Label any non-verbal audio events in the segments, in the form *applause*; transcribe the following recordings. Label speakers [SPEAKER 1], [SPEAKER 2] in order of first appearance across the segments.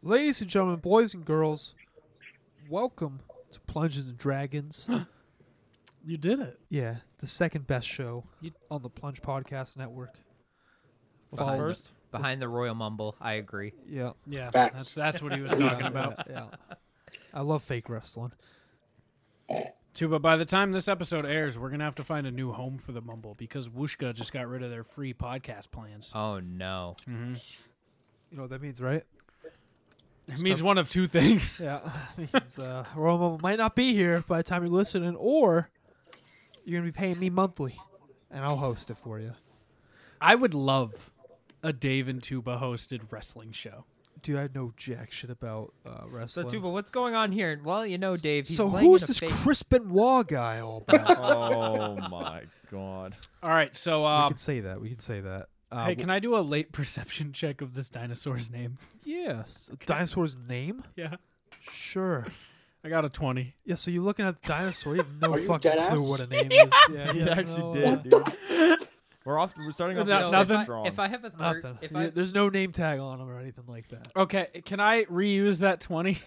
[SPEAKER 1] Ladies and gentlemen, boys and girls, welcome to Plunges and Dragons.
[SPEAKER 2] You did it.
[SPEAKER 1] yeah, the second best show
[SPEAKER 2] You-
[SPEAKER 1] on the Plunge Podcast Network.
[SPEAKER 2] Was it
[SPEAKER 1] Follow-
[SPEAKER 2] first?
[SPEAKER 3] Behind the Royal Mumble, I agree.
[SPEAKER 1] Yeah.
[SPEAKER 2] Yeah.
[SPEAKER 4] Facts.
[SPEAKER 2] That's that's what he was *laughs* talking about.
[SPEAKER 1] Yeah. yeah. I love fake wrestling.
[SPEAKER 2] Tuba, by the time this episode airs, we're gonna have to find a new home for the Mumble because Wooshka just got rid of their free podcast plans. Mm-hmm.
[SPEAKER 3] Oh no.
[SPEAKER 2] *laughs*
[SPEAKER 1] You know what that means, right?
[SPEAKER 2] It means one of two things.
[SPEAKER 1] Yeah. *laughs* It means uh, Royal Rumble might not be here by the time you're listening, or you're going to be paying me monthly, and I'll host it for you.
[SPEAKER 2] I would love a Dave and Tuba hosted wrestling show.
[SPEAKER 1] Dude, I know jack shit about uh,
[SPEAKER 3] So
[SPEAKER 1] wrestling.
[SPEAKER 3] Tuba, what's going on here? Well, you know, Dave. He's
[SPEAKER 1] So
[SPEAKER 3] laying
[SPEAKER 1] who's
[SPEAKER 3] in a
[SPEAKER 1] this
[SPEAKER 3] fake-
[SPEAKER 1] Chris Benoit guy all about?
[SPEAKER 2] *laughs*
[SPEAKER 5] Oh my god.
[SPEAKER 2] All right, so
[SPEAKER 1] we
[SPEAKER 2] um,
[SPEAKER 1] can say that. We can say that. Uh,
[SPEAKER 2] hey, can I do a late *laughs* perception check of this dinosaur's name?
[SPEAKER 1] Yeah. s- Dinosaur's name?
[SPEAKER 2] Yeah,
[SPEAKER 1] Sure.
[SPEAKER 2] I got a twenty.
[SPEAKER 1] Yeah, so you're looking at the dinosaur. You have no
[SPEAKER 4] Are you
[SPEAKER 1] fucking
[SPEAKER 4] deadass?
[SPEAKER 1] clue what a name is. Yeah,
[SPEAKER 5] *laughs* He
[SPEAKER 1] yeah, no,
[SPEAKER 5] actually
[SPEAKER 1] uh,
[SPEAKER 5] did, dude. We're off. We're starting off
[SPEAKER 2] No,
[SPEAKER 3] So
[SPEAKER 5] so
[SPEAKER 2] nothing.
[SPEAKER 3] if I-
[SPEAKER 5] strong.
[SPEAKER 3] If I have a third,
[SPEAKER 1] Nothing.
[SPEAKER 3] if
[SPEAKER 1] Yeah,
[SPEAKER 3] I,
[SPEAKER 1] there's no name tag on him or anything like that.
[SPEAKER 2] Okay, can I reuse that twenty?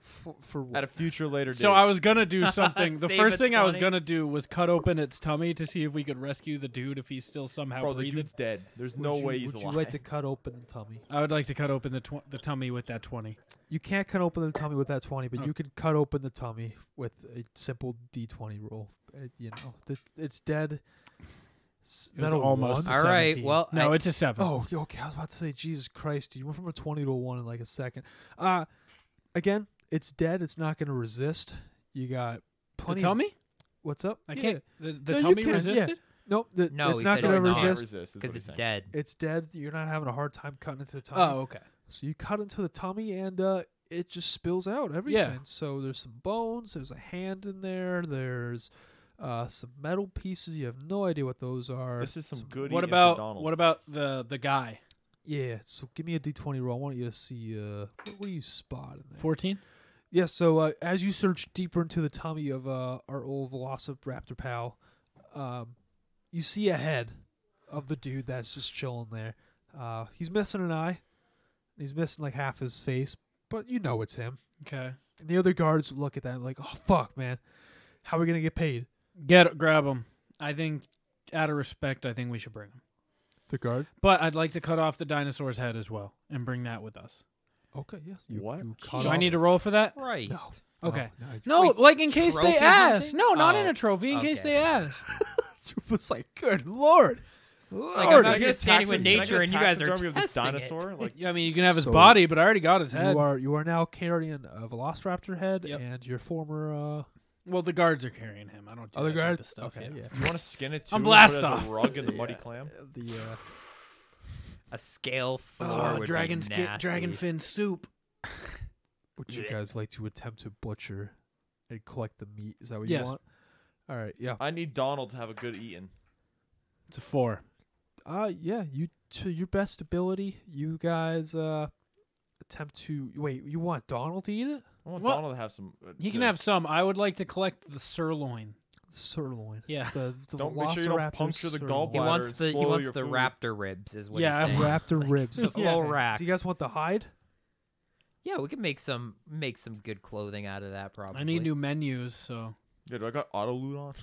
[SPEAKER 1] For, for
[SPEAKER 5] At
[SPEAKER 1] what?
[SPEAKER 5] a future later date.
[SPEAKER 2] So I was gonna do
[SPEAKER 3] *laughs*
[SPEAKER 2] something. The
[SPEAKER 3] Save
[SPEAKER 2] first
[SPEAKER 3] a
[SPEAKER 2] thing I was
[SPEAKER 3] 20.
[SPEAKER 2] gonna do was cut open its tummy to see if we could rescue the dude if he's still somehow
[SPEAKER 5] Bro, the
[SPEAKER 2] breathing.
[SPEAKER 5] dude's dead. There's
[SPEAKER 1] Would
[SPEAKER 5] no
[SPEAKER 1] you-
[SPEAKER 5] way he's
[SPEAKER 1] Would
[SPEAKER 5] alive.
[SPEAKER 1] you like
[SPEAKER 5] *laughs*
[SPEAKER 1] to cut open the tummy?
[SPEAKER 2] I would like to cut open the tw- the tummy with that twenty.
[SPEAKER 1] You can't cut open the tummy with that 20, but you could cut open the tummy with a simple D20 roll. It- you know, it, it's dead. S- Is
[SPEAKER 2] It was
[SPEAKER 1] that a
[SPEAKER 2] almost
[SPEAKER 1] one?
[SPEAKER 2] a
[SPEAKER 3] All right,
[SPEAKER 2] 17.
[SPEAKER 3] well,
[SPEAKER 2] no,
[SPEAKER 3] I-
[SPEAKER 2] it's a seven.
[SPEAKER 1] Oh, yo, okay. I was about to say, Jesus Christ, dude, you went from a twenty to a one in like a second. Uh again, it's dead. It's not going to resist. You got
[SPEAKER 2] the
[SPEAKER 1] plenty. of-
[SPEAKER 2] tummy?
[SPEAKER 1] what's up?
[SPEAKER 2] I
[SPEAKER 1] Yeah.
[SPEAKER 2] can't. The, the
[SPEAKER 1] No, you
[SPEAKER 2] tummy
[SPEAKER 1] can, yeah.
[SPEAKER 2] resisted.
[SPEAKER 1] Nope. The,
[SPEAKER 3] No,
[SPEAKER 1] it's
[SPEAKER 3] he
[SPEAKER 1] not
[SPEAKER 3] said
[SPEAKER 1] going to
[SPEAKER 3] it was
[SPEAKER 1] resist.
[SPEAKER 3] not.
[SPEAKER 5] is what
[SPEAKER 3] because
[SPEAKER 5] he's
[SPEAKER 3] it's
[SPEAKER 5] saying.
[SPEAKER 3] dead.
[SPEAKER 1] It's dead. You're not having a hard time cutting into the tummy.
[SPEAKER 2] Oh, okay.
[SPEAKER 1] So you cut into the tummy and uh, it just spills out everything. So there's some bones, there's a hand in there, there's uh, some metal pieces. You have no idea what those are.
[SPEAKER 5] This is some good.
[SPEAKER 2] What about what about the the guy?
[SPEAKER 1] Yeah, so give me a d20 roll. I want you to see uh, what, what do you spot in there?
[SPEAKER 2] Fourteen.
[SPEAKER 1] Yeah, so uh, as you search deeper into the tummy of uh, our old Velociraptor pal, um, you see a head of the dude that's just chilling there. Uh, he's missing an eye. and He's missing like half his face, but you know it's him.
[SPEAKER 2] Okay.
[SPEAKER 1] And the other guards look at that like, oh, fuck, man. How are we going to get paid?
[SPEAKER 2] Get grab him. I think out of respect, I think we should bring him.
[SPEAKER 1] The guard?
[SPEAKER 2] But I'd like to cut off the dinosaur's head as well and bring that with us.
[SPEAKER 1] Okay, yes.
[SPEAKER 5] What?
[SPEAKER 1] cut
[SPEAKER 2] Do I
[SPEAKER 1] off
[SPEAKER 2] need to
[SPEAKER 1] his-
[SPEAKER 2] roll for that?
[SPEAKER 3] Christ.
[SPEAKER 2] Okay.
[SPEAKER 1] Uh-huh. No, *laughs* no,
[SPEAKER 2] No, like in case
[SPEAKER 3] trophy
[SPEAKER 2] they ask.
[SPEAKER 3] hunting?
[SPEAKER 2] No, not
[SPEAKER 3] Oh,
[SPEAKER 2] in a trophy. In case
[SPEAKER 3] okay.
[SPEAKER 2] they ask.
[SPEAKER 1] it was like, good lord.
[SPEAKER 3] Like,
[SPEAKER 1] Lord.
[SPEAKER 3] I'm not standing with nature, and you guys are
[SPEAKER 5] of this
[SPEAKER 3] testing it.
[SPEAKER 5] dinosaur. Like
[SPEAKER 2] I mean, you can have his
[SPEAKER 1] So-
[SPEAKER 2] body, but I already got his head.
[SPEAKER 1] You are you are now carrying a Velociraptor head
[SPEAKER 2] Yep.
[SPEAKER 1] and your former uh,
[SPEAKER 2] Well, the guards are carrying him. I don't do
[SPEAKER 1] other
[SPEAKER 2] that
[SPEAKER 1] guard.
[SPEAKER 2] type of stuff.
[SPEAKER 1] okay,
[SPEAKER 2] yeah.
[SPEAKER 1] yeah.
[SPEAKER 5] you want to skin it too?
[SPEAKER 2] I'm
[SPEAKER 5] and put it as
[SPEAKER 2] blast off.
[SPEAKER 5] a rug in the muddy clam.
[SPEAKER 1] The uh,
[SPEAKER 3] A scale floor would
[SPEAKER 2] Oh,
[SPEAKER 3] be
[SPEAKER 2] dragon, skin,
[SPEAKER 3] nasty.
[SPEAKER 2] dragon fin soup.
[SPEAKER 1] would you guys like to attempt to butcher and collect the meat? Is that what
[SPEAKER 2] Yes.
[SPEAKER 1] you want? All right. Yeah.
[SPEAKER 5] I need Donald to have a good eating.
[SPEAKER 2] It's a four.
[SPEAKER 1] Uh yeah. You to your best ability, you guys uh attempt to wait. You want Donald to eat it?
[SPEAKER 5] I want
[SPEAKER 2] Well,
[SPEAKER 5] Donald to have some. Uh,
[SPEAKER 2] He can
[SPEAKER 5] the-
[SPEAKER 2] have some. I would like to collect the sirloin.
[SPEAKER 1] Sirloin.
[SPEAKER 2] Yeah.
[SPEAKER 1] The, the
[SPEAKER 5] Don't- make sure you don't
[SPEAKER 1] Velociraptor's
[SPEAKER 5] puncture the
[SPEAKER 1] sirloin.
[SPEAKER 3] He
[SPEAKER 5] gallbladder.
[SPEAKER 3] wants
[SPEAKER 5] and
[SPEAKER 3] the he
[SPEAKER 5] swallow
[SPEAKER 3] wants
[SPEAKER 5] your
[SPEAKER 3] the
[SPEAKER 5] food.
[SPEAKER 3] raptor ribs, is what
[SPEAKER 2] Yeah,
[SPEAKER 3] he's saying.
[SPEAKER 1] Raptor ribs.
[SPEAKER 2] *laughs*
[SPEAKER 3] The
[SPEAKER 1] Okay.
[SPEAKER 3] full rack.
[SPEAKER 1] Do you guys want the hide?
[SPEAKER 3] Yeah, we can make some make some good clothing out of that. Probably.
[SPEAKER 2] I need new menus, so
[SPEAKER 5] Yeah, do I got auto loot on?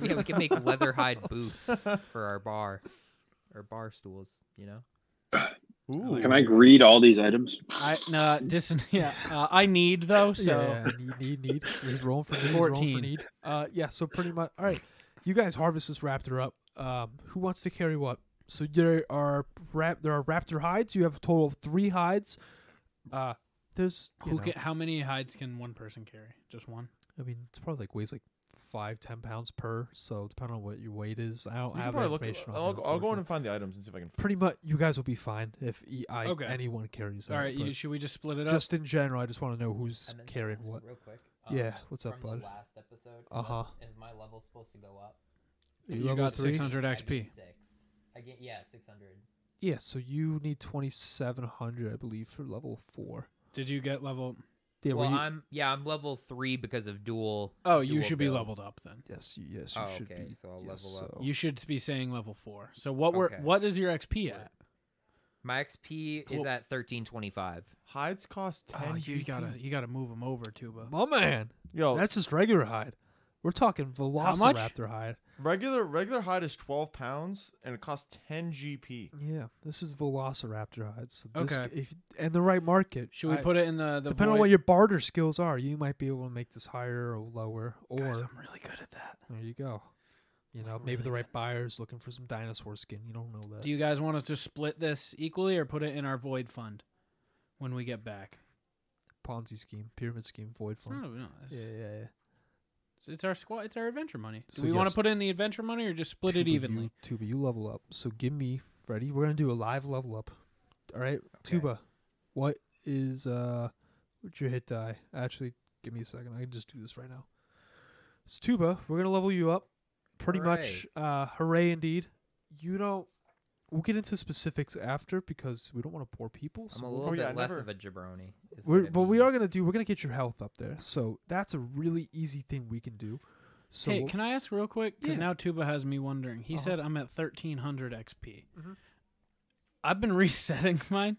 [SPEAKER 3] yeah, we can make leather hide booths for our bar, or bar stools. You know.
[SPEAKER 5] Ooh.
[SPEAKER 4] Can I greed all these items?
[SPEAKER 2] I no dis- *laughs* yeah. Uh, I need though, so
[SPEAKER 1] yeah, yeah, need, need, need. He's- He's rolling for need. He's rolling for
[SPEAKER 2] 14.
[SPEAKER 1] need. Uh, yeah. So pretty much. All right. You guys harvest this raptor up. Um, who wants to carry what? So there are rap. There are raptor hides. You have a total of three hides. Uh, there's. You
[SPEAKER 2] who
[SPEAKER 1] know,
[SPEAKER 2] can, how many hides can one person carry? Just one.
[SPEAKER 1] I mean, it's probably like weighs like five, ten pounds per. So depending on what your weight is, I don't
[SPEAKER 5] You can
[SPEAKER 1] have that
[SPEAKER 5] probably look-
[SPEAKER 1] information. on
[SPEAKER 5] I'll,
[SPEAKER 1] hand,
[SPEAKER 5] go- I'll go
[SPEAKER 1] unfortunately.
[SPEAKER 5] in and find the items and see if I can.
[SPEAKER 1] Pretty much, you guys will be fine if e- I,
[SPEAKER 2] Okay.
[SPEAKER 1] anyone carries that.
[SPEAKER 2] All right, you,
[SPEAKER 1] but
[SPEAKER 2] should we just split it up?
[SPEAKER 1] just in general, I just want to know who's carrying what.
[SPEAKER 3] Real quick. Um,
[SPEAKER 1] Yeah, what's up, bud?
[SPEAKER 3] last episode.
[SPEAKER 1] Uh-huh.
[SPEAKER 3] Is my level supposed to go up?
[SPEAKER 1] Are
[SPEAKER 2] you
[SPEAKER 1] level
[SPEAKER 2] got
[SPEAKER 1] three?
[SPEAKER 2] six hundred XP.
[SPEAKER 3] six. I get yeah six hundred.
[SPEAKER 1] Yeah, so you need twenty seven hundred, I believe, for level four.
[SPEAKER 2] Did you get level?
[SPEAKER 1] Yeah,
[SPEAKER 3] well,
[SPEAKER 1] were you,
[SPEAKER 3] I'm yeah I'm level three because of dual.
[SPEAKER 2] Oh, you
[SPEAKER 3] dual
[SPEAKER 2] should be
[SPEAKER 3] build.
[SPEAKER 2] leveled up then.
[SPEAKER 1] yes, you, yes, you
[SPEAKER 3] Oh,
[SPEAKER 1] should
[SPEAKER 3] okay,
[SPEAKER 1] be.
[SPEAKER 3] so I'll
[SPEAKER 1] yes,
[SPEAKER 2] Oh.
[SPEAKER 3] level up.
[SPEAKER 1] so-
[SPEAKER 2] You should be saying level four. So what were
[SPEAKER 3] Okay.
[SPEAKER 2] what is your XP at?
[SPEAKER 3] My XP
[SPEAKER 5] Cool.
[SPEAKER 3] is at thirteen twenty five.
[SPEAKER 5] Hides cost ten.
[SPEAKER 2] Oh, you
[SPEAKER 5] GP.
[SPEAKER 2] gotta you gotta move them over, Tuba.
[SPEAKER 1] My man.
[SPEAKER 5] Yo,
[SPEAKER 1] That's just regular hide. We're talking
[SPEAKER 2] Oh. much?
[SPEAKER 1] Velociraptor hide.
[SPEAKER 5] regular regular hide is twelve pounds and it costs ten GP.
[SPEAKER 1] Yeah, this is Velociraptor hide. So this,
[SPEAKER 2] Okay.
[SPEAKER 1] If and the right market.
[SPEAKER 2] Should we
[SPEAKER 1] I-
[SPEAKER 2] put it in the the
[SPEAKER 1] Depending on
[SPEAKER 2] void?
[SPEAKER 1] what your barter skills are, you might be able to make this higher or lower, or
[SPEAKER 2] Guys, I'm really good at that.
[SPEAKER 1] there you go. You know,
[SPEAKER 2] I'm
[SPEAKER 1] maybe the
[SPEAKER 2] really
[SPEAKER 1] right buyer's looking for some dinosaur skin. You don't know that.
[SPEAKER 2] Do you guys want us to split this equally or put it in our void fund when we get back?
[SPEAKER 1] Ponzi scheme, pyramid scheme, void
[SPEAKER 2] No,
[SPEAKER 1] fund.
[SPEAKER 2] no, it's,
[SPEAKER 1] Yeah, yeah, yeah.
[SPEAKER 2] it's- it's our squad. It's our adventure money. Do
[SPEAKER 1] So
[SPEAKER 2] we want
[SPEAKER 1] yes.
[SPEAKER 2] to put in the adventure money or just split it
[SPEAKER 1] Tuba, you-
[SPEAKER 2] evenly?
[SPEAKER 1] Tuba, you level up. So give me, Freddy. We're gonna do a live level up. All right, Tuba. What is uh, what's your hit die? Actually, give me a second. I can just do this right now. It's Tuba. We're gonna level you up. Pretty much, uh, hooray indeed. You don't. We'll get into specifics after because we don't want to bore people.
[SPEAKER 3] I'm
[SPEAKER 1] So oh,
[SPEAKER 3] a
[SPEAKER 1] we'll-
[SPEAKER 3] little
[SPEAKER 5] yeah, I
[SPEAKER 3] bit less
[SPEAKER 5] never-
[SPEAKER 3] of a jabroni. is what
[SPEAKER 1] we're,
[SPEAKER 3] it
[SPEAKER 1] but we are
[SPEAKER 3] means.
[SPEAKER 1] gonna do. We're gonna get your health up there. So that's a really easy thing we can do. So
[SPEAKER 2] hey,
[SPEAKER 1] we'll-
[SPEAKER 2] can I ask real quick? Because
[SPEAKER 1] Yeah.
[SPEAKER 2] now Tuba has me wondering. He
[SPEAKER 1] Uh-huh.
[SPEAKER 2] said I'm at 1300 XP.
[SPEAKER 1] Mhm.
[SPEAKER 2] I've been *laughs* resetting mine.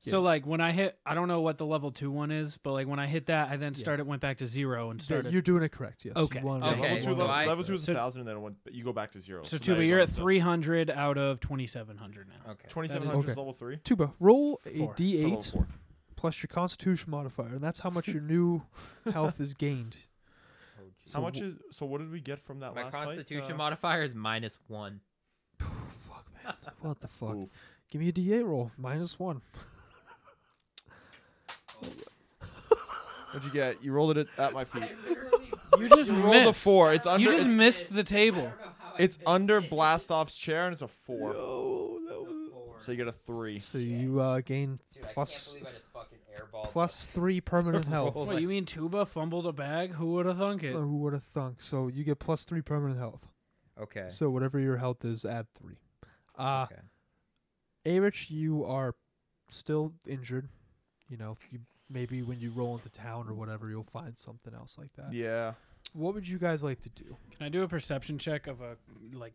[SPEAKER 1] Yeah.
[SPEAKER 2] So like when I hit, I don't know what the level two one is, but like when I hit that, I then
[SPEAKER 1] Yeah.
[SPEAKER 2] started went back to zero and
[SPEAKER 1] Yeah,
[SPEAKER 2] started.
[SPEAKER 1] you're doing it correct. Yes. you
[SPEAKER 2] Okay.
[SPEAKER 1] wanna-
[SPEAKER 5] Yeah,
[SPEAKER 3] Okay,
[SPEAKER 5] level two,
[SPEAKER 3] so
[SPEAKER 5] level,
[SPEAKER 3] I-
[SPEAKER 5] level two is
[SPEAKER 2] so-
[SPEAKER 5] a thousand, and then it went, you go back to zero.
[SPEAKER 2] *laughs* so
[SPEAKER 5] now
[SPEAKER 2] Tuba,
[SPEAKER 5] it's
[SPEAKER 2] you're at
[SPEAKER 5] level two.
[SPEAKER 2] 300 out of 2700
[SPEAKER 3] *laughs*
[SPEAKER 2] now.
[SPEAKER 3] Okay.
[SPEAKER 5] 2700
[SPEAKER 1] Okay.
[SPEAKER 5] is level three.
[SPEAKER 1] Tuba, roll a
[SPEAKER 2] Four.
[SPEAKER 5] for level
[SPEAKER 1] d8
[SPEAKER 5] four.
[SPEAKER 1] plus your constitution modifier, and that's how
[SPEAKER 5] *laughs*
[SPEAKER 1] much your new health is gained.
[SPEAKER 3] Oh, geez.
[SPEAKER 1] So
[SPEAKER 5] How much
[SPEAKER 1] wh-
[SPEAKER 5] is? So what did we get from that
[SPEAKER 3] My
[SPEAKER 5] last
[SPEAKER 3] constitution
[SPEAKER 1] uh,
[SPEAKER 5] fight? Uh,
[SPEAKER 3] modifier is minus one.
[SPEAKER 1] Oh, fuck, man. What the fuck?
[SPEAKER 5] Oof.
[SPEAKER 1] Give me a d8 roll, minus one.
[SPEAKER 5] What'd you get? You rolled it at, at my feet.
[SPEAKER 2] You just
[SPEAKER 5] You rolled
[SPEAKER 2] missed.
[SPEAKER 5] a four. It's under.
[SPEAKER 2] You just
[SPEAKER 5] it's,
[SPEAKER 2] missed the table.
[SPEAKER 3] *laughs*
[SPEAKER 5] it's under Blastoff's chair, and it's a four.
[SPEAKER 1] Oh, that
[SPEAKER 5] So you get a three.
[SPEAKER 1] So you uh, gain plus
[SPEAKER 3] I just fucking airballed.
[SPEAKER 1] plus three
[SPEAKER 5] *laughs*
[SPEAKER 1] permanent health.
[SPEAKER 3] Roll.
[SPEAKER 2] What, you mean Tuba fumbled a bag? Who would have thunk it?
[SPEAKER 1] Oh, Who would have thunk? So you get plus three permanent health.
[SPEAKER 3] Okay.
[SPEAKER 1] So whatever your health is, add three. Uh,
[SPEAKER 3] okay.
[SPEAKER 1] Arich, you are still injured. You know, you maybe when you roll into town or whatever, you'll find something else like that.
[SPEAKER 5] Yeah.
[SPEAKER 1] What would you guys like to do?
[SPEAKER 2] Can I do a perception check of a like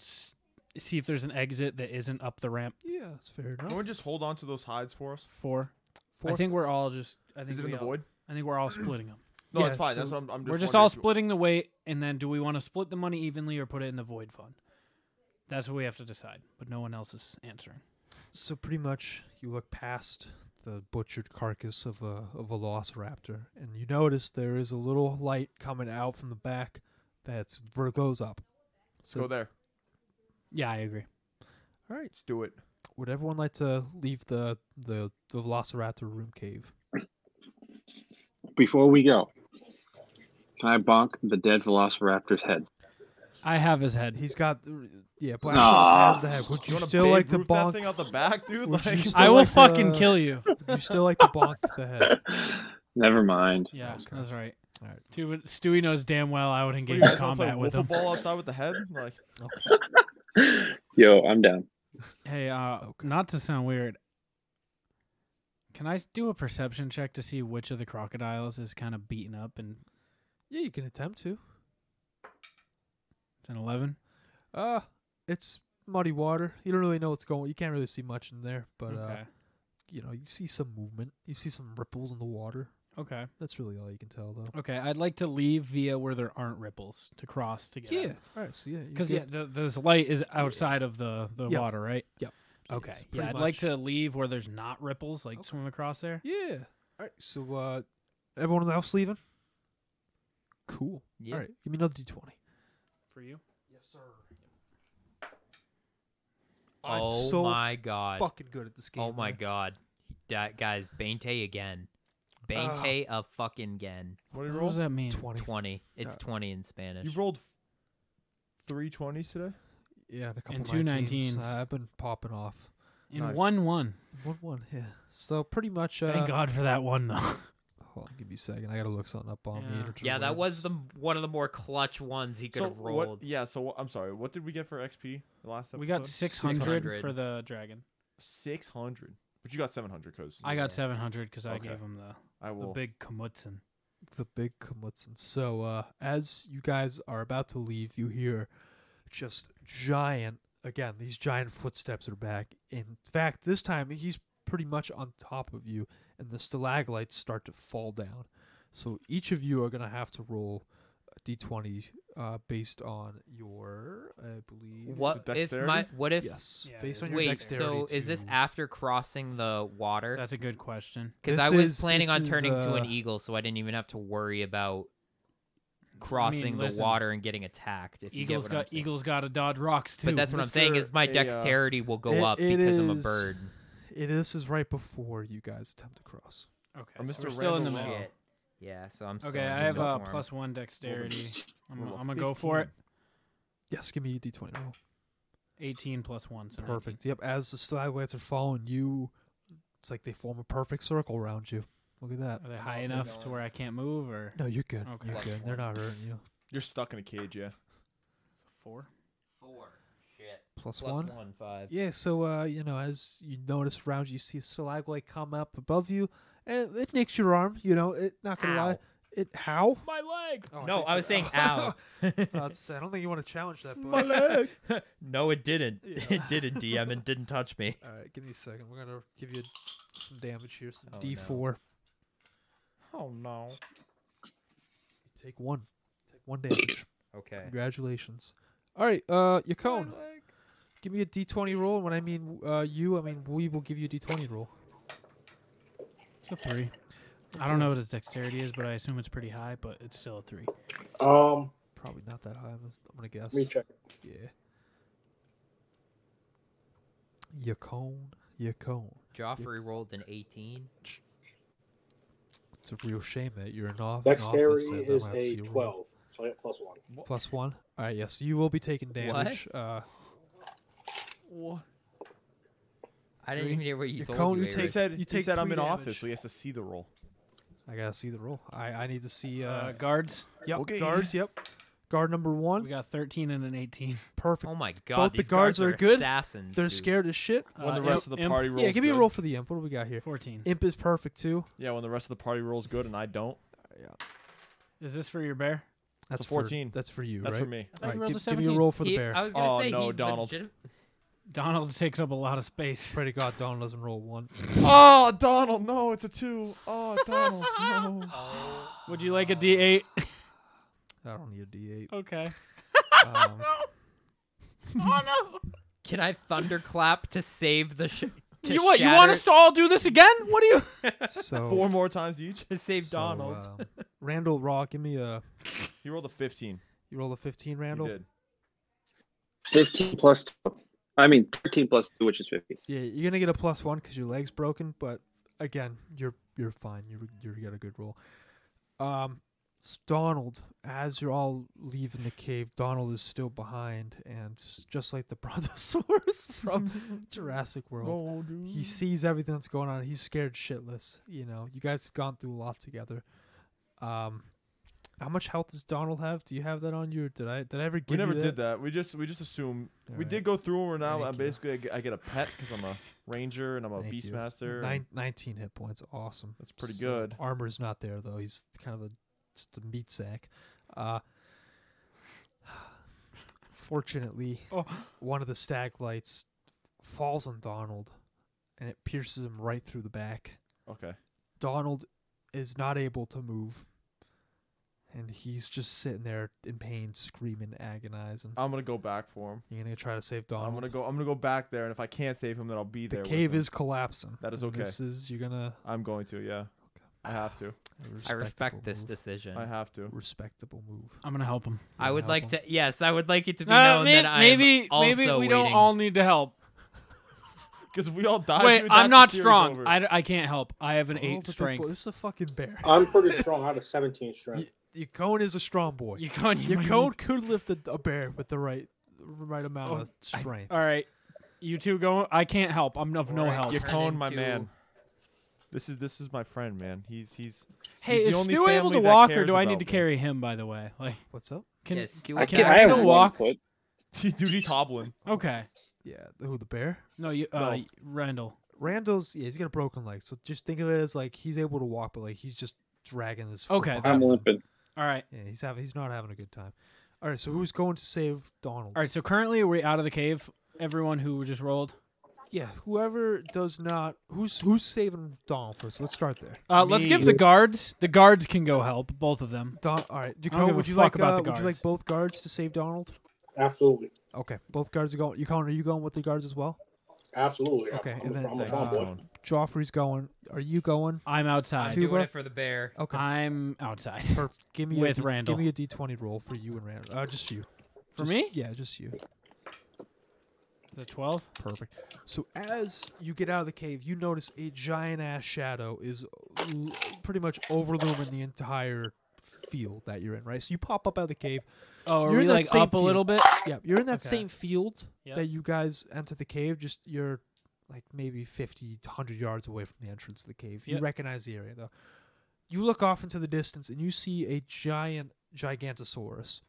[SPEAKER 2] s- see if there's an exit that isn't up the ramp?
[SPEAKER 1] Yeah, that's fair
[SPEAKER 5] Can we
[SPEAKER 1] enough.
[SPEAKER 5] just hold on to those hides for us?
[SPEAKER 2] Four.
[SPEAKER 1] Four-
[SPEAKER 2] I think we're all just. I think
[SPEAKER 5] Is it
[SPEAKER 2] we
[SPEAKER 5] in the
[SPEAKER 2] all-
[SPEAKER 5] void?
[SPEAKER 2] I think we're all splitting them.
[SPEAKER 5] No,
[SPEAKER 1] Yeah,
[SPEAKER 5] it's fine.
[SPEAKER 1] so
[SPEAKER 5] That's what I'm, I'm *clears throat* just.
[SPEAKER 2] we're just
[SPEAKER 5] wondering
[SPEAKER 2] all
[SPEAKER 5] if you-
[SPEAKER 2] splitting the weight, and then do we want to split the money evenly or put it in the void fund? That's what we have to decide. But no one else is answering.
[SPEAKER 1] so pretty much, you look past the butchered carcass of a of a velociraptor, and you notice there is a little light coming out from the back that's ver- goes up.
[SPEAKER 5] Let's go there.
[SPEAKER 2] Yeah, I agree.
[SPEAKER 1] All right.
[SPEAKER 5] Let's do it.
[SPEAKER 1] Would everyone like to leave the the, the velociraptor room cave?
[SPEAKER 4] Before we go, can I bonk the dead velociraptor's head?
[SPEAKER 2] I have his head.
[SPEAKER 1] He's got, the- yeah, black
[SPEAKER 4] Nah.
[SPEAKER 1] has the head. Would you,
[SPEAKER 5] wanna
[SPEAKER 1] still
[SPEAKER 5] Babe
[SPEAKER 1] like to
[SPEAKER 5] Ruth
[SPEAKER 1] bonk?
[SPEAKER 5] that thing out the back, dude?
[SPEAKER 1] Would you
[SPEAKER 5] *laughs* Like,
[SPEAKER 1] still
[SPEAKER 2] I will
[SPEAKER 1] like
[SPEAKER 5] uh,
[SPEAKER 1] to-
[SPEAKER 2] fucking kill you.
[SPEAKER 1] *laughs*
[SPEAKER 5] *laughs*
[SPEAKER 1] Would you still like to bonk the head?
[SPEAKER 4] *laughs* Never mind.
[SPEAKER 2] Yeah,
[SPEAKER 1] Okay.
[SPEAKER 2] that's right.
[SPEAKER 1] All right.
[SPEAKER 2] Stewie, Stewie knows damn well I would
[SPEAKER 5] what,
[SPEAKER 2] engage
[SPEAKER 5] you guys
[SPEAKER 2] in
[SPEAKER 5] wanna play
[SPEAKER 2] combat with
[SPEAKER 5] wiffle
[SPEAKER 2] him.
[SPEAKER 5] ball outside with the head? Like,
[SPEAKER 1] Okay.
[SPEAKER 4] Yo, I'm down.
[SPEAKER 2] Hey, uh,
[SPEAKER 1] Okay.
[SPEAKER 2] not to sound weird, can I s- do a perception check to see which of the crocodiles is kind of beaten up? And
[SPEAKER 1] Yeah, you can attempt to.
[SPEAKER 2] it's an eleven.
[SPEAKER 1] Uh, it's muddy water. You don't really know what's going. You can't really see much in there, but uh,
[SPEAKER 2] okay.
[SPEAKER 1] you know, you see some movement. You see some ripples in the water.
[SPEAKER 2] Okay.
[SPEAKER 1] That's really all you can tell, though.
[SPEAKER 2] Okay. I'd like to leave via where there aren't ripples to cross to get.
[SPEAKER 1] Yeah. All right. So yeah, you
[SPEAKER 2] Because yeah,
[SPEAKER 1] get-
[SPEAKER 2] the, this light is outside of the the
[SPEAKER 1] Yep.
[SPEAKER 2] water, right?
[SPEAKER 1] Yep.
[SPEAKER 2] Okay.
[SPEAKER 1] Yes,
[SPEAKER 2] Yeah,
[SPEAKER 1] pretty
[SPEAKER 2] I'd like
[SPEAKER 1] much.
[SPEAKER 2] to leave where there's not ripples, like
[SPEAKER 1] Okay.
[SPEAKER 2] swim across there.
[SPEAKER 1] yeah. All right. So uh, everyone else leaving. Cool.
[SPEAKER 3] Yeah.
[SPEAKER 1] All right. Give me another d twenty.
[SPEAKER 2] For you.
[SPEAKER 1] Yes, sir. I'm
[SPEAKER 3] Oh
[SPEAKER 1] so
[SPEAKER 3] my god.
[SPEAKER 1] fucking good at this game.
[SPEAKER 3] oh my
[SPEAKER 1] man.
[SPEAKER 3] god. That guy's Bainte again. Bainte a fucking again.
[SPEAKER 5] what do you
[SPEAKER 2] What does
[SPEAKER 5] roll?
[SPEAKER 2] that mean?
[SPEAKER 1] Twenty.
[SPEAKER 3] Twenty. It's
[SPEAKER 1] Uh,
[SPEAKER 3] twenty in Spanish.
[SPEAKER 5] You rolled three twenties today?
[SPEAKER 1] Yeah, and a couple
[SPEAKER 2] And two
[SPEAKER 1] 19s.
[SPEAKER 2] 19s.
[SPEAKER 1] Uh, I've been popping off.
[SPEAKER 2] In
[SPEAKER 5] Nice.
[SPEAKER 2] one one.
[SPEAKER 1] One one. Yeah. So pretty much. Uh,
[SPEAKER 2] Thank God for that one
[SPEAKER 1] *laughs*
[SPEAKER 2] though.
[SPEAKER 1] Hold on, give me a second. I gotta look something up on the
[SPEAKER 2] Yeah.
[SPEAKER 1] internet.
[SPEAKER 3] yeah, that was the one of the more clutch ones he could
[SPEAKER 5] So
[SPEAKER 3] have rolled.
[SPEAKER 5] what? Yeah. So what- I'm sorry. What did we get for XP the last episode?
[SPEAKER 2] we got six hundred
[SPEAKER 3] 600.
[SPEAKER 2] for the dragon.
[SPEAKER 5] six hundred, but you got seven hundred because
[SPEAKER 2] I
[SPEAKER 3] Yeah.
[SPEAKER 2] got 700 because I
[SPEAKER 5] Okay.
[SPEAKER 2] gave him the,
[SPEAKER 5] I
[SPEAKER 2] the
[SPEAKER 5] will.
[SPEAKER 2] big Kamutzen.
[SPEAKER 1] the big Kamutzen. So uh, as you guys are about to leave, you hear just giant again, these giant footsteps are back. In fact, this time he's pretty much on top of you, and the stalagmites start to fall down. So each of you are going to have to roll a d20 uh, based on your, I believe.
[SPEAKER 3] What
[SPEAKER 5] it
[SPEAKER 3] if my?
[SPEAKER 5] dexterity?
[SPEAKER 3] What if?
[SPEAKER 1] Yes.
[SPEAKER 2] Yeah,
[SPEAKER 1] based
[SPEAKER 2] it
[SPEAKER 1] on
[SPEAKER 2] is
[SPEAKER 1] your
[SPEAKER 3] Wait.
[SPEAKER 1] dexterity.
[SPEAKER 3] So is this
[SPEAKER 1] to-
[SPEAKER 3] after crossing the water?
[SPEAKER 2] That's a good question.
[SPEAKER 3] Because
[SPEAKER 1] This
[SPEAKER 3] I was
[SPEAKER 1] is-
[SPEAKER 3] planning
[SPEAKER 1] this
[SPEAKER 3] on
[SPEAKER 1] is,
[SPEAKER 3] turning to an
[SPEAKER 1] uh,
[SPEAKER 3] eagle, so I didn't even have to worry about crossing the
[SPEAKER 2] listen,
[SPEAKER 3] water and getting attacked. If you get
[SPEAKER 2] Eagles
[SPEAKER 3] what
[SPEAKER 2] got
[SPEAKER 3] I'm saying.
[SPEAKER 2] Eagles got to dodge rocks too.
[SPEAKER 3] But that's what I'm saying is my
[SPEAKER 5] Mr. A, uh,
[SPEAKER 3] dexterity will go
[SPEAKER 1] It-
[SPEAKER 3] up
[SPEAKER 1] it
[SPEAKER 3] because I'm a
[SPEAKER 1] is-
[SPEAKER 3] bird.
[SPEAKER 1] It, this is right before you guys attempt to cross.
[SPEAKER 2] okay.
[SPEAKER 5] Uh,
[SPEAKER 2] so we're
[SPEAKER 5] Mr.
[SPEAKER 2] still in the
[SPEAKER 5] Randall
[SPEAKER 2] middle.
[SPEAKER 5] Law.
[SPEAKER 3] Shit. Yeah, so I'm. still
[SPEAKER 2] Okay,
[SPEAKER 3] in
[SPEAKER 2] I
[SPEAKER 3] the
[SPEAKER 2] have uh,
[SPEAKER 3] warm.
[SPEAKER 2] plus one dexterity. I'm,
[SPEAKER 5] rolled a
[SPEAKER 2] I'm gonna go for it.
[SPEAKER 5] 15.
[SPEAKER 1] Yes, give me a d20 roll.
[SPEAKER 2] 18 plus one. So 19.
[SPEAKER 1] Perfect. Yep. As the stalagmites are following you, it's like they form a perfect circle around you. Look at that.
[SPEAKER 2] Are they
[SPEAKER 3] I'm
[SPEAKER 2] high
[SPEAKER 3] also
[SPEAKER 2] enough to
[SPEAKER 3] going-
[SPEAKER 2] where I can't move or
[SPEAKER 1] No, you're good.
[SPEAKER 2] Okay.
[SPEAKER 1] You're
[SPEAKER 3] Oh, Plus
[SPEAKER 1] good. They're
[SPEAKER 3] one.
[SPEAKER 1] not hurting you.
[SPEAKER 5] You're stuck in a cage, yeah.
[SPEAKER 2] four?
[SPEAKER 3] Four. Shit.
[SPEAKER 1] Plus,
[SPEAKER 3] Plus
[SPEAKER 1] one.
[SPEAKER 3] one five.
[SPEAKER 1] Yeah. So, uh, you know, as you notice around you, you see a stalagmite come up above you, and it, it nicks your arm. You know, it not gonna lie.
[SPEAKER 3] Ow.
[SPEAKER 1] It
[SPEAKER 3] *laughs*
[SPEAKER 1] how?
[SPEAKER 2] My leg.
[SPEAKER 1] Oh,
[SPEAKER 3] No,
[SPEAKER 1] think
[SPEAKER 3] I
[SPEAKER 1] *laughs*
[SPEAKER 3] was saying ow.
[SPEAKER 1] Uh,
[SPEAKER 3] *laughs*
[SPEAKER 1] it's- I don't think you want to challenge that. But... *laughs*
[SPEAKER 3] no, it didn't.
[SPEAKER 1] Yeah.
[SPEAKER 3] *laughs* It didn't DM and didn't touch me.
[SPEAKER 1] All right, give me a second. We're gonna give you some damage here. Some
[SPEAKER 3] Oh, no.
[SPEAKER 1] D4.
[SPEAKER 2] Oh no.
[SPEAKER 1] Take one. Take one damage.
[SPEAKER 3] Okay.
[SPEAKER 1] Congratulations. All right, uh,
[SPEAKER 2] Oh,
[SPEAKER 1] Yacone, give me a D20 roll. When I mean uh, you, I mean we will give you a D20 roll.
[SPEAKER 2] It's a three. I don't know what his dexterity is, but I assume it's pretty high. But it's still a three.
[SPEAKER 6] Um,
[SPEAKER 1] Probably not that high. I'm, I'm gonna guess.
[SPEAKER 6] let me check.
[SPEAKER 1] Yeah. Yacone, Yacone.
[SPEAKER 3] Joffrey rolled an 18.
[SPEAKER 1] It's a real shame that you're in off. in office
[SPEAKER 6] Dexterity
[SPEAKER 1] and I
[SPEAKER 6] is
[SPEAKER 1] might see
[SPEAKER 6] a
[SPEAKER 1] you roll.
[SPEAKER 6] twelve, so I get plus one.
[SPEAKER 1] Plus one. All right, yes, you will be taking damage. Uh,
[SPEAKER 5] What?
[SPEAKER 3] I didn't
[SPEAKER 1] Three.
[SPEAKER 3] even hear what you
[SPEAKER 1] Your
[SPEAKER 3] told
[SPEAKER 1] cone,
[SPEAKER 3] you.
[SPEAKER 1] you
[SPEAKER 5] He
[SPEAKER 1] take-
[SPEAKER 3] Eric.
[SPEAKER 5] said, he
[SPEAKER 1] take
[SPEAKER 5] said I'm
[SPEAKER 1] three
[SPEAKER 5] in
[SPEAKER 1] damage.
[SPEAKER 5] office, so he has to see the roll.
[SPEAKER 1] I gotta see the roll. I I need to see. Uh,
[SPEAKER 2] Uh, guards.
[SPEAKER 1] yep,
[SPEAKER 5] okay.
[SPEAKER 1] guards. Yep, guard number
[SPEAKER 2] We
[SPEAKER 1] one.
[SPEAKER 2] got 13 and an 18.
[SPEAKER 1] Perfect.
[SPEAKER 3] Oh my god.
[SPEAKER 1] Both the
[SPEAKER 3] these
[SPEAKER 1] guards are good.
[SPEAKER 3] Assassins.
[SPEAKER 1] They're
[SPEAKER 3] dude.
[SPEAKER 1] scared as shit.
[SPEAKER 2] Uh,
[SPEAKER 5] when the
[SPEAKER 2] imp-
[SPEAKER 5] rest of the
[SPEAKER 2] imp-
[SPEAKER 5] party rolls
[SPEAKER 1] Yeah, give me a
[SPEAKER 5] good-
[SPEAKER 1] roll for the imp. What do we got here?
[SPEAKER 2] 14.
[SPEAKER 1] Imp is perfect too.
[SPEAKER 5] Yeah, when the rest of the party rolls good and I don't.
[SPEAKER 2] Is this for your bear?
[SPEAKER 1] That's
[SPEAKER 5] a 14.
[SPEAKER 1] For, that's for you,
[SPEAKER 5] That's
[SPEAKER 1] right?
[SPEAKER 5] for me.
[SPEAKER 2] I thought you
[SPEAKER 1] Alright,
[SPEAKER 2] rolled a
[SPEAKER 1] give, give me a
[SPEAKER 2] 17.
[SPEAKER 1] roll for the
[SPEAKER 3] He-
[SPEAKER 5] *laughs*
[SPEAKER 1] bear.
[SPEAKER 3] I was gonna
[SPEAKER 5] Oh,
[SPEAKER 3] say
[SPEAKER 5] no,
[SPEAKER 3] he
[SPEAKER 5] Donald.
[SPEAKER 3] legit-
[SPEAKER 2] Donald *laughs* takes up a lot of space.
[SPEAKER 1] Pray to God, Don doesn't roll one.
[SPEAKER 5] Oh, Donald, no, it's a two. Oh, Donald, *laughs* no.
[SPEAKER 2] Would you like a D8?
[SPEAKER 1] I don't need a D8.
[SPEAKER 5] *laughs*
[SPEAKER 2] okay.
[SPEAKER 1] Um,
[SPEAKER 3] Can I thunderclap to save
[SPEAKER 1] *laughs*
[SPEAKER 3] the sh- to
[SPEAKER 2] You what? You want
[SPEAKER 3] shatter-
[SPEAKER 2] us to all do this again? What do you?
[SPEAKER 1] so
[SPEAKER 5] Four more times each.
[SPEAKER 3] to save
[SPEAKER 1] so,
[SPEAKER 3] Donald?
[SPEAKER 1] um, Randall Raw, give me a.
[SPEAKER 5] He rolled a 15.
[SPEAKER 1] You roll a 15,
[SPEAKER 5] He
[SPEAKER 1] Randall.
[SPEAKER 5] did.
[SPEAKER 4] 15 plus 2. I mean, 13 plus 2, which is 15.
[SPEAKER 1] Yeah, you're gonna get a plus one because your leg's broken, but again, you're you're fine. You you got a good roll. Um, s- Donald, as you're all leaving the cave, Donald is still behind, and s- just like the *laughs* Brontosaurus
[SPEAKER 5] *laughs*
[SPEAKER 1] from Jurassic World, he sees everything that's going on. He's scared shitless. You know, you guys have gone through a lot together. Um, how much health does Donald have? Do you have that on you? Or did I did I ever
[SPEAKER 5] We
[SPEAKER 1] give
[SPEAKER 5] never
[SPEAKER 1] you
[SPEAKER 5] did that. We just we just assume
[SPEAKER 1] All
[SPEAKER 5] we
[SPEAKER 1] right.
[SPEAKER 5] did go through and we're now.
[SPEAKER 1] Thank
[SPEAKER 5] I'm
[SPEAKER 1] you.
[SPEAKER 5] basically I get, I get a pet because
[SPEAKER 1] *laughs*
[SPEAKER 5] I'm a ranger and I'm a
[SPEAKER 1] Thank you.
[SPEAKER 5] beastmaster.
[SPEAKER 1] Nine, 19 hit points. Awesome.
[SPEAKER 5] That's pretty
[SPEAKER 1] So,
[SPEAKER 5] good.
[SPEAKER 1] Armor's not there though. He's kind of a just a meat sack. Uh, fortunately,
[SPEAKER 2] Oh.
[SPEAKER 1] one of the stag lights falls on Donald, and it pierces him right through the back.
[SPEAKER 5] Okay.
[SPEAKER 1] Donald is not able to move, and he's just sitting there in pain, screaming, agonizing.
[SPEAKER 5] I'm gonna go back for him.
[SPEAKER 1] You're gonna try to save Donald.
[SPEAKER 5] Uh, I'm gonna go. I'm gonna go back there, and if I can't save him, then I'll be
[SPEAKER 1] The
[SPEAKER 5] there. with
[SPEAKER 1] cave
[SPEAKER 5] him.
[SPEAKER 1] is collapsing.
[SPEAKER 5] That is
[SPEAKER 1] and
[SPEAKER 5] okay.
[SPEAKER 1] This is you're gonna.
[SPEAKER 5] I'm going to. Yeah. I have to.
[SPEAKER 3] I respect this
[SPEAKER 1] move.
[SPEAKER 3] decision.
[SPEAKER 5] I have to.
[SPEAKER 1] respectable move.
[SPEAKER 2] I'm gonna help him.
[SPEAKER 3] I would like to. Yes, I would like it to be
[SPEAKER 2] Uh,
[SPEAKER 3] known
[SPEAKER 2] may-
[SPEAKER 3] that I
[SPEAKER 2] maybe
[SPEAKER 3] am also
[SPEAKER 2] maybe we don't
[SPEAKER 3] waiting.
[SPEAKER 2] all need to help.
[SPEAKER 5] Because if we all die,
[SPEAKER 2] Wait,
[SPEAKER 5] dude, that's
[SPEAKER 2] I'm
[SPEAKER 5] the
[SPEAKER 2] not
[SPEAKER 5] series
[SPEAKER 2] strong.
[SPEAKER 5] over.
[SPEAKER 2] I, I can't help. I have an eight
[SPEAKER 1] Donald's a big boy.
[SPEAKER 2] strength.
[SPEAKER 1] This is a fucking bear.
[SPEAKER 6] I'm pretty strong. I have a seventeen
[SPEAKER 1] Y-
[SPEAKER 6] strength.
[SPEAKER 1] Your cone is a strong boy.
[SPEAKER 2] You can't. you
[SPEAKER 1] Your
[SPEAKER 2] might
[SPEAKER 1] cone could lift a, a bear with the right right amount
[SPEAKER 2] Oh,
[SPEAKER 1] of
[SPEAKER 2] I-
[SPEAKER 1] strength.
[SPEAKER 2] All right, you two go. I can't help. I'm of no
[SPEAKER 3] Or I
[SPEAKER 2] help.
[SPEAKER 5] Your
[SPEAKER 3] turn
[SPEAKER 5] cone, my
[SPEAKER 3] into-
[SPEAKER 5] man. This is this is my friend, man. He's he's. *laughs*
[SPEAKER 2] Hey,
[SPEAKER 5] he's
[SPEAKER 2] is
[SPEAKER 5] the only
[SPEAKER 2] Stu able
[SPEAKER 5] family
[SPEAKER 2] to
[SPEAKER 5] that
[SPEAKER 2] walk, or
[SPEAKER 5] cares
[SPEAKER 2] do I
[SPEAKER 5] about
[SPEAKER 2] need to
[SPEAKER 5] me.
[SPEAKER 2] carry him? By the way, like,
[SPEAKER 1] What's up?
[SPEAKER 2] can
[SPEAKER 3] Yes, Stu
[SPEAKER 4] I
[SPEAKER 3] can
[SPEAKER 4] can't.
[SPEAKER 2] I
[SPEAKER 4] I have
[SPEAKER 2] go
[SPEAKER 4] one
[SPEAKER 2] walk?
[SPEAKER 4] foot.
[SPEAKER 5] Dude, he's hobbling.
[SPEAKER 2] okay?
[SPEAKER 1] Yeah, who the bear?
[SPEAKER 2] No, you, uh,
[SPEAKER 5] No.
[SPEAKER 2] Randall.
[SPEAKER 1] Randall's yeah, he's got a broken leg, so just think of it as like he's able to walk, but like he's just dragging his. Foot
[SPEAKER 2] Okay,
[SPEAKER 1] behind
[SPEAKER 4] I'm
[SPEAKER 1] him.
[SPEAKER 4] limping.
[SPEAKER 2] All right,
[SPEAKER 1] Yeah, he's having he's not having a good time. All right, so who's going to save Donald?
[SPEAKER 2] all right. So currently we're out of the cave, everyone who just rolled?
[SPEAKER 1] Yeah, whoever does not who's who's saving Donald first. Let's start there.
[SPEAKER 2] Uh, let's
[SPEAKER 5] Me.
[SPEAKER 2] give the guards. The guards can go help both of them.
[SPEAKER 1] Don, all right,
[SPEAKER 2] give
[SPEAKER 1] Jacob,
[SPEAKER 2] a
[SPEAKER 1] would you
[SPEAKER 2] fuck
[SPEAKER 1] like
[SPEAKER 2] about
[SPEAKER 1] uh,
[SPEAKER 2] the
[SPEAKER 1] would you
[SPEAKER 2] guards.
[SPEAKER 1] like both guards to save Donald?
[SPEAKER 6] Absolutely.
[SPEAKER 1] Okay, both guards are going. You Colin, are you going with the guards as well?
[SPEAKER 6] Absolutely.
[SPEAKER 1] Okay,
[SPEAKER 6] I'm,
[SPEAKER 1] and then
[SPEAKER 6] I'm a
[SPEAKER 1] thanks.
[SPEAKER 6] tomboy.
[SPEAKER 5] Going.
[SPEAKER 1] Joffrey's going. Are you going?
[SPEAKER 2] I'm outside.
[SPEAKER 1] Two-
[SPEAKER 3] doing
[SPEAKER 1] Tuba?
[SPEAKER 3] it for the bear.
[SPEAKER 1] Okay,
[SPEAKER 2] I'm outside.
[SPEAKER 1] per- give me
[SPEAKER 2] with
[SPEAKER 1] a, D-
[SPEAKER 2] Randall.
[SPEAKER 1] Give me a D twenty roll for you and Randall. Uh, just you.
[SPEAKER 2] For
[SPEAKER 1] Just-
[SPEAKER 2] me?
[SPEAKER 1] Yeah, just you.
[SPEAKER 2] The 12?
[SPEAKER 1] Perfect. So as you get out of the cave, you notice a giant ass shadow is l- pretty much overlooming the entire field that you're in. Right. So you pop up out of the cave.
[SPEAKER 2] Oh, are
[SPEAKER 1] You're
[SPEAKER 2] we
[SPEAKER 1] in that
[SPEAKER 2] like
[SPEAKER 1] same
[SPEAKER 2] up a
[SPEAKER 1] field.
[SPEAKER 2] little bit?
[SPEAKER 1] Yeah, you're in that
[SPEAKER 2] Okay.
[SPEAKER 1] same field
[SPEAKER 2] Yep.
[SPEAKER 1] that you guys entered the cave. Just you're like maybe 50, 100 yards away from the entrance of the cave. You
[SPEAKER 2] Yep.
[SPEAKER 1] recognize the area though. You look off into the distance and you see a giant gigantosaurus.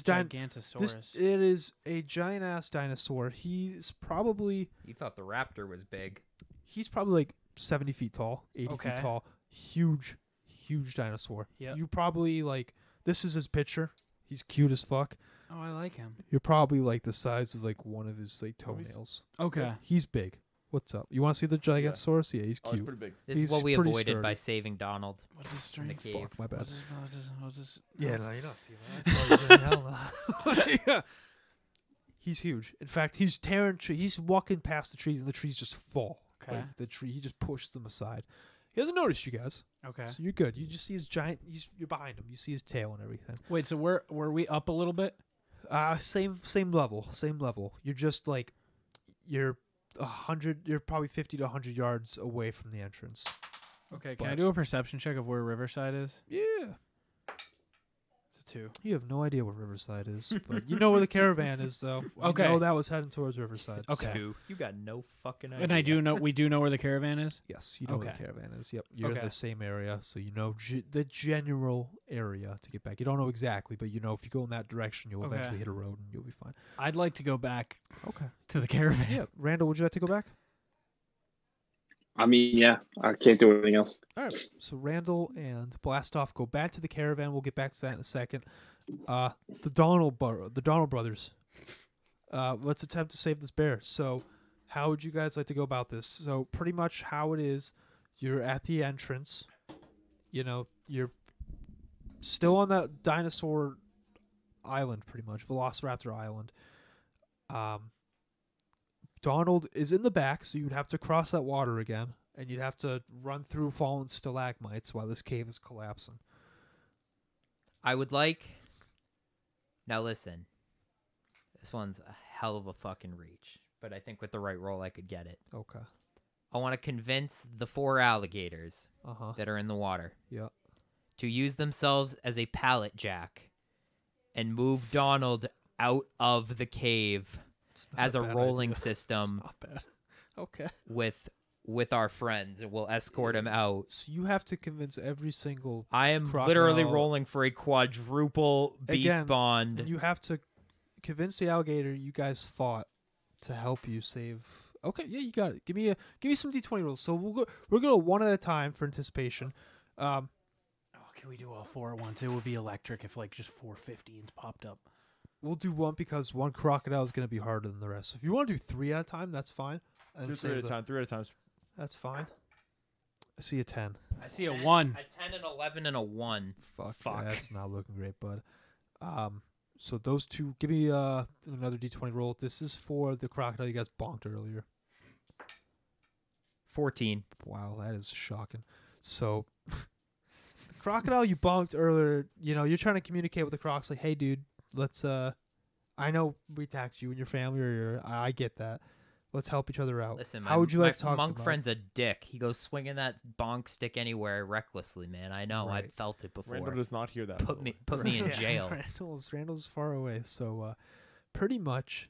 [SPEAKER 1] This
[SPEAKER 2] a
[SPEAKER 1] dino-
[SPEAKER 2] Gigantosaurus.
[SPEAKER 1] this it is a giant ass dinosaur. He's probably
[SPEAKER 3] You thought the raptor was big.
[SPEAKER 1] he's probably like 70 feet tall 80
[SPEAKER 2] Okay.
[SPEAKER 1] feet tall huge huge dinosaur
[SPEAKER 2] Yep.
[SPEAKER 1] you probably like this is his picture he's cute as fuck
[SPEAKER 2] oh, I like him.
[SPEAKER 1] you're probably like the size of like one of his like
[SPEAKER 5] Let me s-
[SPEAKER 1] toenails
[SPEAKER 2] Okay.
[SPEAKER 1] he's big what's up you want to see the gigantosaurus yeah, he's
[SPEAKER 5] Oh, it's
[SPEAKER 1] cute
[SPEAKER 5] pretty big.
[SPEAKER 3] This
[SPEAKER 1] He's
[SPEAKER 3] is what we
[SPEAKER 1] pretty
[SPEAKER 3] avoided by
[SPEAKER 1] sturdy.
[SPEAKER 3] saving Donald.
[SPEAKER 2] What's his
[SPEAKER 3] in the
[SPEAKER 2] strength?
[SPEAKER 3] cave.
[SPEAKER 1] fuck my bad
[SPEAKER 2] What's his, what's his, what's his,
[SPEAKER 1] yeah no you're *laughs* not seeing that *laughs* yeah. he's huge in fact he's tearing tree he's walking past the trees and the trees just fall
[SPEAKER 2] Okay.
[SPEAKER 1] like the tree he just pushes them aside he doesn't notice you guys
[SPEAKER 2] Okay.
[SPEAKER 1] So you're good. You just see his giant. He's, you're behind him. You see his tail and everything.
[SPEAKER 2] Wait, so we're, were we up a little bit?
[SPEAKER 1] Uh same same level, same level. You're just like, you're a hundred. You're probably fifty to hundred yards away from the entrance.
[SPEAKER 2] Okay, can I
[SPEAKER 1] But-
[SPEAKER 2] do a perception check of where Riverside is?
[SPEAKER 1] Yeah.
[SPEAKER 2] It's a two.
[SPEAKER 1] You have no idea what Riverside
[SPEAKER 2] *laughs*
[SPEAKER 1] is, but you know where the caravan is, though.
[SPEAKER 2] Okay.
[SPEAKER 1] You know that was heading towards Riverside. so-
[SPEAKER 2] Okay.
[SPEAKER 3] Two. You got no fucking idea.
[SPEAKER 2] And I do know we do know where the caravan is.
[SPEAKER 1] Yes, you know where
[SPEAKER 2] Okay.
[SPEAKER 1] the caravan is. Yep, you're in
[SPEAKER 2] Okay.
[SPEAKER 1] the same area, so you know ge- the general area to get back. You don't know exactly, but you know if you go in that direction, you'll
[SPEAKER 2] Okay.
[SPEAKER 1] eventually hit a road and you'll be fine.
[SPEAKER 2] I'd like to go back
[SPEAKER 1] Okay.
[SPEAKER 2] to the caravan. *laughs*
[SPEAKER 1] Yeah, Randall, would you like to go back?
[SPEAKER 4] I mean, yeah, I can't do anything else.
[SPEAKER 1] All right. So Randall and Blastoff go back to the caravan. We'll get back to that in a second. Uh, the Donald bro- the Donald brothers. Uh, let's attempt to save this bear. So, how would you guys like to go about this? So, pretty much how it is, you're at the entrance. You know, you're still on that dinosaur island, pretty much Velociraptor Island. Um, Donald is in the back, so you'd have to cross that water again, and you'd have to run through fallen stalagmites while this cave is collapsing.
[SPEAKER 3] I would like. Now listen. This one's a hell of a fucking reach, but I think with the right roll I could get it.
[SPEAKER 1] Okay.
[SPEAKER 3] I want to convince the four alligators
[SPEAKER 1] Uh huh.
[SPEAKER 3] *laughs* that are in the water
[SPEAKER 1] Yeah.
[SPEAKER 3] to use themselves as a pallet jack and move Donald out of the cave
[SPEAKER 1] It's not
[SPEAKER 3] as a
[SPEAKER 1] bad *laughs*
[SPEAKER 3] rolling
[SPEAKER 1] idea.
[SPEAKER 3] system
[SPEAKER 1] It's not bad. Okay.
[SPEAKER 3] with with our friends and we'll escort him out.
[SPEAKER 1] So you have to convince every single,
[SPEAKER 3] I am literally
[SPEAKER 1] Crocodile.
[SPEAKER 3] rolling for a quadruple beast
[SPEAKER 1] Again,
[SPEAKER 3] bond.
[SPEAKER 1] and you have to convince the alligator you guys fought to help you save. Okay. Yeah, you got it. Give me a give me some d twenty rolls. So we'll go. We're gonna one at a time for anticipation. Um.
[SPEAKER 2] Oh, can we do all four at once? It would be electric if like just four fifteens popped up.
[SPEAKER 1] We'll do one because one crocodile is going to be harder than the rest. If you want to do three at a time, that's fine. And
[SPEAKER 5] Do three
[SPEAKER 1] save
[SPEAKER 5] at a
[SPEAKER 1] the-
[SPEAKER 5] time. Three at a time.
[SPEAKER 1] That's fine. I see a 10.
[SPEAKER 2] I see a one.
[SPEAKER 3] A 10, an 11, and a 1.
[SPEAKER 1] Fuck.
[SPEAKER 3] Fuck.
[SPEAKER 1] That's not looking great, bud. Um, so those two, give me uh, another d20 roll. This is for the crocodile you guys bonked earlier.
[SPEAKER 3] 14.
[SPEAKER 1] Wow, that is shocking. So *laughs* the crocodile you bonked earlier, you know, you're trying to communicate with the crocs like, hey dude, let's uh I know we taxed you and your family or your I I get that. Let's help each other out.
[SPEAKER 3] Listen, my,
[SPEAKER 1] How would you
[SPEAKER 3] my
[SPEAKER 1] like to talk
[SPEAKER 3] monk
[SPEAKER 1] to Mike?
[SPEAKER 3] friend's a dick. He goes swinging that bonk stick anywhere recklessly, man. I know. I've
[SPEAKER 1] Right.
[SPEAKER 3] felt it before.
[SPEAKER 5] Randall does not hear that. by
[SPEAKER 3] put
[SPEAKER 5] the
[SPEAKER 3] me
[SPEAKER 5] way.
[SPEAKER 3] put me in
[SPEAKER 1] *laughs* Yeah,
[SPEAKER 3] jail.
[SPEAKER 1] Randall's Randall's far away, so uh pretty much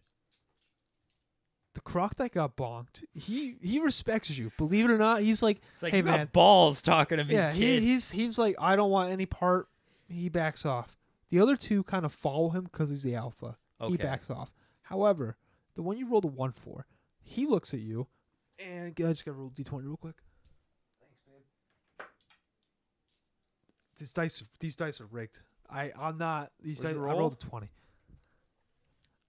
[SPEAKER 1] the croc that got bonked, he he respects you. Believe it or not, he's like,
[SPEAKER 3] It's like
[SPEAKER 1] hey
[SPEAKER 3] you got
[SPEAKER 1] man,
[SPEAKER 3] balls talking to me,
[SPEAKER 1] yeah, he,
[SPEAKER 3] kid.
[SPEAKER 1] he's he's like, I don't want any part. He backs off. The other two kind of follow him because he's the alpha.
[SPEAKER 3] Okay.
[SPEAKER 1] He backs off. However, the one you rolled a one for, he looks at you, and I just got to roll d twenty real quick. These dice, these dice are rigged. I, I'm not. These
[SPEAKER 5] What'd
[SPEAKER 1] dice.
[SPEAKER 5] you
[SPEAKER 1] I
[SPEAKER 5] roll?
[SPEAKER 1] rolled a twenty.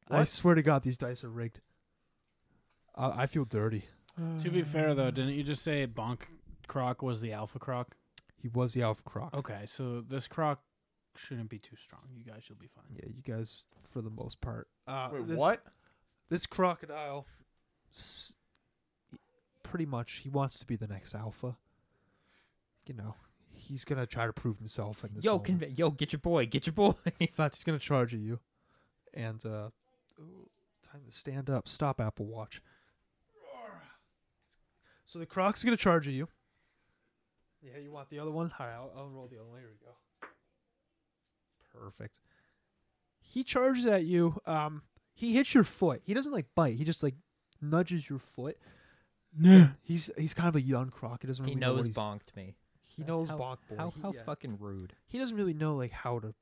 [SPEAKER 1] I swear to God, these dice are rigged. Uh, I feel dirty.
[SPEAKER 2] *sighs* To be fair, though, didn't you just say Bonk Croc was the Alpha Croc?
[SPEAKER 1] He was the Alpha Croc.
[SPEAKER 2] Okay, so this Croc shouldn't be too strong. You guys should be fine.
[SPEAKER 1] Yeah, you guys, for the most part. Uh,
[SPEAKER 5] Wait,
[SPEAKER 1] this,
[SPEAKER 5] what?
[SPEAKER 1] This crocodile, s- pretty much, he wants to be the next Alpha. You know, he's gonna try to prove himself in this.
[SPEAKER 3] yo,
[SPEAKER 1] moment.
[SPEAKER 3] conv- yo, get your boy, get your boy.
[SPEAKER 1] In fact, he's gonna charge at you. And uh ooh, time to stand up. Stop Apple Watch. So the Croc's gonna charge at you. Yeah, you want the other one? Alright, I'll, I'll roll the other one. Here we go. Perfect. He charges at you. Um he hits your foot. He doesn't like bite, he just like nudges your foot. He's he's kind of a young croc. He doesn't
[SPEAKER 3] *laughs* he
[SPEAKER 1] really know what
[SPEAKER 3] knows
[SPEAKER 1] he's-
[SPEAKER 3] bonked me.
[SPEAKER 1] He knows
[SPEAKER 3] how,
[SPEAKER 1] bonk boy.
[SPEAKER 3] How,
[SPEAKER 1] He-
[SPEAKER 3] how
[SPEAKER 1] yeah
[SPEAKER 3] fucking rude.
[SPEAKER 1] he doesn't really know like how to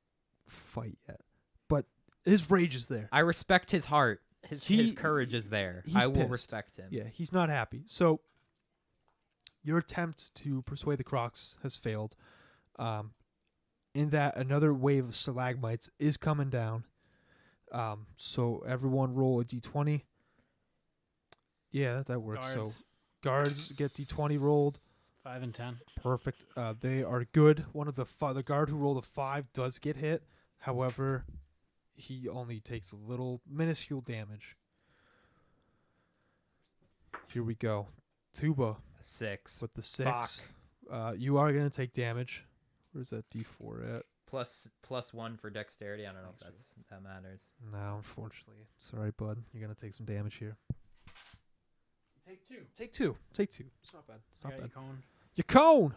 [SPEAKER 1] fight yet, but his rage is there.
[SPEAKER 3] I respect his heart. His, his
[SPEAKER 1] He-
[SPEAKER 3] courage is there.
[SPEAKER 1] he's
[SPEAKER 3] I will
[SPEAKER 1] pissed.
[SPEAKER 3] respect him.
[SPEAKER 1] Yeah, he's not happy. So your attempt to persuade the Crocs has failed. Um, in that another wave of stalagmites is coming down. Um, so everyone roll a d20. Yeah, that, that works. So
[SPEAKER 2] Guards.
[SPEAKER 1] guards get d20 rolled.
[SPEAKER 2] Five and ten.
[SPEAKER 1] Perfect. Uh, they are good. One of the fi- the guard who rolled a five does get hit. However, he only takes a little minuscule damage. Here we go. Tuba
[SPEAKER 3] Six
[SPEAKER 1] with the six. Uh, you are gonna take damage. Where's that D four at?
[SPEAKER 3] plus plus one for dexterity. I don't know if that's that matters.
[SPEAKER 1] No, unfortunately. Sorry, bud. You're gonna take some damage here.
[SPEAKER 2] Take two.
[SPEAKER 1] Take two. Take two. It's not bad. It's not bad.
[SPEAKER 2] Cone.
[SPEAKER 1] Your cone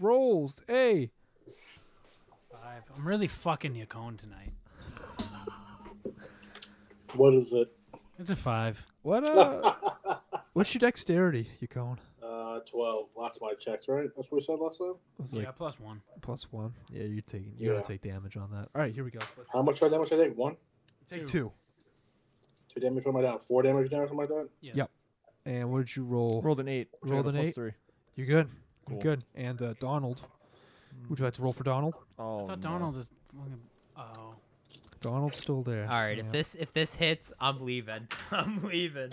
[SPEAKER 1] rolls. Hey.
[SPEAKER 2] Five. I'm really fucking you, Cone, tonight.
[SPEAKER 6] What is it?
[SPEAKER 2] It's a five.
[SPEAKER 1] What
[SPEAKER 2] *laughs*
[SPEAKER 1] uh? what's your dexterity, your cone?
[SPEAKER 6] Uh, 12. Last time I checked, right? That's what we said last time?
[SPEAKER 1] It was
[SPEAKER 2] yeah, plus one.
[SPEAKER 1] Plus one. Yeah, you're taking. You're
[SPEAKER 6] Yeah.
[SPEAKER 1] gonna take damage on that. All right, here we go. Let's
[SPEAKER 6] How much, how much I take? One?
[SPEAKER 1] take
[SPEAKER 2] Two.
[SPEAKER 1] two.
[SPEAKER 6] Two damage from my down? Four damage down from my down?
[SPEAKER 2] Yes.
[SPEAKER 1] Yep. And what did you roll?
[SPEAKER 5] Rolled an eight. which I
[SPEAKER 1] Rolled
[SPEAKER 5] got
[SPEAKER 1] an
[SPEAKER 5] a plus
[SPEAKER 1] eight.
[SPEAKER 5] Three.
[SPEAKER 1] You're good.
[SPEAKER 5] Cool.
[SPEAKER 1] You're good. And uh, Donald. Would you like to roll for Donald?
[SPEAKER 5] Oh,
[SPEAKER 2] I thought
[SPEAKER 5] no.
[SPEAKER 2] Donald is. Oh.
[SPEAKER 1] Donald's still there.
[SPEAKER 3] All right,
[SPEAKER 1] Yeah.
[SPEAKER 3] if this if this hits, I'm leaving. *laughs* I'm leaving.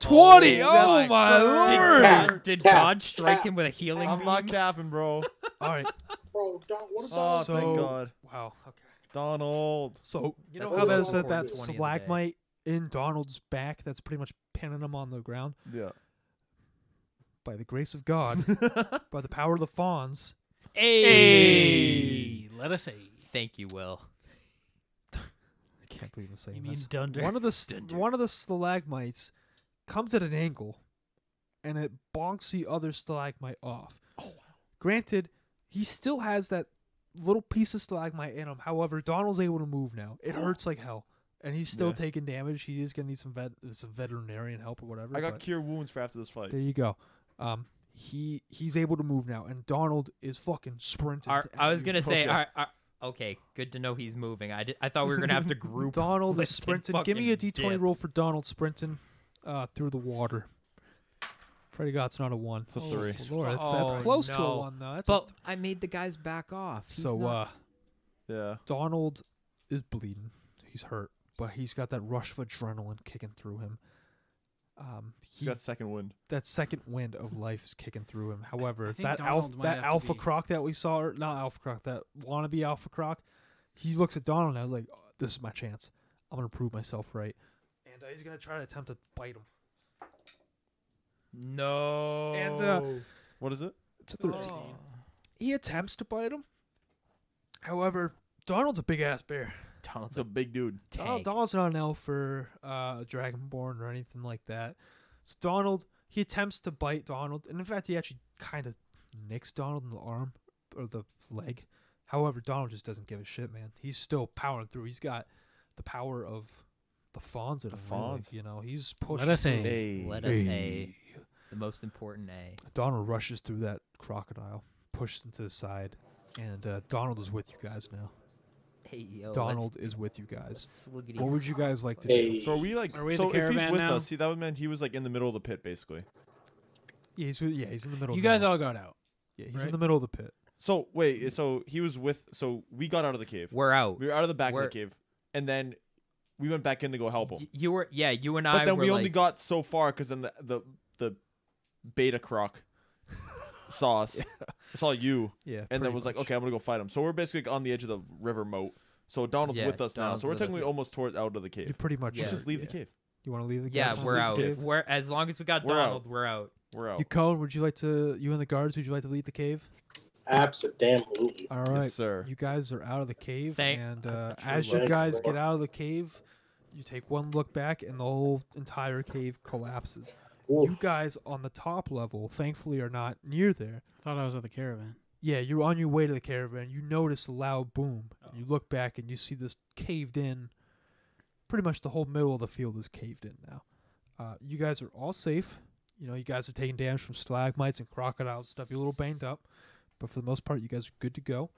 [SPEAKER 1] twenty.
[SPEAKER 5] Oh,
[SPEAKER 1] Oh,
[SPEAKER 5] yes,
[SPEAKER 1] my
[SPEAKER 5] sir.
[SPEAKER 1] lord!
[SPEAKER 6] Cat,
[SPEAKER 3] Did, did
[SPEAKER 6] cat,
[SPEAKER 3] God strike
[SPEAKER 6] cat.
[SPEAKER 3] him with a healing?
[SPEAKER 5] I'm not
[SPEAKER 3] beam?
[SPEAKER 5] capping, bro.
[SPEAKER 2] *laughs*
[SPEAKER 1] All right.
[SPEAKER 6] Bro, don't, what
[SPEAKER 5] Oh,
[SPEAKER 6] about
[SPEAKER 1] So-
[SPEAKER 5] thank God.
[SPEAKER 1] Wow. Okay.
[SPEAKER 5] Donald.
[SPEAKER 1] So you
[SPEAKER 3] That's
[SPEAKER 1] know
[SPEAKER 6] the
[SPEAKER 1] how that
[SPEAKER 6] most
[SPEAKER 1] said that
[SPEAKER 6] important
[SPEAKER 3] 20 of the day.
[SPEAKER 1] stalagmite in Donald's back. That's pretty much pinning him on the ground.
[SPEAKER 5] Yeah.
[SPEAKER 1] By the grace of *laughs* God, by the power of the fawns,
[SPEAKER 3] Hey.
[SPEAKER 2] Let us say.
[SPEAKER 3] Thank you, Will.
[SPEAKER 1] I can't believe I'm saying
[SPEAKER 2] You mean
[SPEAKER 1] this.
[SPEAKER 2] Dunder?
[SPEAKER 1] One of the st- one of the stalagmites comes at an angle, and it bonks the other stalagmite off. Oh, Granted, he still has that little piece of stalagmite in him. However, Donald's able to move now. It hurts like hell, and he's still
[SPEAKER 5] Yeah.
[SPEAKER 1] taking damage. He is gonna need some vet some veterinarian help or whatever.
[SPEAKER 5] I got
[SPEAKER 1] but
[SPEAKER 5] cure wounds for after this fight.
[SPEAKER 1] there you go. Um, he he's able to move now, and Donald is fucking
[SPEAKER 3] *laughs*
[SPEAKER 1] sprinting.
[SPEAKER 3] Ar-
[SPEAKER 1] at
[SPEAKER 3] I was
[SPEAKER 1] you.
[SPEAKER 3] gonna say,
[SPEAKER 5] Okay.
[SPEAKER 3] ar- ar- okay, good to know he's moving. I, did, I thought we were gonna have to group.
[SPEAKER 1] *laughs* Donald is
[SPEAKER 3] lift and
[SPEAKER 1] sprinting. Give me a
[SPEAKER 3] fucking
[SPEAKER 1] D twenty
[SPEAKER 3] dip.
[SPEAKER 1] roll for Donald sprinting uh, through the water. Pray to God it's not a one.
[SPEAKER 5] It's a three.
[SPEAKER 1] So Oh, Lord, that's, that's
[SPEAKER 3] Oh,
[SPEAKER 1] close to a
[SPEAKER 3] no.
[SPEAKER 1] one though. That's a
[SPEAKER 3] But
[SPEAKER 1] th-
[SPEAKER 3] I made the guys back off. He's
[SPEAKER 1] so uh,
[SPEAKER 3] not-
[SPEAKER 5] Yeah.
[SPEAKER 1] Donald is bleeding. He's hurt, but he's got that rush of adrenaline kicking through him. Um, he,
[SPEAKER 5] You got second wind.
[SPEAKER 1] that second wind of life is kicking through him. However,
[SPEAKER 2] think
[SPEAKER 1] that
[SPEAKER 2] Donald
[SPEAKER 1] alpha
[SPEAKER 2] might have
[SPEAKER 1] that
[SPEAKER 2] to
[SPEAKER 1] alpha
[SPEAKER 2] be-
[SPEAKER 1] croc that we saw, or not alpha croc, that wannabe alpha croc, he looks at Donald and I was like, "Oh, "This is my chance. I'm gonna prove myself right." And uh, he's gonna try to attempt to bite him.
[SPEAKER 3] no.
[SPEAKER 1] And, uh,
[SPEAKER 5] What is it?
[SPEAKER 1] It's a thirteen.
[SPEAKER 2] Oh.
[SPEAKER 1] He attempts to bite him. However, Donald's a big ass bear.
[SPEAKER 3] Donald's
[SPEAKER 5] It's a big dude.
[SPEAKER 1] Donald,
[SPEAKER 3] tank.
[SPEAKER 1] Oh, Donald's not an elf or uh, a dragonborn or anything like that. So Donald, he attempts to bite Donald, and in fact, he actually kind of nicks Donald in the arm or the leg. However, Donald just doesn't give a shit, man. He's still powering through. He's got the power of the fawns in
[SPEAKER 5] The
[SPEAKER 1] him. really.
[SPEAKER 5] fawns.
[SPEAKER 1] you know, he's pushing.
[SPEAKER 2] us
[SPEAKER 1] through.
[SPEAKER 2] say-
[SPEAKER 3] Let us a
[SPEAKER 1] Hey.
[SPEAKER 3] the most important a.
[SPEAKER 1] Donald rushes through that crocodile, pushes him to the side, and uh, Donald is with you guys now.
[SPEAKER 3] Hey, yo, let's-
[SPEAKER 1] Donald is with you guys.
[SPEAKER 3] let's sliggity
[SPEAKER 1] What would you guys like to do?
[SPEAKER 6] Hey.
[SPEAKER 5] So are we like?
[SPEAKER 2] Are we at
[SPEAKER 5] so
[SPEAKER 2] the
[SPEAKER 5] if he's
[SPEAKER 2] caravan
[SPEAKER 5] with
[SPEAKER 2] now?
[SPEAKER 5] us, see that would mean he was like in the middle of the pit, basically.
[SPEAKER 1] Yeah, he's with, yeah, he's in the middle.
[SPEAKER 2] You
[SPEAKER 1] now.
[SPEAKER 2] guys all got out.
[SPEAKER 1] yeah, he's in
[SPEAKER 2] right?
[SPEAKER 1] the middle of the pit.
[SPEAKER 5] So wait, so he was with. So we got out of the cave.
[SPEAKER 3] We're out.
[SPEAKER 5] We were out of the back
[SPEAKER 3] Where-
[SPEAKER 5] of the cave, and then We went back in to go help him.
[SPEAKER 3] Y- you were yeah, you and
[SPEAKER 5] but
[SPEAKER 3] I
[SPEAKER 5] then
[SPEAKER 3] were
[SPEAKER 5] we only
[SPEAKER 3] like-
[SPEAKER 5] got so far because then the, the the beta
[SPEAKER 3] *laughs*
[SPEAKER 5] croc saw us. Saw you.
[SPEAKER 1] Yeah.
[SPEAKER 5] and then
[SPEAKER 1] pretty
[SPEAKER 5] was like,
[SPEAKER 1] much.
[SPEAKER 5] okay, I'm gonna go fight him. So we're basically on the edge of the river moat. So Donald's
[SPEAKER 3] Yeah,
[SPEAKER 5] with us
[SPEAKER 3] Donald's
[SPEAKER 5] now. So we're
[SPEAKER 3] with us.
[SPEAKER 5] technically almost towards out of the
[SPEAKER 1] you
[SPEAKER 5] cave.
[SPEAKER 1] pretty much.
[SPEAKER 3] Yeah.
[SPEAKER 5] Let's just leave
[SPEAKER 1] yeah.
[SPEAKER 5] the cave.
[SPEAKER 1] You want to leave the cave?
[SPEAKER 3] Yeah,
[SPEAKER 5] Let's
[SPEAKER 3] we're
[SPEAKER 5] leave
[SPEAKER 3] out.
[SPEAKER 5] the cave.
[SPEAKER 3] We're as long as we got
[SPEAKER 5] We're out.
[SPEAKER 3] Donald, we're out.
[SPEAKER 5] We're out.
[SPEAKER 1] You, Cohen, would you like to? You and the guards, would you like to lead the cave?
[SPEAKER 6] Absolutely.
[SPEAKER 1] All right.
[SPEAKER 5] Yes, sir.
[SPEAKER 1] You guys are out of the cave,
[SPEAKER 3] Thank-
[SPEAKER 1] and uh,
[SPEAKER 5] Sure
[SPEAKER 1] as you
[SPEAKER 6] love.
[SPEAKER 1] guys get out of the cave, you take one look back, and the whole entire cave collapses. You
[SPEAKER 6] Oof.
[SPEAKER 1] guys on the top level, thankfully, are not near there.
[SPEAKER 2] I thought I was at the caravan.
[SPEAKER 1] Yeah, you're on your way to the caravan. You notice a loud boom. and
[SPEAKER 5] Oh.
[SPEAKER 1] You look back, and you see this caved in. Pretty much the whole middle of the field is caved in now. Uh, you guys are all safe. You know, you guys are taking damage from stalagmites and crocodiles and stuff. You're a little banged up, but for the most part, you guys are good to go.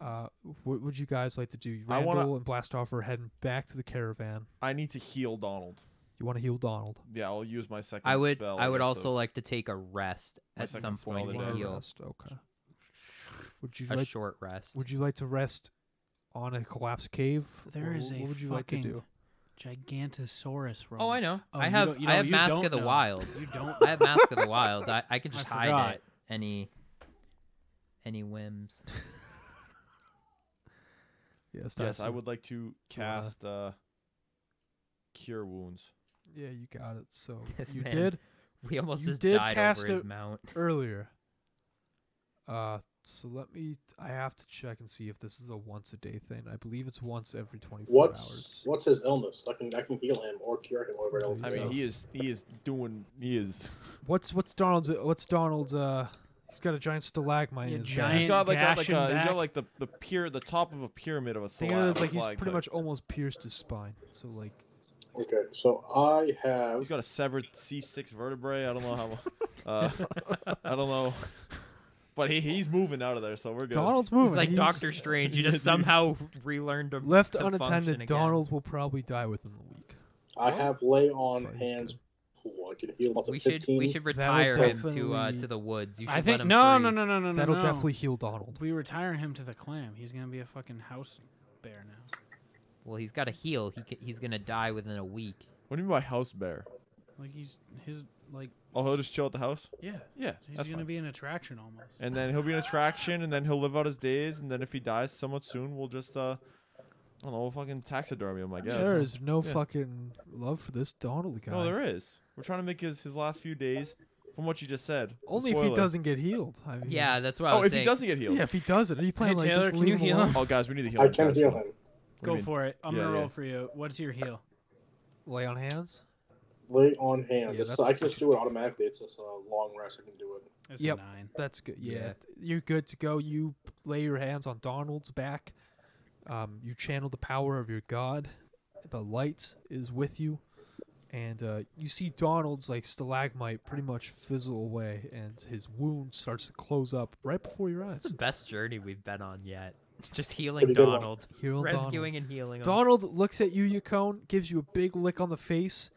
[SPEAKER 1] Uh, what would you guys like to do?
[SPEAKER 5] I
[SPEAKER 1] Randall
[SPEAKER 5] wanna-
[SPEAKER 1] and Blastoff are heading back to the caravan.
[SPEAKER 5] I need to heal Donald.
[SPEAKER 1] You want to heal Donald.
[SPEAKER 5] Yeah, I'll use my second.
[SPEAKER 3] I would
[SPEAKER 5] Spell,
[SPEAKER 3] I would
[SPEAKER 5] guess,
[SPEAKER 3] also
[SPEAKER 5] of-
[SPEAKER 3] like to take a rest
[SPEAKER 5] My
[SPEAKER 3] at
[SPEAKER 5] second
[SPEAKER 3] some
[SPEAKER 5] spell
[SPEAKER 3] point
[SPEAKER 5] of
[SPEAKER 3] to
[SPEAKER 5] the day.
[SPEAKER 1] Wanna
[SPEAKER 3] heal.
[SPEAKER 1] Rest? Okay. Would you
[SPEAKER 3] A
[SPEAKER 1] like?
[SPEAKER 3] short rest.
[SPEAKER 1] Would you like to rest on a collapsed cave?
[SPEAKER 2] There
[SPEAKER 1] Or
[SPEAKER 2] is a
[SPEAKER 1] What would you like to
[SPEAKER 2] fucking-
[SPEAKER 1] do?
[SPEAKER 2] Gigantosaurus roll.
[SPEAKER 3] Oh, I know.
[SPEAKER 2] Oh,
[SPEAKER 3] I
[SPEAKER 2] you
[SPEAKER 3] have
[SPEAKER 2] don't- you
[SPEAKER 3] I
[SPEAKER 2] know,
[SPEAKER 3] have
[SPEAKER 2] you
[SPEAKER 3] Mask
[SPEAKER 2] don't
[SPEAKER 3] of the
[SPEAKER 2] know.
[SPEAKER 3] Wild. *laughs*
[SPEAKER 2] You don't.
[SPEAKER 3] I have Mask of the Wild. I, I could
[SPEAKER 2] I
[SPEAKER 3] just hide
[SPEAKER 2] forgot.
[SPEAKER 3] it. Any any whims. *laughs*
[SPEAKER 1] Yes,
[SPEAKER 5] Yes, I would like to cast uh, cure wounds.
[SPEAKER 1] Yeah, you got it.
[SPEAKER 5] *laughs*
[SPEAKER 1] So
[SPEAKER 3] This
[SPEAKER 1] you
[SPEAKER 3] man-
[SPEAKER 1] did
[SPEAKER 3] We almost
[SPEAKER 1] You
[SPEAKER 3] just
[SPEAKER 1] did
[SPEAKER 3] died
[SPEAKER 1] cast
[SPEAKER 3] over his
[SPEAKER 1] a-
[SPEAKER 3] mount.
[SPEAKER 1] earlier. Uh, so let me. I have to check and see if this is a once a day thing. I believe it's once every twenty four
[SPEAKER 6] What's
[SPEAKER 1] hours.
[SPEAKER 6] what's his illness? I can I can heal him or cure him whatever else.
[SPEAKER 5] I mean, he is he is doing he is.
[SPEAKER 1] What's what's Donald's? What's Donald's? Uh, he's got a giant stalagmite.
[SPEAKER 2] Yeah,
[SPEAKER 1] in his
[SPEAKER 2] giant
[SPEAKER 5] He's got like a, like
[SPEAKER 2] dashing
[SPEAKER 5] a, he's
[SPEAKER 2] back.
[SPEAKER 5] got like the the pier the top of a pyramid of a
[SPEAKER 1] Back. Think of it
[SPEAKER 5] slab.
[SPEAKER 1] as like he's
[SPEAKER 5] flag
[SPEAKER 1] pretty
[SPEAKER 5] type.
[SPEAKER 1] much almost pierced his spine. So like,
[SPEAKER 6] Okay, so I
[SPEAKER 5] He's
[SPEAKER 6] have
[SPEAKER 5] got a severed C6 vertebrae. I don't know how. mu-
[SPEAKER 1] *laughs*
[SPEAKER 5] Uh, I don't know. But he, he's moving out of there, so we're good.
[SPEAKER 1] Donald's
[SPEAKER 3] He's
[SPEAKER 1] moving.
[SPEAKER 3] like
[SPEAKER 1] He's-
[SPEAKER 3] Doctor Strange. You just somehow relearned to
[SPEAKER 1] Left
[SPEAKER 3] to function
[SPEAKER 1] unattended,
[SPEAKER 3] again.
[SPEAKER 1] Donald will probably die within the week.
[SPEAKER 6] I have lay on
[SPEAKER 1] But he's
[SPEAKER 6] hands. Ooh, I can heal him up to
[SPEAKER 3] We should
[SPEAKER 6] fifteen.
[SPEAKER 3] we should retire him to uh,
[SPEAKER 1] definitely-
[SPEAKER 3] to the woods. You should
[SPEAKER 2] I
[SPEAKER 3] let
[SPEAKER 2] think
[SPEAKER 3] him
[SPEAKER 2] no,
[SPEAKER 3] free.
[SPEAKER 2] no, no, no, no, no.
[SPEAKER 1] That'll
[SPEAKER 2] no.
[SPEAKER 1] definitely heal Donald.
[SPEAKER 2] We retire him to the clam. He's gonna be a fucking house bear now.
[SPEAKER 3] Well, he's got to heal. He ca he's gonna die within a week.
[SPEAKER 5] What do you mean by house bear?
[SPEAKER 2] Like he's his like
[SPEAKER 5] Oh, he'll just chill at the house.
[SPEAKER 2] yeah.
[SPEAKER 5] Yeah,
[SPEAKER 2] He's
[SPEAKER 5] that's
[SPEAKER 2] gonna
[SPEAKER 5] fine.
[SPEAKER 2] be an attraction almost.
[SPEAKER 5] And then he'll be an attraction, and then he'll live out his days, and then if he dies somewhat soon, we'll just uh, I don't know, we'll fucking taxidermy him, I guess.
[SPEAKER 1] there is no
[SPEAKER 5] yeah.
[SPEAKER 1] fucking love for this Donald guy.
[SPEAKER 5] No, there is. We're trying to make his his last few days, from what you just said. a
[SPEAKER 1] Only if he
[SPEAKER 5] spoiler.
[SPEAKER 1] doesn't get healed. I mean,
[SPEAKER 3] Yeah, that's what I
[SPEAKER 5] Oh,
[SPEAKER 3] was
[SPEAKER 5] if
[SPEAKER 3] saying.
[SPEAKER 5] he doesn't get healed.
[SPEAKER 1] Yeah, if he doesn't, are you planning like
[SPEAKER 2] Taylor,
[SPEAKER 1] just
[SPEAKER 2] can
[SPEAKER 1] leave
[SPEAKER 2] you
[SPEAKER 1] him
[SPEAKER 2] heal
[SPEAKER 1] alone?
[SPEAKER 2] him?
[SPEAKER 5] *laughs* Oh, guys, we need to heal.
[SPEAKER 6] I
[SPEAKER 5] him,
[SPEAKER 6] can
[SPEAKER 5] guys,
[SPEAKER 6] heal
[SPEAKER 5] come on.
[SPEAKER 6] him.
[SPEAKER 2] Go
[SPEAKER 5] mean?
[SPEAKER 2] for it. I'm
[SPEAKER 5] Yeah,
[SPEAKER 2] gonna roll
[SPEAKER 5] yeah.
[SPEAKER 2] for you. What's your heal?
[SPEAKER 1] Lay on hands.
[SPEAKER 6] Lay on hands.
[SPEAKER 1] Yeah,
[SPEAKER 6] It's-
[SPEAKER 1] that's-
[SPEAKER 6] I can just do it automatically. It's just a long rest. I can do it.
[SPEAKER 2] It's
[SPEAKER 1] Yep.
[SPEAKER 2] a nine.
[SPEAKER 1] That's good. Yeah,
[SPEAKER 3] Yeah.
[SPEAKER 1] th- you're good to go. You lay your hands on Donald's back. Um, you channel the power of your god. The light is with you, and uh, you see Donald's like stalagmite pretty much fizzle away, and his wound starts to close up right before your
[SPEAKER 3] It's
[SPEAKER 1] eyes.
[SPEAKER 3] the best journey we've been on yet. *laughs* Just
[SPEAKER 6] Pretty
[SPEAKER 3] healing
[SPEAKER 6] good one.
[SPEAKER 3] Donald,
[SPEAKER 1] Hero
[SPEAKER 3] rescuing and healing him.
[SPEAKER 1] Donald. Donald looks at you, Yukon, gives you a big lick on the face,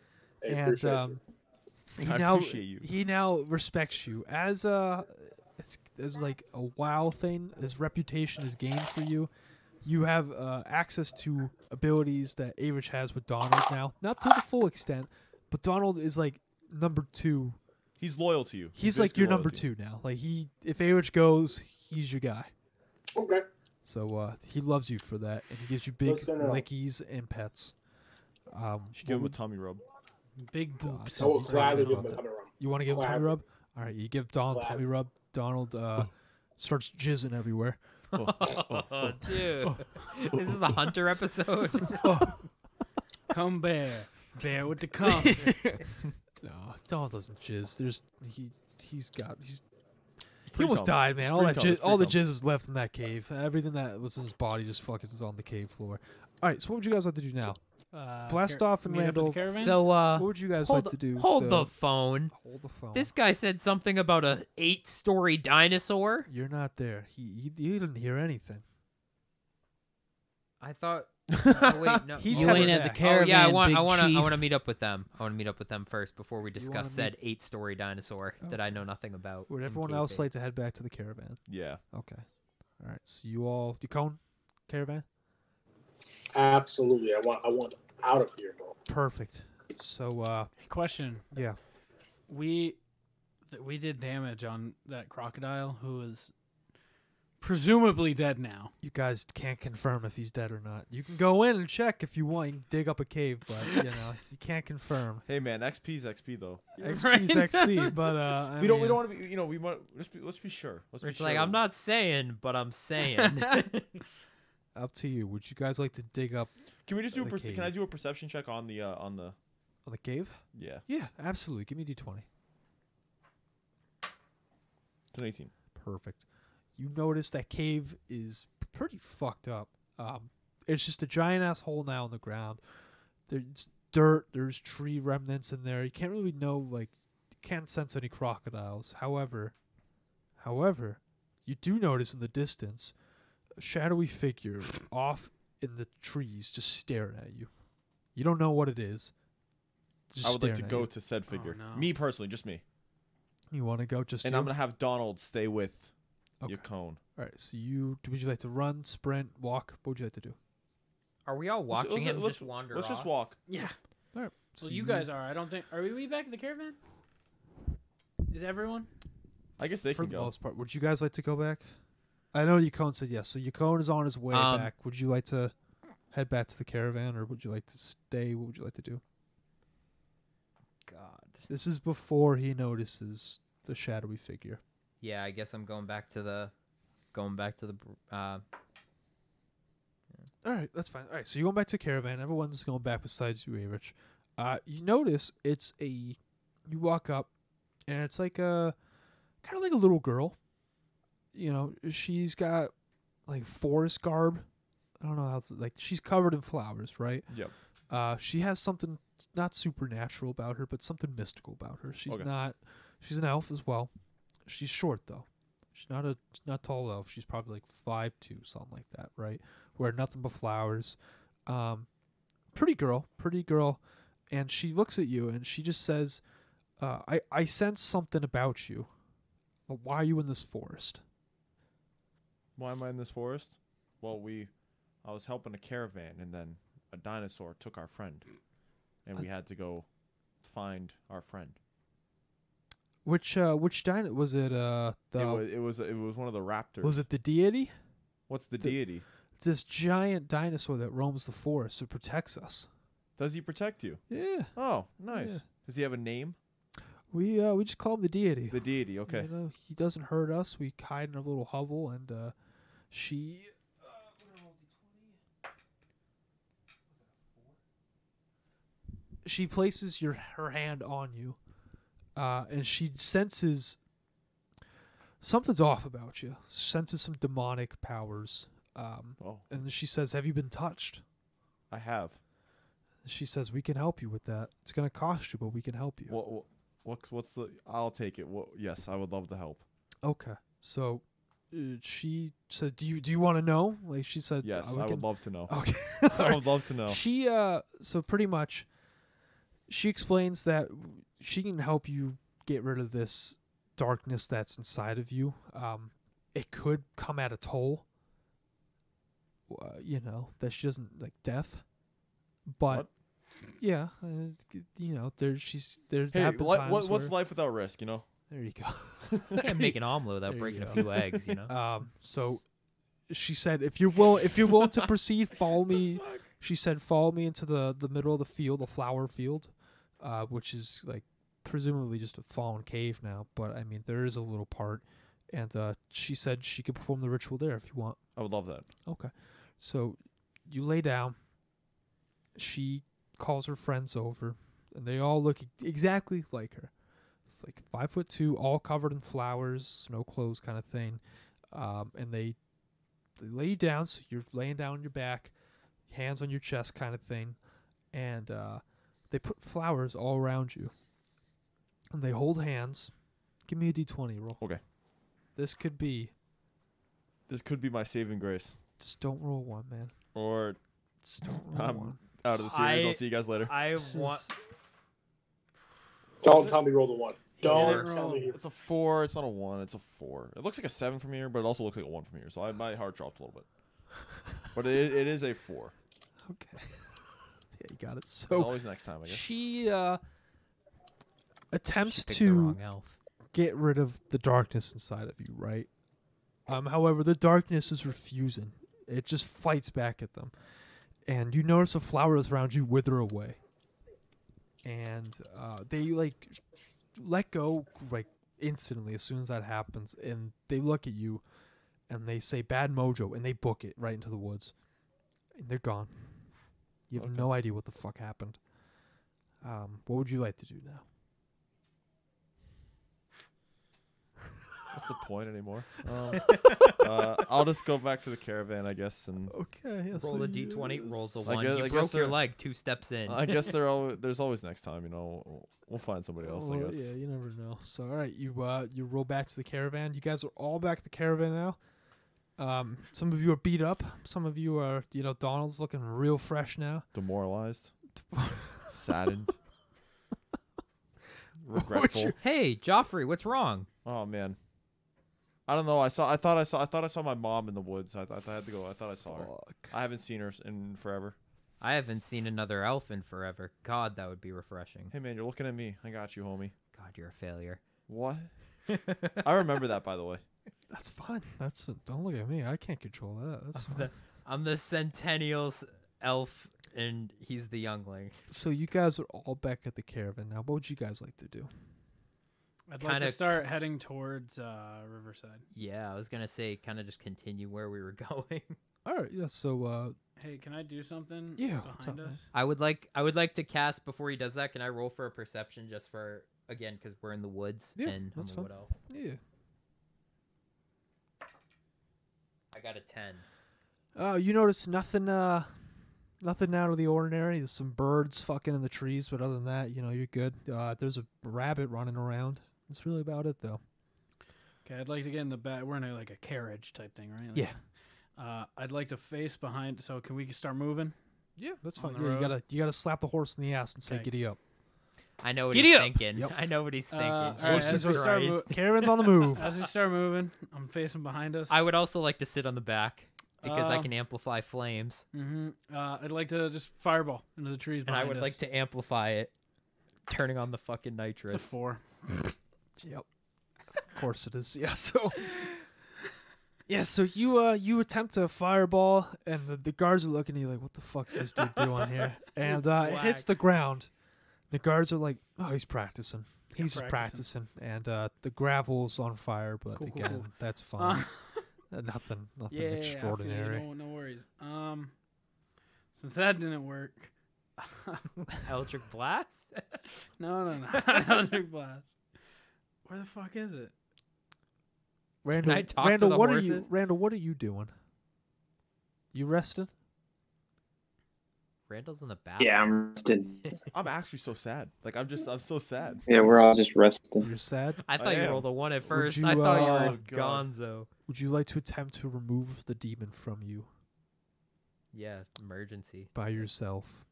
[SPEAKER 6] I
[SPEAKER 1] and
[SPEAKER 6] appreciate
[SPEAKER 1] um, he
[SPEAKER 5] I
[SPEAKER 1] now
[SPEAKER 5] appreciate you.
[SPEAKER 1] he now respects you as a it's as like a wow thing. His reputation is gained for you. You have uh, access to abilities that Average has with Donald now, not to the full extent, but Donald is like number two.
[SPEAKER 5] He's loyal to you.
[SPEAKER 1] He's like
[SPEAKER 5] basically
[SPEAKER 1] your
[SPEAKER 5] loyal
[SPEAKER 1] number
[SPEAKER 5] to you.
[SPEAKER 1] two now. Like he, if Average goes, he's your guy.
[SPEAKER 6] it. Okay.
[SPEAKER 1] So uh, he loves you for that, and he gives you big
[SPEAKER 6] Good to know.
[SPEAKER 1] lickies and pets. Um,
[SPEAKER 5] Should give
[SPEAKER 1] what
[SPEAKER 5] him a
[SPEAKER 1] would-
[SPEAKER 5] tummy rub.
[SPEAKER 2] Big
[SPEAKER 1] Oh,
[SPEAKER 2] boobs.
[SPEAKER 1] so
[SPEAKER 6] I will
[SPEAKER 1] he
[SPEAKER 6] gladly
[SPEAKER 1] talks
[SPEAKER 6] give
[SPEAKER 1] about
[SPEAKER 6] him a
[SPEAKER 1] that.
[SPEAKER 6] tummy rub.
[SPEAKER 1] You want to give him tummy
[SPEAKER 6] Clap.
[SPEAKER 1] rub? All right, you give Donald
[SPEAKER 6] Clap.
[SPEAKER 1] tummy rub. Donald uh, starts jizzing everywhere.
[SPEAKER 3] *laughs* oh, dude, *laughs* this is a hunter episode.
[SPEAKER 2] Come bear.
[SPEAKER 1] *laughs*
[SPEAKER 2] Bear with the cum.
[SPEAKER 1] No, Donald doesn't jizz. There's he he's got he's he
[SPEAKER 5] Pretty
[SPEAKER 1] almost
[SPEAKER 5] tummy.
[SPEAKER 1] died, man. All
[SPEAKER 5] Pretty
[SPEAKER 1] that
[SPEAKER 5] tummy,
[SPEAKER 1] jizz, all the
[SPEAKER 5] pretty
[SPEAKER 1] jizz is left in that cave. Everything that was in his body just fucking is on the cave floor. All right, so what would you guys like to do now?
[SPEAKER 2] Uh,
[SPEAKER 1] Blast
[SPEAKER 2] car-
[SPEAKER 1] off and
[SPEAKER 2] meet up at the
[SPEAKER 1] Randall.
[SPEAKER 2] caravan?
[SPEAKER 3] so, uh,
[SPEAKER 1] What would you guys
[SPEAKER 3] hold,
[SPEAKER 1] like to do?
[SPEAKER 3] hold
[SPEAKER 1] with
[SPEAKER 3] the phone.
[SPEAKER 1] hold the phone.
[SPEAKER 3] This guy said something about a eight-story dinosaur.
[SPEAKER 1] You're not there. He he, he didn't hear anything.
[SPEAKER 3] I thought. Oh,
[SPEAKER 1] *laughs*
[SPEAKER 3] wait, no.
[SPEAKER 1] He's
[SPEAKER 3] oh,
[SPEAKER 1] You
[SPEAKER 3] wait,
[SPEAKER 1] ain't at the
[SPEAKER 3] Oh yeah, I want I
[SPEAKER 2] big
[SPEAKER 3] want to I
[SPEAKER 2] chief.
[SPEAKER 3] want to meet up with them. I want to meet up with them first before we
[SPEAKER 1] wanna
[SPEAKER 3] discuss
[SPEAKER 1] meet- Oh.
[SPEAKER 3] said eight-story dinosaur that I know nothing about.
[SPEAKER 1] Would
[SPEAKER 3] in
[SPEAKER 1] everyone
[SPEAKER 3] cave
[SPEAKER 1] else
[SPEAKER 3] aid.
[SPEAKER 1] like to head back to the caravan?
[SPEAKER 5] *laughs* Yeah.
[SPEAKER 1] Okay. All right. So you all, you cone caravan.
[SPEAKER 6] Absolutely. I want I want out of here, bro.
[SPEAKER 1] Perfect. So uh
[SPEAKER 2] Question.
[SPEAKER 1] Yeah.
[SPEAKER 2] We th- we did damage on that crocodile who is presumably dead now.
[SPEAKER 1] you guys can't confirm if he's dead or not. You can go in and check if you want. You can dig up a cave, but you know *laughs* you can't *laughs* confirm.
[SPEAKER 5] Hey man, XP's XP though.
[SPEAKER 1] XP's XP, but *laughs* uh, I
[SPEAKER 5] we don't. We
[SPEAKER 1] mean,
[SPEAKER 5] don't want to be. You know, we want. Let's be. Let's be sure. Let's
[SPEAKER 3] Rich,
[SPEAKER 5] be
[SPEAKER 3] like
[SPEAKER 5] sure.
[SPEAKER 3] I'm not saying, but I'm saying.
[SPEAKER 1] Up to you. Would you guys like to dig up
[SPEAKER 5] Can we just do a?
[SPEAKER 1] the
[SPEAKER 5] Perce- can I
[SPEAKER 1] cave.
[SPEAKER 5] do a perception check on the? Uh, on the.
[SPEAKER 1] the cave?
[SPEAKER 5] Yeah,
[SPEAKER 1] Yeah, absolutely. Give me d twenty.
[SPEAKER 5] it's an 18.
[SPEAKER 1] Perfect. You notice that cave is pretty fucked up. Um, it's just a giant ass hole now in the ground. There's dirt. There's tree remnants in there. You can't really know. Like, you can't sense any crocodiles. However, however, you do notice in the distance a shadowy figure off in the trees, just staring at you. You don't know what it is. Just
[SPEAKER 5] I would like
[SPEAKER 1] staring
[SPEAKER 5] to
[SPEAKER 1] at
[SPEAKER 5] go
[SPEAKER 1] You,
[SPEAKER 5] to said figure.
[SPEAKER 2] no.
[SPEAKER 5] Me personally, just me.
[SPEAKER 1] you want to go? Just
[SPEAKER 5] and
[SPEAKER 1] you?
[SPEAKER 5] I'm gonna have Donald stay with
[SPEAKER 1] Okay.
[SPEAKER 5] your cone.
[SPEAKER 1] All right. So you would you like to run, sprint, walk? What would you like to do?
[SPEAKER 3] *laughs* Are we all watching
[SPEAKER 5] let's,
[SPEAKER 3] him
[SPEAKER 5] let's,
[SPEAKER 3] just wander
[SPEAKER 5] Let's
[SPEAKER 3] off?
[SPEAKER 5] just walk.
[SPEAKER 2] Yeah.
[SPEAKER 1] All right.
[SPEAKER 2] Well, you guys are. I don't think. Are we- we back at the caravan? Is everyone?
[SPEAKER 5] I guess they
[SPEAKER 1] for
[SPEAKER 5] can
[SPEAKER 1] the
[SPEAKER 5] go.
[SPEAKER 1] most part. Would you guys like to go back? I know Yukon said yes, so Yukon is on his way
[SPEAKER 3] Um,
[SPEAKER 1] back. Would you like to head back to the caravan, or would you like to stay? What would you like to do?
[SPEAKER 3] God.
[SPEAKER 1] This is before he notices the shadowy figure.
[SPEAKER 3] Yeah, I guess I'm going back to the, going back to the. br-
[SPEAKER 1] *laughs*
[SPEAKER 3] Uh,
[SPEAKER 1] All right, that's fine. All right, so you're going back to caravan. Everyone's going back besides you, Averich. Uh, you notice it's a. You walk up, and it's like a, kind of like a little girl. You know, she's got like forest garb. I don't know how. To, like she's covered in flowers, right?
[SPEAKER 5] Yep.
[SPEAKER 1] Uh, she has something not supernatural about her, but something mystical about her. She's
[SPEAKER 5] Okay.
[SPEAKER 1] not. She's an elf as well. She's short though. She's not a not tall elf. She's probably like five two, something like that, right? Wear nothing but flowers. Um, pretty girl, pretty girl, and she looks at you and she just says, uh, "I I sense something about you. But why are you in this forest?"
[SPEAKER 5] Why am I in this forest? Well, we, I was helping a caravan, and then a dinosaur took our friend, and
[SPEAKER 1] Uh,
[SPEAKER 5] we had to go find our friend.
[SPEAKER 1] Which uh, which dino was it? Uh, the
[SPEAKER 5] it was it was it was one of the raptors.
[SPEAKER 1] was it the deity?
[SPEAKER 5] What's the,
[SPEAKER 1] the-
[SPEAKER 5] deity?
[SPEAKER 1] It's this giant dinosaur that roams the forest that protects us.
[SPEAKER 5] Does he protect you?
[SPEAKER 1] Yeah,
[SPEAKER 5] Oh, nice.
[SPEAKER 1] Yeah.
[SPEAKER 5] Does he have a name?
[SPEAKER 1] we uh, we just call him the deity.
[SPEAKER 5] The deity. Okay.
[SPEAKER 1] You know, he doesn't hurt us. We hide in our little hovel, and uh, she. Uh, we're gonna roll d20. She places your her hand on you, uh, and she senses something's off about you. Senses some demonic powers, um,
[SPEAKER 5] Oh,
[SPEAKER 1] and she says, "Have you been touched?"
[SPEAKER 5] I have.
[SPEAKER 1] She says, "We can help you with that. It's gonna cost you, but we can help you."
[SPEAKER 5] What, what what's what's the? I'll take it. What, yes, I would love the help.
[SPEAKER 1] Okay. So uh, she says, "Do you do you want to know?" Like she said,
[SPEAKER 5] Yes,
[SPEAKER 1] we
[SPEAKER 5] I
[SPEAKER 1] Uh, can- Oh,
[SPEAKER 5] would love to know.
[SPEAKER 1] *laughs* Okay.
[SPEAKER 5] *laughs* I would love to know.
[SPEAKER 1] She uh, so pretty much, she explains that she can help you get rid of this darkness that's inside of you. Um, it could come at a toll. Uh, you know that she doesn't like death, but yeah, uh, you know there she's there's
[SPEAKER 5] Hey,
[SPEAKER 1] happened
[SPEAKER 5] li-
[SPEAKER 1] times
[SPEAKER 5] what, what's
[SPEAKER 1] where-
[SPEAKER 5] life without risk? You know.
[SPEAKER 1] there you go. *laughs*
[SPEAKER 3] I can't make an omelet
[SPEAKER 1] There
[SPEAKER 3] without
[SPEAKER 1] you
[SPEAKER 3] breaking
[SPEAKER 1] go.
[SPEAKER 3] a few eggs, you know.
[SPEAKER 1] Um, so she said, if you're will, if you're willing to proceed, follow me. She said, follow me into the the middle of the field, the flower field, uh, which is like presumably just a fallen cave now. But I mean, there is a little part, and uh, she said she could perform the ritual there if you want.
[SPEAKER 5] I would love that.
[SPEAKER 1] Okay. So you lay down. She calls her friends over, and they all look e- exactly like her. It's like five foot two, all covered in flowers, no clothes kind of thing. Um, and they they lay you down, so you're laying down on your back, hands on your chest kind of thing, and uh, they put flowers all around you. And they hold hands. Give me a d20 roll.
[SPEAKER 5] Okay.
[SPEAKER 1] This could be.
[SPEAKER 5] This could be my saving grace,
[SPEAKER 1] Just don't roll one, man.
[SPEAKER 5] or
[SPEAKER 1] Just don't roll
[SPEAKER 5] Um,
[SPEAKER 1] one.
[SPEAKER 5] out of the series. I,
[SPEAKER 3] I-
[SPEAKER 5] will see you guys later.
[SPEAKER 3] *laughs* I
[SPEAKER 1] want-
[SPEAKER 6] Don't tell me roll the one. Don't
[SPEAKER 2] did
[SPEAKER 6] tell
[SPEAKER 2] roll.
[SPEAKER 6] me. uh,
[SPEAKER 5] it's a four. It's not a one. It's a four. It looks like
[SPEAKER 1] *laughs*
[SPEAKER 5] a seven from here, but it also looks like a one from here. So I, my heart dropped a little bit. But it, it is a four.
[SPEAKER 1] Okay. yeah, you got it.
[SPEAKER 5] There's
[SPEAKER 1] So
[SPEAKER 5] always next time, I guess.
[SPEAKER 1] Oh. she uh, attempts
[SPEAKER 3] Picked the
[SPEAKER 1] to
[SPEAKER 3] wrong elf.
[SPEAKER 1] get rid of the darkness inside of you, right? Um, however, the darkness is refusing. It just fights back at them. And you notice the flowers around you wither away. And uh, they like let go like instantly as soon as that happens and they look at you and they say bad mojo and they book it right into the woods. And they're gone. You have no idea what the fuck happened. Um, what would you like to do now?
[SPEAKER 5] What's the *laughs* point
[SPEAKER 1] *laughs*
[SPEAKER 5] anymore? Um, uh, I'll just go back to the caravan, I guess,
[SPEAKER 1] *laughs*
[SPEAKER 5] and
[SPEAKER 1] Okay, yeah,
[SPEAKER 3] Roll
[SPEAKER 1] so
[SPEAKER 3] a
[SPEAKER 1] you-
[SPEAKER 3] d20, rolls a
[SPEAKER 5] I
[SPEAKER 3] one.
[SPEAKER 5] guess- I
[SPEAKER 3] you
[SPEAKER 5] guess
[SPEAKER 3] broke your
[SPEAKER 5] they're-
[SPEAKER 3] leg two steps in.
[SPEAKER 5] I *laughs* guess there al- there's always next time. You know, we'll, we'll find somebody else. I
[SPEAKER 1] Well,
[SPEAKER 5] guess.
[SPEAKER 1] Yeah, you never know. So all right, you uh you roll back to the caravan. You guys are all back at the caravan now. Um, some of you are beat up. Some of you are, you know, Donald's looking real fresh now. *laughs*
[SPEAKER 5] Demoralized, saddened, regretful.
[SPEAKER 3] hey, Joffrey, what's wrong?
[SPEAKER 5] Oh man, I don't know. I saw. I thought I saw. I thought I saw my mom in the woods. I, thought I had to go. I thought I saw her.
[SPEAKER 1] Fuck.
[SPEAKER 5] I haven't seen her s- in forever.
[SPEAKER 3] I haven't seen another elf in forever. God, that would be refreshing.
[SPEAKER 5] Hey man, you're looking at me. I got you, homie.
[SPEAKER 3] God, you're a failure.
[SPEAKER 2] *laughs*
[SPEAKER 5] What? I remember that, by the way.
[SPEAKER 1] That's fun. That's don't look at me. I can't control that.
[SPEAKER 3] *laughs*
[SPEAKER 1] That's fine.
[SPEAKER 3] I'm the centennial's elf, and he's the youngling.
[SPEAKER 1] so you guys are all back at the caravan now. What would you guys like to do?
[SPEAKER 2] I'd like
[SPEAKER 3] Kinda-
[SPEAKER 2] to start heading towards uh, Riverside.
[SPEAKER 3] Yeah, I was gonna say, kind of just continue where we were *laughs* going.
[SPEAKER 1] All right, yeah. So uh,
[SPEAKER 2] Hey, can I do something
[SPEAKER 1] Yeah, what's
[SPEAKER 2] behind
[SPEAKER 1] up, man?
[SPEAKER 2] us?
[SPEAKER 3] I would like, I would like to cast before he does that. Can I roll for a perception just for again because we're in the woods
[SPEAKER 1] Yeah,
[SPEAKER 3] and I'm
[SPEAKER 1] that's
[SPEAKER 3] a
[SPEAKER 1] fine.
[SPEAKER 3] wood elf.
[SPEAKER 1] yeah.
[SPEAKER 3] I got a ten.
[SPEAKER 1] Uh, you notice nothing, uh, nothing out of the ordinary. There's some birds fucking in the trees, but other than that, you know, you're good. Uh, there's a rabbit running around. That's really about it, though.
[SPEAKER 2] Okay, I'd like to get in the back. We're in a, like a carriage type thing, right? Like,
[SPEAKER 1] Yeah.
[SPEAKER 2] Uh, I'd like to face behind. So can we start moving?
[SPEAKER 1] Yeah, that's
[SPEAKER 2] On
[SPEAKER 1] fine.
[SPEAKER 2] the
[SPEAKER 1] Yeah, you
[SPEAKER 2] road.
[SPEAKER 1] gotta, you gotta slap the horse in the ass and say,
[SPEAKER 2] Okay.
[SPEAKER 1] "Giddy up!"
[SPEAKER 3] I know what
[SPEAKER 2] Giddy
[SPEAKER 3] he's
[SPEAKER 2] up!
[SPEAKER 3] thinking.
[SPEAKER 1] Yep.
[SPEAKER 3] *laughs* I know what he's
[SPEAKER 2] Uh,
[SPEAKER 3] thinking.
[SPEAKER 2] all right,
[SPEAKER 3] Jesus
[SPEAKER 2] as we start
[SPEAKER 3] Christ.
[SPEAKER 2] mo-
[SPEAKER 1] Karen's on the move.
[SPEAKER 2] As we start moving, I'm facing behind us.
[SPEAKER 3] I would also like to sit on the back because I
[SPEAKER 2] Uh,
[SPEAKER 3] can amplify flames,
[SPEAKER 2] hmm uh, I'd like to just fireball into the trees
[SPEAKER 3] and I
[SPEAKER 2] behind
[SPEAKER 3] would
[SPEAKER 2] us.
[SPEAKER 3] like to amplify it, turning on the fucking
[SPEAKER 2] It's a
[SPEAKER 3] nitrous.
[SPEAKER 2] four.
[SPEAKER 1] Yep. Of course it is. *laughs* Yeah, so Yeah, so you uh you attempt a fireball and the, the guards are looking at you like, what the fuck is this dude doing
[SPEAKER 2] *laughs*
[SPEAKER 1] here? And uh it hits
[SPEAKER 3] whack.
[SPEAKER 1] the ground. The guards are like, Oh, he's practicing. He's just practicing.
[SPEAKER 2] practicing.
[SPEAKER 1] And uh the gravel's on fire, but
[SPEAKER 2] Cool, cool,
[SPEAKER 1] again,
[SPEAKER 2] cool.
[SPEAKER 1] that's
[SPEAKER 2] Uh, *laughs*
[SPEAKER 1] fine. Uh, nothing nothing
[SPEAKER 2] yeah, yeah, yeah, I feel you.
[SPEAKER 1] extraordinary.
[SPEAKER 2] no, no worries. Um, since that didn't work, *laughs*
[SPEAKER 3] *laughs* Eldritch blast. *laughs*
[SPEAKER 2] no, no, no, *laughs* not Eldritch Blast. Where the fuck is it?
[SPEAKER 1] Randall
[SPEAKER 3] I talk to
[SPEAKER 1] Randall,
[SPEAKER 3] the
[SPEAKER 1] what are you
[SPEAKER 3] horses?
[SPEAKER 1] Randall, what are you doing? You resting?
[SPEAKER 3] Randall's in the back.
[SPEAKER 4] Yeah, I'm resting.
[SPEAKER 5] I'm actually so sad. Like I'm just. I'm so sad.
[SPEAKER 4] Yeah, we're all just resting.
[SPEAKER 1] You're sad?
[SPEAKER 3] I thought
[SPEAKER 5] I
[SPEAKER 3] you
[SPEAKER 5] am.
[SPEAKER 3] rolled a one at first.
[SPEAKER 1] you,
[SPEAKER 3] I thought you
[SPEAKER 1] uh,
[SPEAKER 3] were
[SPEAKER 5] God.
[SPEAKER 3] Gonzo.
[SPEAKER 1] Would you like to attempt to remove the demon from you
[SPEAKER 3] Yeah, emergency.
[SPEAKER 1] by yourself?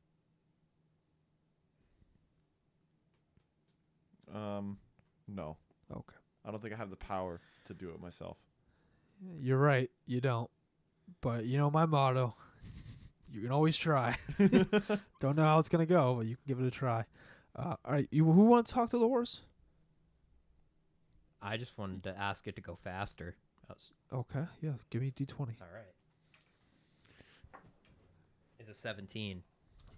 [SPEAKER 5] Um, no,
[SPEAKER 1] Okay.
[SPEAKER 5] I don't think I have the power to do it myself.
[SPEAKER 1] You're right. You don't. But you know my motto. *laughs* You can always *laughs* try. don't know how it's gonna go, but you can give it a try. Uh, all right. You who want to talk to the horse?
[SPEAKER 3] I just wanted to ask it to go faster. That was-
[SPEAKER 1] Okay. Yeah. Give me d twenty.
[SPEAKER 3] all right. It's a 17.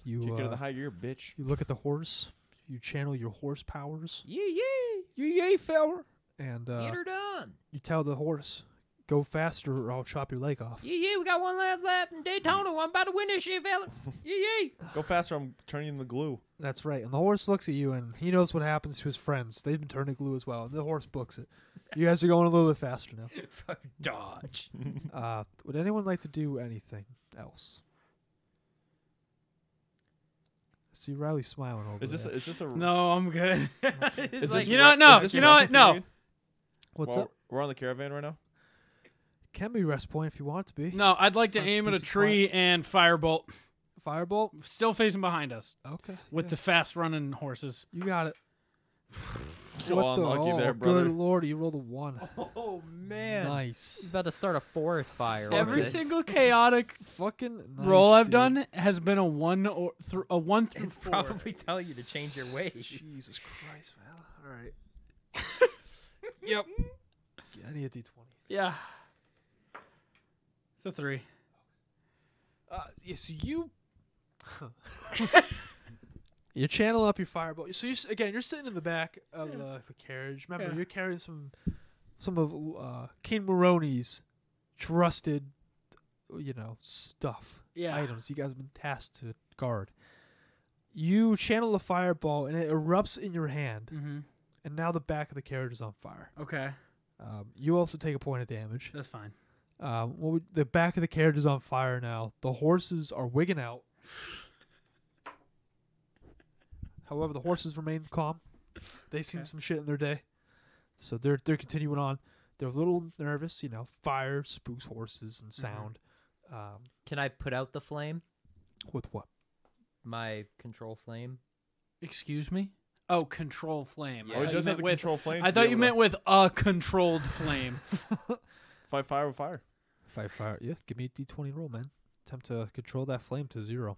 [SPEAKER 1] You
[SPEAKER 5] Kick it to the
[SPEAKER 1] uh,
[SPEAKER 5] high gear, bitch.
[SPEAKER 1] you look at the horse. You channel your horse powers.
[SPEAKER 3] Yeah, yeah.
[SPEAKER 1] You yay feller. And uh,
[SPEAKER 3] Get her done.
[SPEAKER 1] you tell the horse, go faster or I'll chop your leg off.
[SPEAKER 3] Yeah, yeah. We got one left left in Daytona. I'm about to win this shit, fella. Yeah, yeah.
[SPEAKER 5] Go faster. I'm turning in the glue.
[SPEAKER 1] That's right. And the horse looks at you and he knows what happens to his friends. They've been turned to glue as well. And the horse books it. You guys are going a little bit faster now.
[SPEAKER 3] Dodge.
[SPEAKER 1] Uh, would anyone like to do anything else? I see Riley smiling over
[SPEAKER 5] Is this?
[SPEAKER 1] there.
[SPEAKER 5] Is this a?
[SPEAKER 2] No, I'm good. *laughs*
[SPEAKER 5] Is
[SPEAKER 3] It's
[SPEAKER 5] this
[SPEAKER 3] like,
[SPEAKER 2] you
[SPEAKER 5] re-
[SPEAKER 2] know what? No,
[SPEAKER 5] is this
[SPEAKER 2] you know what?
[SPEAKER 5] resting
[SPEAKER 2] No.
[SPEAKER 5] period?
[SPEAKER 1] What's
[SPEAKER 5] While
[SPEAKER 1] up?
[SPEAKER 5] We're on the caravan right now.
[SPEAKER 1] Can be rest point if you want it to be.
[SPEAKER 2] no, I'd like to
[SPEAKER 1] Nice
[SPEAKER 2] aim at a
[SPEAKER 1] piece of
[SPEAKER 2] tree and firebolt.
[SPEAKER 1] Firebolt.
[SPEAKER 2] Still facing behind us
[SPEAKER 1] Okay.
[SPEAKER 2] with the fast running horses.
[SPEAKER 1] the you got it.
[SPEAKER 5] So
[SPEAKER 1] what the?
[SPEAKER 5] unlucky
[SPEAKER 1] oh,
[SPEAKER 5] there, brother.
[SPEAKER 1] good lord, you rolled a one.
[SPEAKER 2] Oh man.
[SPEAKER 3] He's
[SPEAKER 1] Nice.
[SPEAKER 3] about to start a forest fire. over
[SPEAKER 2] Every
[SPEAKER 3] this.
[SPEAKER 2] single chaotic
[SPEAKER 1] Fucking nice,
[SPEAKER 2] roll I've
[SPEAKER 1] dude.
[SPEAKER 2] done has been a one or thr a one through
[SPEAKER 3] It's
[SPEAKER 2] four.
[SPEAKER 3] probably telling you to change your ways.
[SPEAKER 1] Jesus Christ, man. All
[SPEAKER 2] *laughs*
[SPEAKER 1] right. yep. I need a D twenty.
[SPEAKER 2] *laughs* Yeah. It's a three.
[SPEAKER 1] Uh, yes, you. *laughs* you're channeling up your fireball. So you s again, you're sitting in the back of the, the carriage. Remember,
[SPEAKER 2] Yeah.
[SPEAKER 1] you're carrying some some of uh, King Maroney's trusted, you know, stuff
[SPEAKER 2] Yeah.
[SPEAKER 1] items. You guys have been tasked to guard. You channel the fireball, and it erupts in your hand.
[SPEAKER 2] Mm-hmm.
[SPEAKER 1] And now the back of the carriage is on fire.
[SPEAKER 2] Okay.
[SPEAKER 1] Um, you also take a point of damage.
[SPEAKER 2] That's fine.
[SPEAKER 1] Um, what would, the back of the carriage is on fire now. The horses are wigging out. However, the horses remain calm. They seen
[SPEAKER 2] Okay.
[SPEAKER 1] some shit in their day, so they're they're continuing on. They're a little nervous, you know. Fire spooks horses and sound. Um,
[SPEAKER 3] Can I put out the flame?
[SPEAKER 1] with what?
[SPEAKER 3] My control flame.
[SPEAKER 2] Excuse me? Oh, control flame. I
[SPEAKER 5] Oh,
[SPEAKER 2] thought
[SPEAKER 5] it
[SPEAKER 2] you
[SPEAKER 5] does
[SPEAKER 2] meant
[SPEAKER 5] have the
[SPEAKER 2] with,
[SPEAKER 5] control flame.
[SPEAKER 2] I
[SPEAKER 5] to be
[SPEAKER 2] thought
[SPEAKER 5] able
[SPEAKER 2] you
[SPEAKER 5] to
[SPEAKER 2] meant with a controlled flame.
[SPEAKER 5] fight fire with fire.
[SPEAKER 1] Five fire. Yeah, give me a D twenty roll, man. Attempt to control that flame to zero.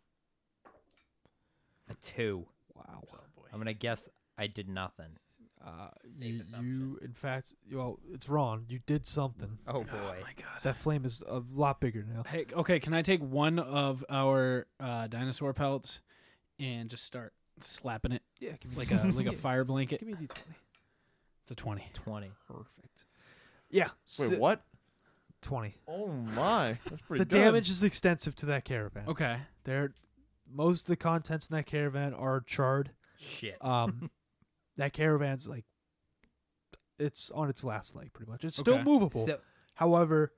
[SPEAKER 3] A two.
[SPEAKER 1] Wow.
[SPEAKER 3] I'm gonna guess I did nothing.
[SPEAKER 1] Uh,
[SPEAKER 3] Safe
[SPEAKER 1] you,
[SPEAKER 3] assumption.
[SPEAKER 1] you, in fact, well, it's wrong. You did something.
[SPEAKER 3] Oh
[SPEAKER 2] Oh
[SPEAKER 3] boy.
[SPEAKER 2] my god.
[SPEAKER 1] That flame is a lot bigger now.
[SPEAKER 2] Hey, okay, can I take one of our uh, dinosaur pelts and just start slapping it
[SPEAKER 1] Yeah, give
[SPEAKER 2] like a
[SPEAKER 1] *laughs*
[SPEAKER 2] like a fire blanket?
[SPEAKER 1] Give me a d twenty.
[SPEAKER 2] It's a twenty.
[SPEAKER 3] Twenty.
[SPEAKER 1] Perfect. Yeah.
[SPEAKER 5] Wait,
[SPEAKER 1] si-
[SPEAKER 5] what?
[SPEAKER 1] Twenty.
[SPEAKER 5] Oh my, that's pretty
[SPEAKER 1] The
[SPEAKER 5] good.
[SPEAKER 1] damage is extensive to that caravan.
[SPEAKER 2] Okay.
[SPEAKER 1] There, most of the contents in that caravan are charred.
[SPEAKER 3] Shit.
[SPEAKER 6] Uh,
[SPEAKER 1] Um, that caravan's like, it's on its last leg pretty much. It's still
[SPEAKER 2] Okay.
[SPEAKER 1] movable.
[SPEAKER 3] So
[SPEAKER 1] However,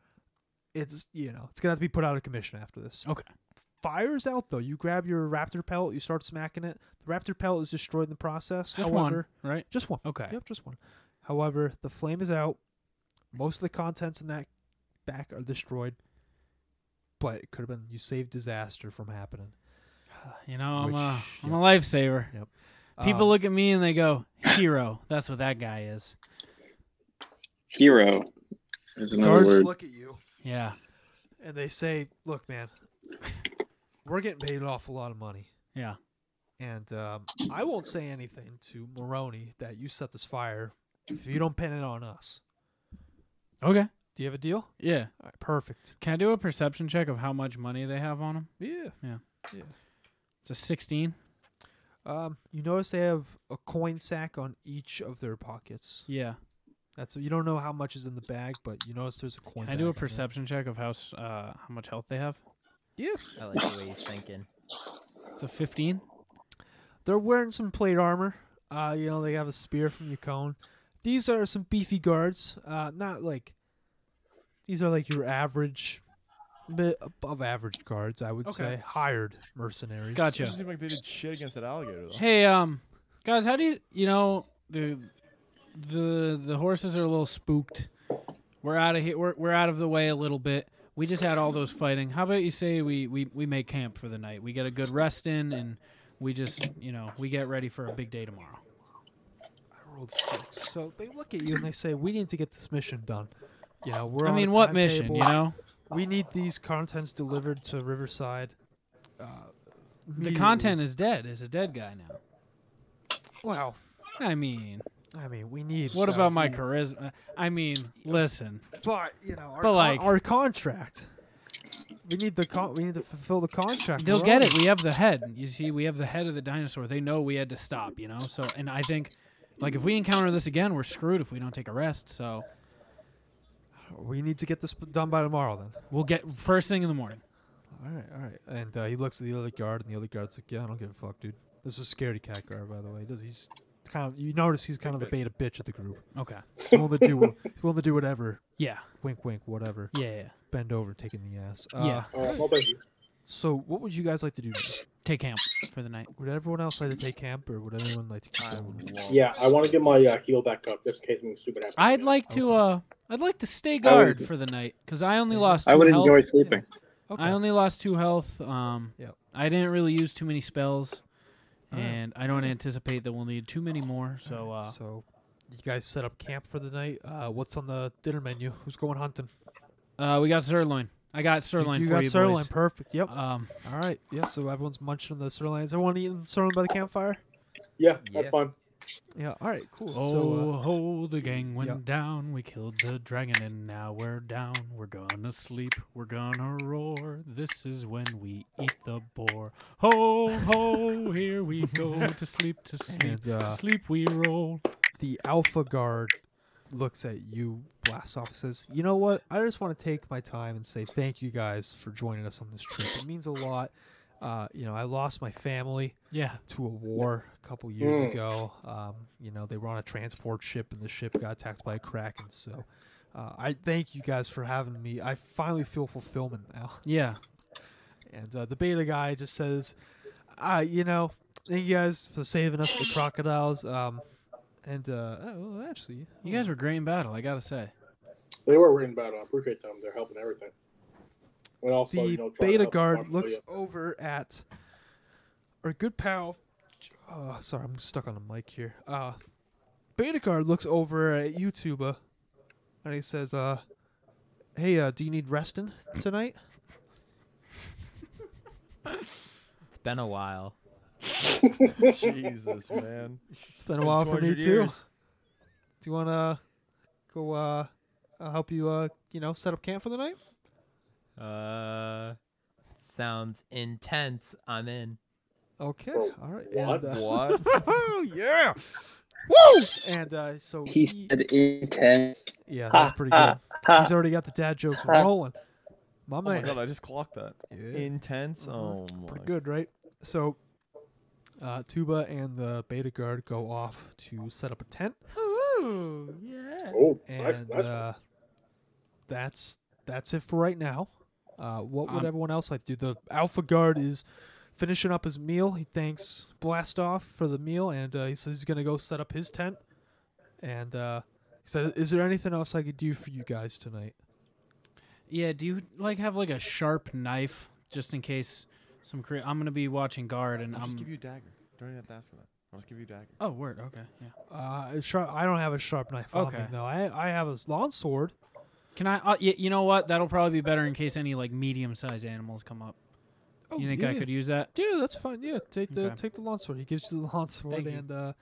[SPEAKER 1] it's you know it's gonna have to be put out of commission after this.
[SPEAKER 2] Okay.
[SPEAKER 1] Fire's out though. You grab your raptor pelt, you start smacking it. The raptor pelt is destroyed in the process.
[SPEAKER 2] Just
[SPEAKER 1] However,
[SPEAKER 2] one, right?
[SPEAKER 1] Just one.
[SPEAKER 2] Okay.
[SPEAKER 1] Yep, just one. However, the flame is out. Most of the contents in that back are destroyed. But it could have been you saved disaster from happening.
[SPEAKER 2] You know, I'm
[SPEAKER 1] Which-
[SPEAKER 2] a I'm a
[SPEAKER 1] yep.
[SPEAKER 2] lifesaver. People
[SPEAKER 1] Um,
[SPEAKER 2] look at me and they go, "Hero." That's what that guy is.
[SPEAKER 4] Hero is another
[SPEAKER 1] guards
[SPEAKER 4] word.
[SPEAKER 1] look at you
[SPEAKER 2] Yeah.
[SPEAKER 1] and they say, "Look, man, we're getting paid an awful lot of money.
[SPEAKER 2] Yeah.
[SPEAKER 1] and um, I won't say anything to Maroney that you set this fire if you don't pin it on us.
[SPEAKER 2] Okay.
[SPEAKER 1] Do you have a deal?
[SPEAKER 2] Yeah.
[SPEAKER 1] All right, perfect.
[SPEAKER 2] Can I do a perception check of how much money they have on them?
[SPEAKER 1] Yeah.
[SPEAKER 2] It's a sixteen.
[SPEAKER 1] Um, you notice they have a coin sack on each of their pockets.
[SPEAKER 2] Yeah.
[SPEAKER 1] That's you don't know how much is in the bag, but you notice there's a coin.
[SPEAKER 2] Can I do a
[SPEAKER 1] bag in there.
[SPEAKER 2] perception check of how s- uh, how much health they have?
[SPEAKER 1] Yeah,
[SPEAKER 3] I like the way he's thinking.
[SPEAKER 2] It's a fifteen.
[SPEAKER 1] they're wearing some plate armor. Uh, you know they have a spear from Yukon. These are some beefy guards. Uh, not like these are like your average, bit above average guards. I would
[SPEAKER 2] Okay.
[SPEAKER 1] say hired mercenaries.
[SPEAKER 5] It
[SPEAKER 2] Gotcha.
[SPEAKER 5] doesn't seem like they did shit against that alligator though.
[SPEAKER 2] Hey, um, guys, how do you you know the the the horses are a little spooked. We're out of here. We're we're out of the way a little bit. We just had all those fighting. How about you say we we we make camp for the night? We get a good rest in, and we just you know we get ready for a big day tomorrow.
[SPEAKER 1] I rolled six. So they look at you and they say, "We need to get this mission done." You know, we're.
[SPEAKER 2] I
[SPEAKER 1] on a
[SPEAKER 2] mean, what mission?
[SPEAKER 1] timetable.
[SPEAKER 2] You know,
[SPEAKER 1] We need these contents delivered to Riverside. Uh,
[SPEAKER 2] the
[SPEAKER 1] immediately.
[SPEAKER 2] content is dead. Is a dead guy now.
[SPEAKER 1] Wow.
[SPEAKER 2] I mean,
[SPEAKER 1] I mean, we need.
[SPEAKER 2] what
[SPEAKER 1] uh,
[SPEAKER 2] about my
[SPEAKER 1] we-
[SPEAKER 2] charisma? I mean, listen.
[SPEAKER 1] But you know, our
[SPEAKER 2] But,
[SPEAKER 1] con-
[SPEAKER 2] like-
[SPEAKER 1] our contract. We need the con- we need to fulfill the contract.
[SPEAKER 2] They'll
[SPEAKER 1] We're
[SPEAKER 2] get
[SPEAKER 1] on
[SPEAKER 2] it. We have the head. You see, we have the head of the dinosaur. They know we had to stop, you know? So, and I think, like, if we encounter this again, we're screwed if we don't take a rest. So,
[SPEAKER 1] We need to get this done by tomorrow. Then.
[SPEAKER 2] we'll get first thing in the morning.
[SPEAKER 1] All right, all right. And uh, he looks at the other guard, and the other guard's like, "Yeah, I don't give a fuck, dude. This is a scaredy cat guard, by the way. He does he's kind of you notice he's kind of the beta bitch of the group.
[SPEAKER 2] Okay.
[SPEAKER 1] He's willing to do what- *laughs* he's willing to do whatever.
[SPEAKER 2] Yeah.
[SPEAKER 1] Wink, wink, whatever.
[SPEAKER 2] Yeah. yeah.
[SPEAKER 1] Bend over, taking the ass. Uh,
[SPEAKER 2] Yeah.
[SPEAKER 6] Uh, well, thank you.
[SPEAKER 1] So, what would you guys like to do? now?
[SPEAKER 2] Take camp for the night.
[SPEAKER 1] Would everyone else like to take camp, or would anyone like to keep
[SPEAKER 5] I
[SPEAKER 1] going?
[SPEAKER 5] would love.
[SPEAKER 6] Yeah, I want to get my uh, heal back up just in case something stupid happens.
[SPEAKER 2] I'd like to, uh, I'd like to stay guard for the night because I only
[SPEAKER 1] Stay-
[SPEAKER 2] lost two
[SPEAKER 4] I would
[SPEAKER 2] health.
[SPEAKER 4] enjoy sleeping.
[SPEAKER 1] Okay.
[SPEAKER 2] I only lost two health. Um,
[SPEAKER 1] Yep.
[SPEAKER 2] I didn't really use too many spells.
[SPEAKER 1] All right.
[SPEAKER 2] And I don't anticipate that we'll need too many more. So, uh,
[SPEAKER 1] so you guys set up camp for the night. Uh, what's on the dinner menu? Who's going hunting?
[SPEAKER 2] Uh, we got sirloin. I got sirloin
[SPEAKER 1] you
[SPEAKER 2] for
[SPEAKER 1] got
[SPEAKER 2] you
[SPEAKER 1] sirloin.
[SPEAKER 2] boys.
[SPEAKER 1] Perfect. Yep.
[SPEAKER 2] Um,
[SPEAKER 1] All right. Yeah. So everyone's munching on the sirloin. Is everyone eating sirloin by the campfire?
[SPEAKER 6] Yeah, that's
[SPEAKER 3] Yeah.
[SPEAKER 6] fine.
[SPEAKER 1] Yeah. All right. Cool.
[SPEAKER 2] oh,
[SPEAKER 1] So uh,
[SPEAKER 2] ho, the gang went
[SPEAKER 1] yeah.
[SPEAKER 2] down. We killed the dragon, and now we're down. We're gonna sleep. We're gonna roar. This is when we eat the boar. Ho, ho, here we
[SPEAKER 1] *laughs*
[SPEAKER 2] go to sleep, to sleep,
[SPEAKER 1] And, uh,
[SPEAKER 2] to sleep. We roll.
[SPEAKER 1] the Alpha Guard looks at you, Blast Off, says, You know what? I just want to take my time and say thank you guys for joining us on this trip. It means a lot. Uh, you know, I lost my family
[SPEAKER 2] Yeah,
[SPEAKER 1] to a war a couple years
[SPEAKER 6] Mm.
[SPEAKER 1] ago. Um, you know, they were on a transport ship and the ship got attacked by a kraken. So uh, I thank you guys for having me. I finally feel fulfillment now. *laughs*
[SPEAKER 2] yeah.
[SPEAKER 1] And uh, the beta guy just says, uh, you know, thank you guys for saving us the crocodiles. Um, and uh, oh, well, actually,
[SPEAKER 2] You guys were great in battle. I gotta say.
[SPEAKER 6] They were worrying about it. I appreciate them. They're helping everything. And also,
[SPEAKER 1] the
[SPEAKER 6] you know, trying to
[SPEAKER 1] beta
[SPEAKER 6] help
[SPEAKER 1] guard
[SPEAKER 6] Bartholomew.
[SPEAKER 1] looks over at our good pal. Uh, sorry, I'm stuck on the mic here. Uh, beta guard looks over at YouTuber, and he says, uh, "Hey, uh, do you need resting tonight?"
[SPEAKER 3] It's been a while.
[SPEAKER 5] Jesus, man.
[SPEAKER 1] It's been a while for me
[SPEAKER 5] 200
[SPEAKER 1] too.
[SPEAKER 5] years.
[SPEAKER 1] Do you wanna go? Uh, I'll help you. Uh, you know, set up camp for the night.
[SPEAKER 3] Uh, sounds intense. I'm in.
[SPEAKER 1] Okay.
[SPEAKER 6] Bro,
[SPEAKER 1] All right.
[SPEAKER 6] what?
[SPEAKER 1] And, uh,
[SPEAKER 5] What?
[SPEAKER 1] *laughs* oh yeah. Woo! And uh, so
[SPEAKER 7] He
[SPEAKER 1] he-
[SPEAKER 7] said intense.
[SPEAKER 1] yeah, that's pretty good. He's already got the dad jokes rolling. My
[SPEAKER 5] Oh my
[SPEAKER 1] man,
[SPEAKER 5] god, I just clocked that.
[SPEAKER 1] Yeah. Uh-huh.
[SPEAKER 5] Intense. Oh my.
[SPEAKER 1] pretty good, right? So, uh, Tuba and the Beta Guard go off to set up a tent,
[SPEAKER 3] Ooh, yeah.
[SPEAKER 6] Oh,
[SPEAKER 1] and
[SPEAKER 6] nice, nice.
[SPEAKER 1] uh, that's that's it for right now. Uh, what would
[SPEAKER 2] Um,
[SPEAKER 1] everyone else like to do? The Alpha Guard is finishing up his meal. He thanks Blastoff for the meal, and uh, he says he's gonna go set up his tent. And uh, he said, "Is there anything else I could do for you guys tonight?"
[SPEAKER 2] Yeah, do you like have like a sharp knife just in case some cre- I'm gonna be watching guard and
[SPEAKER 5] I'll
[SPEAKER 1] Um,
[SPEAKER 2] I'm
[SPEAKER 5] just give you a dagger. Don't even have to ask for that. I'll just give you a dagger.
[SPEAKER 2] Oh word, okay. Yeah.
[SPEAKER 1] Uh, a sharp, I don't have a sharp knife on me
[SPEAKER 2] Okay.
[SPEAKER 1] though. I I have a long sword.
[SPEAKER 2] Can I uh, y- you know what? That'll probably be better in case any like medium sized animals come up.
[SPEAKER 1] Oh,
[SPEAKER 2] you think I
[SPEAKER 1] yeah.
[SPEAKER 2] could use that?
[SPEAKER 1] Yeah, that's fine. Yeah, take the
[SPEAKER 2] Okay.
[SPEAKER 1] take the lawn sword. He gives you the *laughs* lawn sword,
[SPEAKER 2] Thank you.
[SPEAKER 1] and uh,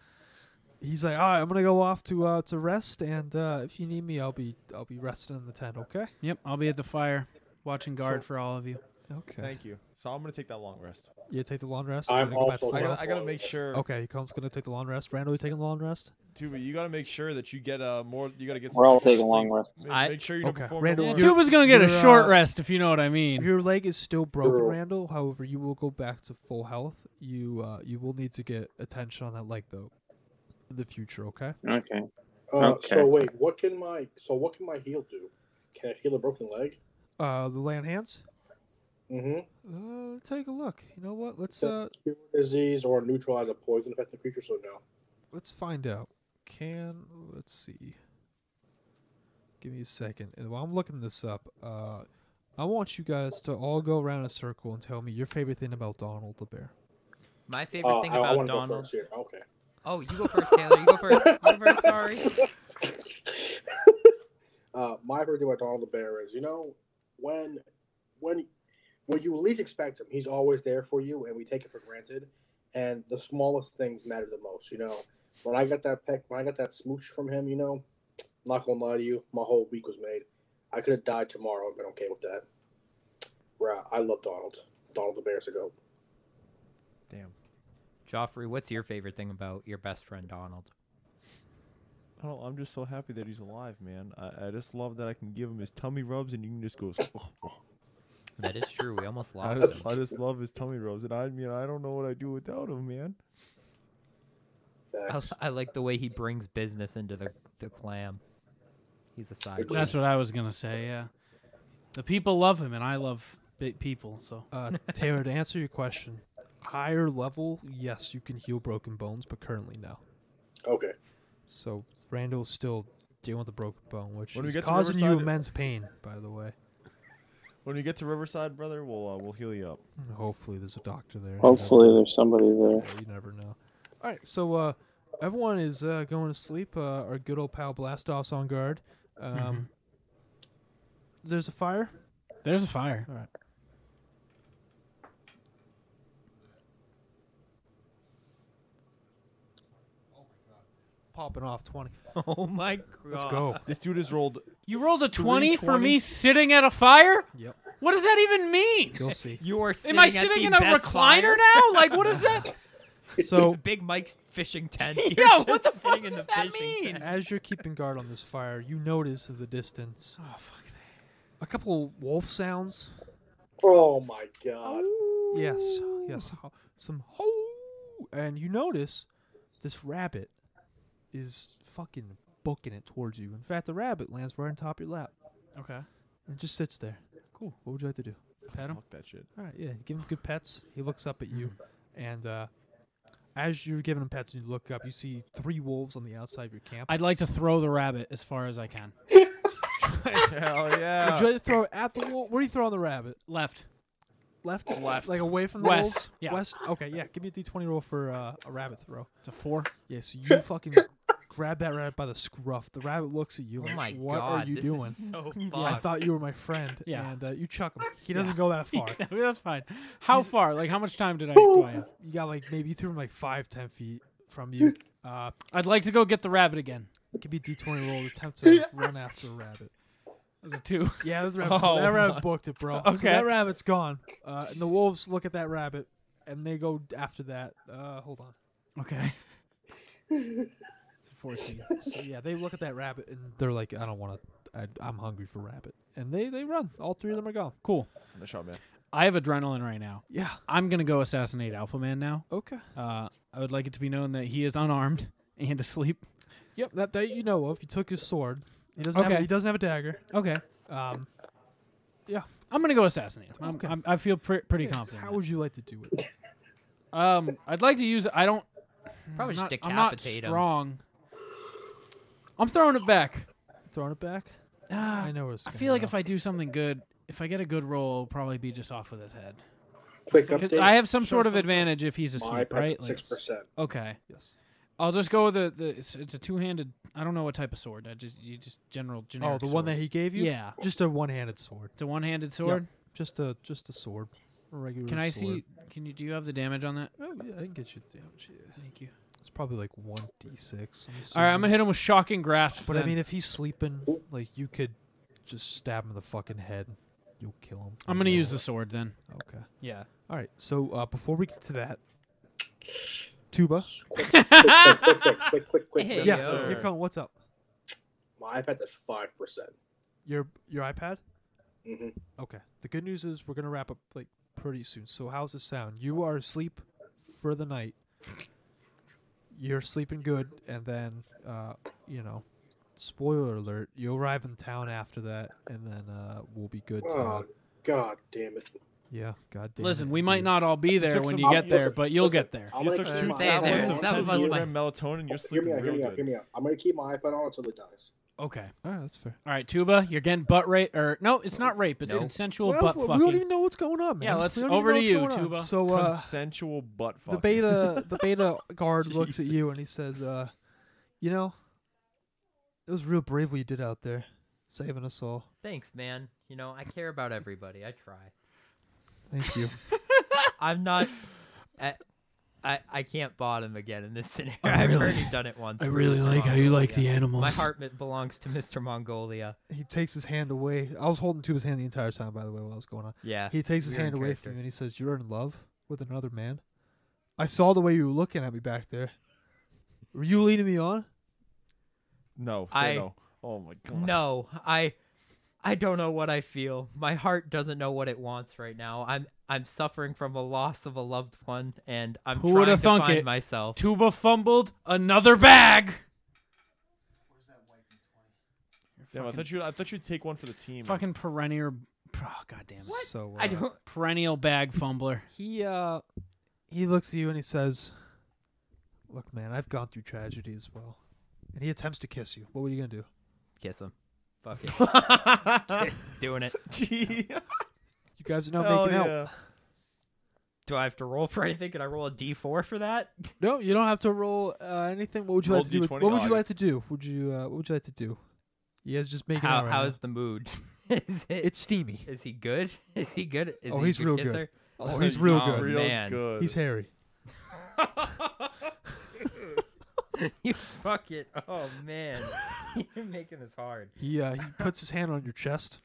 [SPEAKER 1] he's like, "All right, I'm gonna go off to uh, to rest, and uh, if you need me, I'll be I'll be resting in the tent." Okay.
[SPEAKER 2] Yep, I'll be at the fire watching guard for all of you.
[SPEAKER 1] Okay.
[SPEAKER 5] Thank you. So I'm gonna take that long rest.
[SPEAKER 1] Yeah, take the lawn rest.
[SPEAKER 6] I'm
[SPEAKER 1] Gonna go back to
[SPEAKER 6] also
[SPEAKER 5] I
[SPEAKER 1] Flo.
[SPEAKER 5] gotta, I gotta make sure.
[SPEAKER 1] Okay, Colin's gonna take the lawn rest. Randall, you taking the lawn rest?
[SPEAKER 5] Tuba, you gotta make sure that you get uh more. You gotta get. Some
[SPEAKER 7] We're all taking
[SPEAKER 5] sleep.
[SPEAKER 7] long rest.
[SPEAKER 5] Make,
[SPEAKER 3] I-
[SPEAKER 5] make sure you don't
[SPEAKER 1] Okay,
[SPEAKER 5] perform.
[SPEAKER 1] Randall,
[SPEAKER 5] no
[SPEAKER 2] Yeah,
[SPEAKER 5] harm.
[SPEAKER 1] you're-
[SPEAKER 2] Tuba's gonna get a
[SPEAKER 1] you're,
[SPEAKER 2] short
[SPEAKER 1] uh,
[SPEAKER 2] rest if you know what I mean.
[SPEAKER 1] Your leg is still broken,
[SPEAKER 6] Sure.
[SPEAKER 1] Randall. However, you will go back to full health. You uh, you will need to get attention on that leg though, in the future. Okay.
[SPEAKER 7] Okay.
[SPEAKER 6] Uh,
[SPEAKER 7] okay.
[SPEAKER 6] So wait, what can my so what can my heal do? Can it heal a broken leg?
[SPEAKER 1] Uh, the lay on hands.
[SPEAKER 6] Mm-hmm.
[SPEAKER 1] Uh, take a look. You know what? Let's
[SPEAKER 6] That's
[SPEAKER 1] uh,
[SPEAKER 6] cure disease or neutralize a poison affecting creature. So no.
[SPEAKER 1] let's find out. Can let's see. Give me a second. And while I'm looking this up, uh, I want you guys to all go around in a circle and tell me your favorite thing about Donald the Bear.
[SPEAKER 3] My favorite
[SPEAKER 6] Uh,
[SPEAKER 3] thing
[SPEAKER 6] I, I
[SPEAKER 3] about
[SPEAKER 6] want to go
[SPEAKER 3] Donald.
[SPEAKER 6] first here. Okay.
[SPEAKER 3] Oh, you go first, Taylor. You go first. You go
[SPEAKER 6] *laughs*
[SPEAKER 3] first. Sorry.
[SPEAKER 6] Uh, my favorite thing about Donald the Bear is, you know, when when when you least expect him, he's always there for you, and we take it for granted. And the smallest things matter the most, you know. When I got that peck, when I got that smooch from him, you know, I'm not gonna lie to you, my whole week was made. I could have died tomorrow and been okay with that. Right, I love Donald. Donald the Bear's a goat.
[SPEAKER 5] Damn.
[SPEAKER 3] Joffrey, what's your favorite thing about your best friend Donald?
[SPEAKER 5] I don't, I'm just so happy that he's alive, man. I, I just love that I can give him his tummy rubs and you
[SPEAKER 1] *laughs*
[SPEAKER 5] can just go. *laughs*
[SPEAKER 3] That is true. We almost
[SPEAKER 5] I
[SPEAKER 3] lost
[SPEAKER 5] just,
[SPEAKER 3] him.
[SPEAKER 5] I just love his tummy rubs, and I mean, I don't know what I do without him, man.
[SPEAKER 3] I,
[SPEAKER 6] Facts.
[SPEAKER 3] I like the way he brings business into the the clam. He's a side.
[SPEAKER 2] That's what I was gonna say, yeah. The people love him and I love big people, so
[SPEAKER 5] *laughs*
[SPEAKER 1] Uh, Taylor, to answer your question, higher level, yes, you can heal broken bones, but currently no.
[SPEAKER 6] Okay.
[SPEAKER 1] So Randall's still dealing with a broken bone, which
[SPEAKER 5] When we
[SPEAKER 1] is
[SPEAKER 5] get to
[SPEAKER 1] causing you
[SPEAKER 5] Riverside-
[SPEAKER 1] immense pain, by the way.
[SPEAKER 5] When we get to Riverside, brother, we'll uh, we'll heal you up.
[SPEAKER 1] And Hopefully, there's a doctor there. You never
[SPEAKER 7] Hopefully
[SPEAKER 1] know.
[SPEAKER 7] there's somebody there.
[SPEAKER 1] Yeah, You never know. All right, so uh, everyone is uh, going to sleep. Uh, our good old pal Blastoff's on guard. Um, There's a fire.
[SPEAKER 2] There's a fire.
[SPEAKER 1] All right. Popping off twenty.
[SPEAKER 3] *laughs* Oh my god.
[SPEAKER 1] Let's go.
[SPEAKER 5] This dude has rolled.
[SPEAKER 2] You rolled a 20 for
[SPEAKER 5] 320?
[SPEAKER 2] me sitting at a fire?
[SPEAKER 1] *laughs* Yep,
[SPEAKER 2] What does that even mean?
[SPEAKER 1] *laughs* you'll see.
[SPEAKER 3] You are sitting
[SPEAKER 2] Am I
[SPEAKER 3] at
[SPEAKER 2] sitting
[SPEAKER 3] the
[SPEAKER 2] in a
[SPEAKER 3] best
[SPEAKER 2] recliner
[SPEAKER 3] fire.
[SPEAKER 2] now? Like, what is that?
[SPEAKER 1] So
[SPEAKER 3] *laughs* It's Big Mike's
[SPEAKER 2] *laughs*
[SPEAKER 3] fishing tent. You're
[SPEAKER 2] Yeah, what
[SPEAKER 3] just
[SPEAKER 2] the fuck
[SPEAKER 3] sitting in
[SPEAKER 2] does
[SPEAKER 3] the
[SPEAKER 2] that
[SPEAKER 3] fishing
[SPEAKER 2] mean?
[SPEAKER 3] tent.
[SPEAKER 1] as you're keeping guard on this fire, you notice in the distance a couple wolf sounds.
[SPEAKER 6] Oh my god.
[SPEAKER 1] Yes, yes, ho- some ho, and you notice this rabbit is fucking booking it towards you. In fact, the rabbit lands right on top of your lap
[SPEAKER 2] *laughs* Okay.
[SPEAKER 1] and just sits there. Cool. What would you like to do?
[SPEAKER 2] Pet him.
[SPEAKER 5] Fuck that shit.
[SPEAKER 1] All right, yeah, give him good pets. He looks up at you, and uh, as you're giving him pets and you look up, you see three wolves on the outside of your camp.
[SPEAKER 2] I'd like to throw the rabbit as far as I can.
[SPEAKER 5] Hell *laughs* yeah.
[SPEAKER 1] Would you like to throw it at the wolf? Where do you throw on the rabbit?
[SPEAKER 2] Left.
[SPEAKER 1] Left? Left. Like away from the
[SPEAKER 2] West,
[SPEAKER 1] wolves?
[SPEAKER 2] yeah.
[SPEAKER 1] West? Okay, yeah. Give me a d20 roll for uh, a rabbit throw.
[SPEAKER 2] It's a four.
[SPEAKER 1] Yeah, so you fucking *laughs* grab that rabbit by the scruff. The rabbit looks at you
[SPEAKER 3] Oh
[SPEAKER 1] like,
[SPEAKER 3] my
[SPEAKER 1] what
[SPEAKER 3] god.
[SPEAKER 1] are you
[SPEAKER 3] this
[SPEAKER 1] doing?
[SPEAKER 3] Is
[SPEAKER 2] *laughs*
[SPEAKER 3] so
[SPEAKER 1] I
[SPEAKER 3] fucked.
[SPEAKER 1] thought you were my friend.
[SPEAKER 2] Yeah.
[SPEAKER 1] And uh, you chuck him. He doesn't go
[SPEAKER 2] *laughs*
[SPEAKER 1] that far.
[SPEAKER 2] That's fine. How far? Like, how much time did I, do I have?
[SPEAKER 1] You got like, maybe you threw him like five, ten feet from you. Uh,
[SPEAKER 2] I'd like to go get the rabbit again.
[SPEAKER 1] give me a d20 roll to attempt to run after a rabbit.
[SPEAKER 2] That's a two. *laughs*
[SPEAKER 1] Yeah, that rabbit,
[SPEAKER 5] Oh
[SPEAKER 1] that
[SPEAKER 5] my.
[SPEAKER 1] rabbit booked it, bro. So
[SPEAKER 2] Okay.
[SPEAKER 1] that rabbit's gone. Uh, and the wolves look at that rabbit and they go after that. Uh, hold on.
[SPEAKER 2] Okay. It's a 14.
[SPEAKER 1] So yeah, they look at that rabbit and they're like, I don't want to. I'm hungry for rabbit, and they they run. All three of them are gone.
[SPEAKER 2] Cool.
[SPEAKER 5] Nice shot, man.
[SPEAKER 2] I have adrenaline right now.
[SPEAKER 1] Yeah.
[SPEAKER 2] I'm going to go assassinate Alpha Man now.
[SPEAKER 1] Okay.
[SPEAKER 2] Uh, I would like it to be known that he is unarmed *laughs* and asleep.
[SPEAKER 1] Yep. That that you know of. You took his sword. He doesn't have
[SPEAKER 2] Okay.
[SPEAKER 1] a, he doesn't have a dagger.
[SPEAKER 2] Okay.
[SPEAKER 1] Um,
[SPEAKER 2] I'm going to go assassinate him. I'm,
[SPEAKER 1] Okay.
[SPEAKER 2] I'm, I feel pre- pretty confident.
[SPEAKER 1] how would you like to do it?
[SPEAKER 2] Um, I'd like to use. I don't.
[SPEAKER 3] Probably
[SPEAKER 2] I'm
[SPEAKER 3] just
[SPEAKER 2] not,
[SPEAKER 3] decapitate
[SPEAKER 2] I'm not
[SPEAKER 3] him.
[SPEAKER 2] strong. I'm throwing it back.
[SPEAKER 1] Throwing it back.
[SPEAKER 2] Ah,
[SPEAKER 1] I know where it's.
[SPEAKER 2] I
[SPEAKER 1] gonna
[SPEAKER 2] feel like
[SPEAKER 1] go.
[SPEAKER 2] if I do something good, if I get a good roll, it'll probably be just off with his head.
[SPEAKER 6] Quick
[SPEAKER 2] 'Cause
[SPEAKER 6] update.
[SPEAKER 2] I have some sort of
[SPEAKER 6] something.
[SPEAKER 2] advantage if he's
[SPEAKER 6] my
[SPEAKER 2] asleep, right?
[SPEAKER 6] right,
[SPEAKER 2] Like,
[SPEAKER 6] six percent.
[SPEAKER 2] okay,
[SPEAKER 1] yes.
[SPEAKER 2] I'll just go with the, the it's, it's a two-handed. I don't know what type of sword. I just you just general generic.
[SPEAKER 1] Oh, the one
[SPEAKER 2] sword.
[SPEAKER 1] that he gave you.
[SPEAKER 2] Yeah,
[SPEAKER 1] Just a one-handed sword.
[SPEAKER 2] it's a one-handed sword.
[SPEAKER 1] Just a just a sword. A regular.
[SPEAKER 2] Can I
[SPEAKER 1] sword.
[SPEAKER 2] see? Can you do you have the damage on that?
[SPEAKER 1] Oh yeah, I can get you damage. Yeah.
[SPEAKER 2] Thank you.
[SPEAKER 1] It's probably like one d six.
[SPEAKER 2] All right, I'm gonna hit him with shocking grasp.
[SPEAKER 1] But I
[SPEAKER 2] then.
[SPEAKER 1] mean, if he's sleeping, like you could just stab him in the fucking head. You'll kill him.
[SPEAKER 2] I'm gonna use the sword then.
[SPEAKER 1] Okay.
[SPEAKER 2] Yeah.
[SPEAKER 1] All right. So uh, before we get to that, tuba.
[SPEAKER 3] *laughs*
[SPEAKER 6] quick, quick, quick, quick, quick, quick.
[SPEAKER 3] Hey,
[SPEAKER 6] quick.
[SPEAKER 1] yeah.
[SPEAKER 5] sir.
[SPEAKER 1] You're coming. What's up?
[SPEAKER 6] My iPad is five percent.
[SPEAKER 1] Your your iPad.
[SPEAKER 6] Mm-hmm.
[SPEAKER 1] Okay. The good news is we're gonna wrap up like pretty soon. So how's it sound? You are asleep for the night. You're sleeping good, and then uh, you know, spoiler alert, you arrive in town after that, and then uh, we'll be good. To,
[SPEAKER 6] Oh god damn it!
[SPEAKER 1] yeah. God damn.
[SPEAKER 2] Listen,
[SPEAKER 1] it,
[SPEAKER 2] we might
[SPEAKER 1] dude.
[SPEAKER 2] not all be there
[SPEAKER 5] Took
[SPEAKER 2] when
[SPEAKER 5] some-
[SPEAKER 2] you
[SPEAKER 5] I'll-
[SPEAKER 2] get there,
[SPEAKER 6] listen,
[SPEAKER 2] but you'll
[SPEAKER 6] listen,
[SPEAKER 2] get there.
[SPEAKER 6] I'm
[SPEAKER 5] You
[SPEAKER 6] gonna
[SPEAKER 5] took
[SPEAKER 6] keep
[SPEAKER 5] two
[SPEAKER 6] my
[SPEAKER 3] Stay there.
[SPEAKER 5] tablets
[SPEAKER 6] iPad
[SPEAKER 5] of
[SPEAKER 3] That
[SPEAKER 6] on.
[SPEAKER 3] was
[SPEAKER 5] 10
[SPEAKER 3] my-
[SPEAKER 5] milligram melatonin. You're
[SPEAKER 6] Oh, Hear me
[SPEAKER 5] sleeping
[SPEAKER 6] out. Hear me
[SPEAKER 5] real
[SPEAKER 6] out. Hear
[SPEAKER 5] good.
[SPEAKER 6] me out. I'm gonna keep my iPad on until it dies.
[SPEAKER 2] Okay.
[SPEAKER 1] All right, that's fair.
[SPEAKER 2] All right, Tuba, you're getting butt rape or no? It's not rape. It's
[SPEAKER 3] No.
[SPEAKER 2] consensual
[SPEAKER 1] Well,
[SPEAKER 2] butt
[SPEAKER 1] we
[SPEAKER 2] fucking.
[SPEAKER 1] don't even know what's going on, man.
[SPEAKER 2] Yeah, let's-
[SPEAKER 1] We don't even know
[SPEAKER 2] over to
[SPEAKER 1] what's
[SPEAKER 2] you,
[SPEAKER 1] going on.
[SPEAKER 2] Tuba. *laughs*
[SPEAKER 1] So uh,
[SPEAKER 5] Consensual butt fuck.
[SPEAKER 1] the beta the beta
[SPEAKER 2] *laughs*
[SPEAKER 1] guard looks at you
[SPEAKER 5] Jesus.
[SPEAKER 1] and he says, uh, "You know, it was real brave what you did out there, saving us all.
[SPEAKER 3] Thanks, man. You know, I care about everybody. I try.
[SPEAKER 1] Thank you."
[SPEAKER 2] *laughs*
[SPEAKER 3] I'm not. I, I, I can't bottom again in this scenario.
[SPEAKER 2] I
[SPEAKER 3] I've
[SPEAKER 2] really-
[SPEAKER 3] already done it once.
[SPEAKER 2] I
[SPEAKER 3] for
[SPEAKER 2] really
[SPEAKER 3] Mr.
[SPEAKER 2] like how you like the
[SPEAKER 3] Mongolia.
[SPEAKER 2] animals.
[SPEAKER 3] My heart mi- belongs to Mr. Mongolia.
[SPEAKER 1] *laughs* he takes his hand away. I was holding Tuba's hand the entire time, by the way, while it was going on.
[SPEAKER 3] Yeah.
[SPEAKER 1] He takes his
[SPEAKER 3] you're in
[SPEAKER 1] hand away
[SPEAKER 3] character.
[SPEAKER 1] from you and he says, "You're in love with another man." I saw the way you were looking at me back there. Were you leading me on?
[SPEAKER 5] No, say
[SPEAKER 3] I-
[SPEAKER 5] no. Oh my god.
[SPEAKER 3] No, I I don't know what I feel. My heart doesn't know what it wants right now. I'm I'm suffering from a loss of a loved one and I'm
[SPEAKER 2] Who
[SPEAKER 3] trying
[SPEAKER 2] woulda
[SPEAKER 3] to
[SPEAKER 2] thunk
[SPEAKER 3] find
[SPEAKER 2] it?
[SPEAKER 3] myself.
[SPEAKER 2] Tuba fumbled another bag.
[SPEAKER 5] Damn, I thought you. I thought you'd take one for the team. *laughs*
[SPEAKER 2] Fucking perennial. Oh, God damn it.
[SPEAKER 1] So uh,
[SPEAKER 3] I don't
[SPEAKER 2] Perennial bag fumbler.
[SPEAKER 1] he uh he looks at you and he says look man i've gone through tragedy as well and he attempts to kiss you what were you gonna do
[SPEAKER 3] kiss him. Fuck
[SPEAKER 1] *laughs*
[SPEAKER 3] it. Doing it.
[SPEAKER 5] Gee.
[SPEAKER 1] you guys are not
[SPEAKER 5] Hell
[SPEAKER 1] making out
[SPEAKER 5] yeah.
[SPEAKER 3] Do I have to roll for anything? Can I roll a D4 for that?
[SPEAKER 1] No, you don't have to roll uh, anything. What would you
[SPEAKER 5] Roll
[SPEAKER 1] like to do? With,
[SPEAKER 5] D20.
[SPEAKER 1] what would
[SPEAKER 5] Oh,
[SPEAKER 1] you
[SPEAKER 5] I-
[SPEAKER 1] like to do? Would you? Uh, what would you like to do? You guys just making
[SPEAKER 3] How,
[SPEAKER 1] out right
[SPEAKER 3] how
[SPEAKER 1] now.
[SPEAKER 3] is the mood? *laughs* is it?
[SPEAKER 1] It's steamy.
[SPEAKER 3] Is he good? *laughs* Is he good? Is
[SPEAKER 1] Oh,
[SPEAKER 3] he a
[SPEAKER 1] he's real good.
[SPEAKER 3] kisser? *laughs*
[SPEAKER 1] Oh, he's real
[SPEAKER 5] Oh,
[SPEAKER 1] good.
[SPEAKER 5] Real
[SPEAKER 3] man.
[SPEAKER 5] good.
[SPEAKER 1] He's hairy.
[SPEAKER 3] you fuck it. Oh man, *laughs* you're making this hard.
[SPEAKER 1] He uh, he puts his hand on your chest,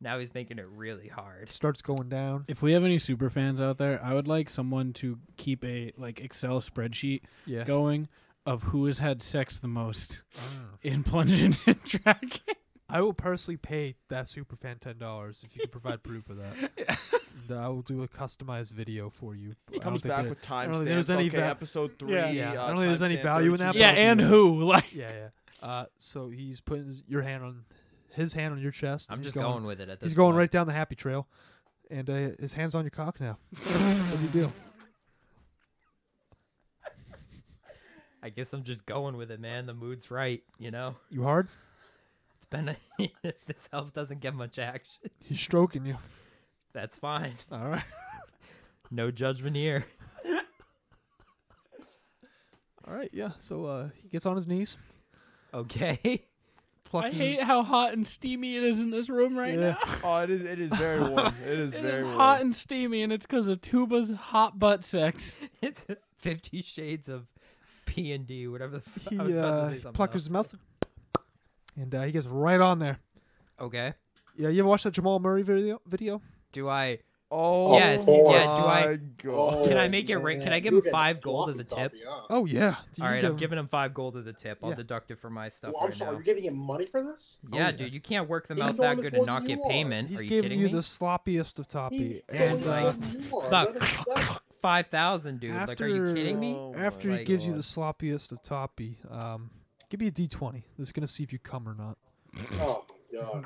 [SPEAKER 3] Now he's making it really hard.
[SPEAKER 1] starts going down.
[SPEAKER 2] If we have any super fans out there, I would like someone to keep a like Excel spreadsheet
[SPEAKER 1] Yeah.
[SPEAKER 2] going of who has had sex the most in Plunging and *laughs* Dragon.
[SPEAKER 1] I will personally pay that super fan ten dollars if you can provide proof of that. And I will do a customized video for you. but I don't
[SPEAKER 5] comes
[SPEAKER 1] think
[SPEAKER 5] back
[SPEAKER 1] there-
[SPEAKER 5] with
[SPEAKER 1] I
[SPEAKER 5] time
[SPEAKER 1] don't think there's any
[SPEAKER 5] okay,
[SPEAKER 1] va-
[SPEAKER 5] episode three.
[SPEAKER 1] Yeah, yeah.
[SPEAKER 5] uh,
[SPEAKER 1] I don't think there's any
[SPEAKER 5] timestamp
[SPEAKER 1] value in that, but
[SPEAKER 5] 32.
[SPEAKER 2] Yeah,
[SPEAKER 1] I'll do
[SPEAKER 2] and
[SPEAKER 1] that.
[SPEAKER 2] who? Like
[SPEAKER 1] Yeah, yeah. Uh, so he's putting his, your hand on his hand on your chest.
[SPEAKER 3] I'm
[SPEAKER 1] and he's
[SPEAKER 3] just going, with it at this.
[SPEAKER 1] He's going
[SPEAKER 3] point.
[SPEAKER 1] right down the happy trail, and uh, his hands on your cock now. what do you do?
[SPEAKER 3] I guess I'm just going with it, man. The mood's right. You know,
[SPEAKER 1] You hard?
[SPEAKER 3] it's been a, *laughs* this help doesn't get much action. *laughs*
[SPEAKER 1] He's stroking you.
[SPEAKER 3] That's fine.
[SPEAKER 1] All right.
[SPEAKER 3] No judgment here. *laughs*
[SPEAKER 1] All right. Yeah. So uh, he gets on his knees.
[SPEAKER 3] Okay. *laughs*
[SPEAKER 1] Plucks
[SPEAKER 2] I
[SPEAKER 1] his-
[SPEAKER 2] hate how hot and steamy it is in this room right
[SPEAKER 1] Yeah.
[SPEAKER 2] now.
[SPEAKER 5] Oh, it is. It is very warm.
[SPEAKER 1] *laughs*
[SPEAKER 5] It is
[SPEAKER 2] It
[SPEAKER 5] very
[SPEAKER 2] is
[SPEAKER 5] warm.
[SPEAKER 2] hot and steamy, and it's because of Tuba's hot butt sex.
[SPEAKER 3] It's Fifty Shades of P and D, whatever the fuck.
[SPEAKER 1] He
[SPEAKER 3] I was about
[SPEAKER 1] uh,
[SPEAKER 3] to say
[SPEAKER 1] he
[SPEAKER 3] something.
[SPEAKER 1] plucks his
[SPEAKER 3] else.
[SPEAKER 1] mouth, and uh, he gets right on there.
[SPEAKER 3] Okay.
[SPEAKER 1] Yeah. You ever watch that Jamal Murray video? Video?
[SPEAKER 3] Do I?
[SPEAKER 5] Oh,
[SPEAKER 3] Yes,
[SPEAKER 6] yeah,
[SPEAKER 3] do I-
[SPEAKER 5] my God.
[SPEAKER 6] Oh,
[SPEAKER 3] Can I make it ra- can I give
[SPEAKER 6] You're
[SPEAKER 3] him
[SPEAKER 6] getting
[SPEAKER 3] five gold as a
[SPEAKER 6] sloppy,
[SPEAKER 3] tip?
[SPEAKER 6] Tommy, huh?
[SPEAKER 1] Oh yeah. Dude,
[SPEAKER 3] All
[SPEAKER 1] you
[SPEAKER 3] right,
[SPEAKER 1] give
[SPEAKER 3] I'm
[SPEAKER 1] him-
[SPEAKER 3] giving him five gold as a tip. I'll
[SPEAKER 1] Yeah.
[SPEAKER 3] deduct it from my stuff
[SPEAKER 6] Well, I'm
[SPEAKER 3] right
[SPEAKER 6] sorry,
[SPEAKER 3] now.
[SPEAKER 6] you're giving him money for this?
[SPEAKER 3] Yeah, dude, you can't work them
[SPEAKER 6] He's
[SPEAKER 3] out
[SPEAKER 6] doing
[SPEAKER 3] that
[SPEAKER 6] this
[SPEAKER 3] good and
[SPEAKER 6] more
[SPEAKER 3] not
[SPEAKER 6] than
[SPEAKER 3] get
[SPEAKER 6] you are.
[SPEAKER 3] payment.
[SPEAKER 1] He's
[SPEAKER 3] are you
[SPEAKER 1] giving
[SPEAKER 3] kidding
[SPEAKER 1] you
[SPEAKER 3] me?
[SPEAKER 1] the sloppiest of toppy,
[SPEAKER 6] He's
[SPEAKER 1] and
[SPEAKER 6] doing
[SPEAKER 1] uh,
[SPEAKER 6] more than you are.
[SPEAKER 3] Fuck.
[SPEAKER 6] That is- that-
[SPEAKER 3] Five thousand, dude. like, are you
[SPEAKER 1] After-
[SPEAKER 3] kidding me?
[SPEAKER 5] Oh
[SPEAKER 1] after
[SPEAKER 5] my
[SPEAKER 1] he gives you
[SPEAKER 5] God.
[SPEAKER 1] the sloppiest of toppy, um, give me a d20. This is gonna see if you come or not.
[SPEAKER 6] Oh, my God.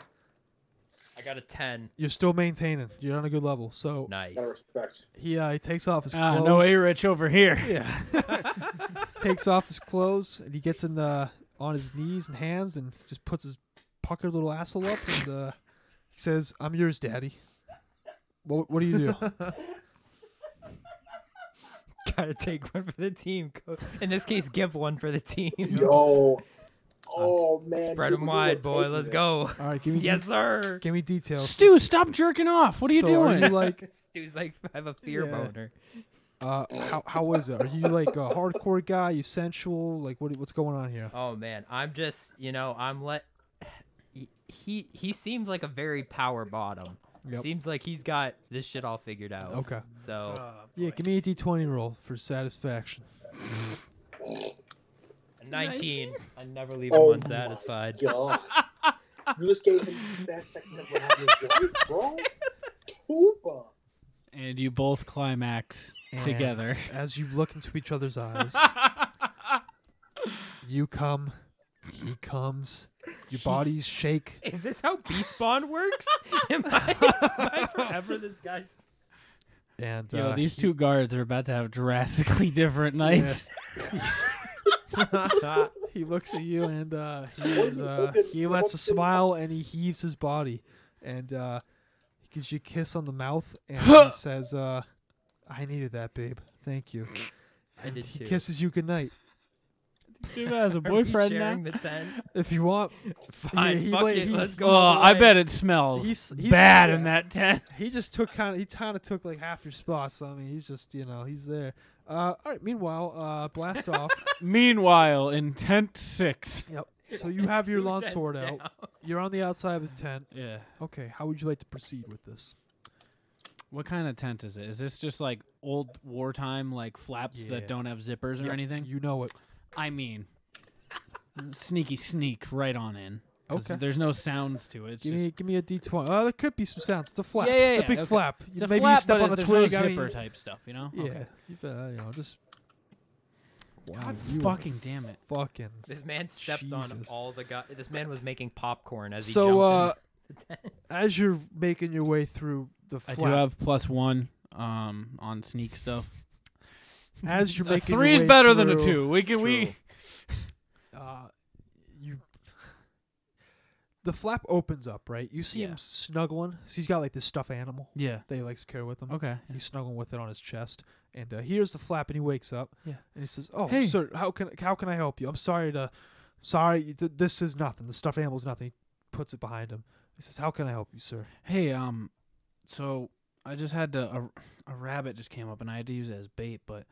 [SPEAKER 3] I got a ten.
[SPEAKER 1] You're still maintaining. You're on a good level. So
[SPEAKER 3] Nice.
[SPEAKER 6] Gotta respect.
[SPEAKER 1] he uh, he takes off his
[SPEAKER 2] Ah,
[SPEAKER 1] clothes.
[SPEAKER 2] no A Rich over here.
[SPEAKER 1] *laughs* Yeah. Takes off his clothes and he gets in the on his knees and hands and just puts his puckered little asshole up and uh, he says, "I'm yours, daddy." What, what do *laughs* you do?
[SPEAKER 3] Gotta take one for the team. Co- In this case, give one for the team.
[SPEAKER 6] Yo. Oh, man.
[SPEAKER 3] Spread them
[SPEAKER 6] people, you are
[SPEAKER 3] wide, boy.
[SPEAKER 6] taking
[SPEAKER 3] Let's
[SPEAKER 6] this.
[SPEAKER 3] go.
[SPEAKER 1] All
[SPEAKER 3] *laughs*
[SPEAKER 1] right, give me de-
[SPEAKER 3] Yes, sir.
[SPEAKER 1] give me details.
[SPEAKER 2] Stu, stop jerking off. What are you
[SPEAKER 1] So
[SPEAKER 2] doing?
[SPEAKER 1] Are you
[SPEAKER 3] *laughs*
[SPEAKER 1] like,
[SPEAKER 3] Dude's like, I have a fear
[SPEAKER 1] Yeah.
[SPEAKER 3] boner.
[SPEAKER 1] uh, how how is it? Are you like a hardcore guy? You sensual? Like what what's going on here?
[SPEAKER 3] Oh man, I'm just, you know, I'm let. He he, he seems like a very power bottom.
[SPEAKER 1] Yep.
[SPEAKER 3] Seems like he's got this shit all figured out.
[SPEAKER 1] Okay.
[SPEAKER 3] So
[SPEAKER 2] Uh,
[SPEAKER 1] Yeah, give me a d20 roll for satisfaction.
[SPEAKER 3] a 19. I never leave him
[SPEAKER 6] Oh my
[SPEAKER 3] unsatisfied.
[SPEAKER 6] God. you just gave him the best sex I've ever had in your life, bro. Tuba.
[SPEAKER 2] and you both climax
[SPEAKER 1] And
[SPEAKER 2] *laughs* together.
[SPEAKER 1] As you look into each other's
[SPEAKER 2] *laughs*
[SPEAKER 1] eyes, you come, he comes, your bodies shake.
[SPEAKER 3] *laughs* Is this how B spawn works? am, I, am I forever this guy's?
[SPEAKER 1] And
[SPEAKER 2] Yo,
[SPEAKER 1] uh, *laughs*
[SPEAKER 2] these
[SPEAKER 1] he-
[SPEAKER 2] two guards are about to have drastically *laughs* different nights.
[SPEAKER 1] he looks at you and uh, he
[SPEAKER 6] What
[SPEAKER 1] is,
[SPEAKER 6] is
[SPEAKER 1] uh,
[SPEAKER 6] it?
[SPEAKER 1] he lets a smile and he heaves his body and uh, he gives you a kiss on the mouth and *laughs* he says, uh, "I needed that, babe. Thank you."
[SPEAKER 3] I did
[SPEAKER 1] He
[SPEAKER 3] too.
[SPEAKER 1] kisses you goodnight.
[SPEAKER 2] Tuba has a *laughs*
[SPEAKER 3] Are we
[SPEAKER 2] boyfriend
[SPEAKER 3] sharing
[SPEAKER 2] now.
[SPEAKER 3] the tent?
[SPEAKER 1] If you want,
[SPEAKER 3] Fine,
[SPEAKER 1] he
[SPEAKER 3] fuck
[SPEAKER 1] like-
[SPEAKER 3] it,
[SPEAKER 1] he-
[SPEAKER 3] let's go.
[SPEAKER 2] Oh, I
[SPEAKER 3] slide.
[SPEAKER 2] bet it smells
[SPEAKER 1] He's- he's-
[SPEAKER 2] bad in that tent. *laughs*
[SPEAKER 1] he just took kind of he kind of took like half your spot. So I mean, he's just you know he's there. Uh, all right. Meanwhile, uh, blast off.
[SPEAKER 2] Meanwhile, in tent six.
[SPEAKER 1] yep. So you have *laughs* your lawn
[SPEAKER 3] tents
[SPEAKER 1] sword out.
[SPEAKER 3] down.
[SPEAKER 1] You're on the outside of his tent.
[SPEAKER 2] Yeah.
[SPEAKER 1] Okay. How would you like to proceed with this?
[SPEAKER 2] What kind of tent is it? Is this just like old wartime like flaps
[SPEAKER 1] Yeah.
[SPEAKER 2] that don't have zippers or
[SPEAKER 1] Yep,
[SPEAKER 2] anything?
[SPEAKER 1] You know it.
[SPEAKER 2] I mean, sneaky sneak right on in. 'Cause
[SPEAKER 1] Okay.
[SPEAKER 2] There's no sounds to it. It's
[SPEAKER 1] Give
[SPEAKER 2] just
[SPEAKER 1] me, give me a D twenty. Oh, there could be some sounds. It's a flap.
[SPEAKER 2] Yeah, yeah,
[SPEAKER 1] It's a
[SPEAKER 2] yeah,
[SPEAKER 1] big
[SPEAKER 2] okay.
[SPEAKER 1] flap.
[SPEAKER 2] it's a
[SPEAKER 1] Maybe
[SPEAKER 2] flap,
[SPEAKER 1] you step
[SPEAKER 2] but
[SPEAKER 1] on a
[SPEAKER 2] there's
[SPEAKER 1] twig.
[SPEAKER 2] no
[SPEAKER 1] I mean,
[SPEAKER 2] zipper type stuff, you know?
[SPEAKER 1] Yeah.
[SPEAKER 2] Okay.
[SPEAKER 1] You've, uh, you know, just. Wow,
[SPEAKER 2] Oh, God
[SPEAKER 1] you are
[SPEAKER 2] fucking damn it.
[SPEAKER 1] fucking.
[SPEAKER 3] This man stepped on
[SPEAKER 1] Jesus.
[SPEAKER 3] all the guys. This man was making popcorn as he
[SPEAKER 1] So, uh,
[SPEAKER 3] jumped in the tent.
[SPEAKER 1] as you're making your way through the
[SPEAKER 2] I
[SPEAKER 1] flap,
[SPEAKER 2] do have plus one um, on sneak stuff.
[SPEAKER 1] as you're
[SPEAKER 2] A
[SPEAKER 1] making your
[SPEAKER 2] three's
[SPEAKER 1] way
[SPEAKER 2] better than a
[SPEAKER 1] through-
[SPEAKER 2] two. We can we
[SPEAKER 1] uh, you the flap opens up, right? You see
[SPEAKER 2] Yeah.
[SPEAKER 1] him snuggling. So he's got like this stuffed animal
[SPEAKER 2] Yeah.
[SPEAKER 1] that he likes to carry with him.
[SPEAKER 2] Okay.
[SPEAKER 1] He's snuggling with it on his chest, and uh, hears the flap, and he wakes up.
[SPEAKER 2] Yeah.
[SPEAKER 1] And he says, "Oh,
[SPEAKER 2] Hey.
[SPEAKER 1] sir, how can how can I help you? I'm sorry to, sorry, th- this is nothing. The stuffed animal's nothing." He puts it behind him. He says, "How can I help you, sir?"
[SPEAKER 2] Hey, um, so I just had to a, a rabbit just came up and I had to use it as bait, but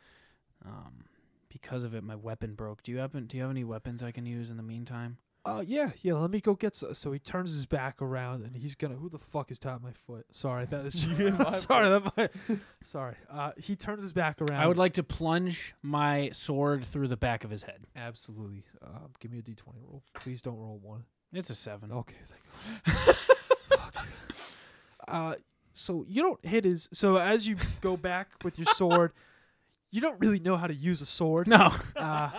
[SPEAKER 2] um, because of it, my weapon broke. Do you happen? Do you have any weapons I can use in the meantime?
[SPEAKER 1] Uh, yeah, yeah. Let me go get. So, so he turns his back around, and he's gonna. Who the fuck is tapping my foot? Sorry, that
[SPEAKER 2] *laughs*
[SPEAKER 1] is. *laughs* sorry, that might, Sorry. Uh, he turns his back around.
[SPEAKER 2] I would like to plunge my sword through the back of his head.
[SPEAKER 1] Absolutely. Um, give me a d20 roll. Please don't roll one.
[SPEAKER 2] It's a seven.
[SPEAKER 1] Okay, thank God. Fuck, dude. Uh, so you don't hit his. So as you go back with your sword, you don't really know how to use a sword.
[SPEAKER 2] *laughs* No,
[SPEAKER 1] Uh,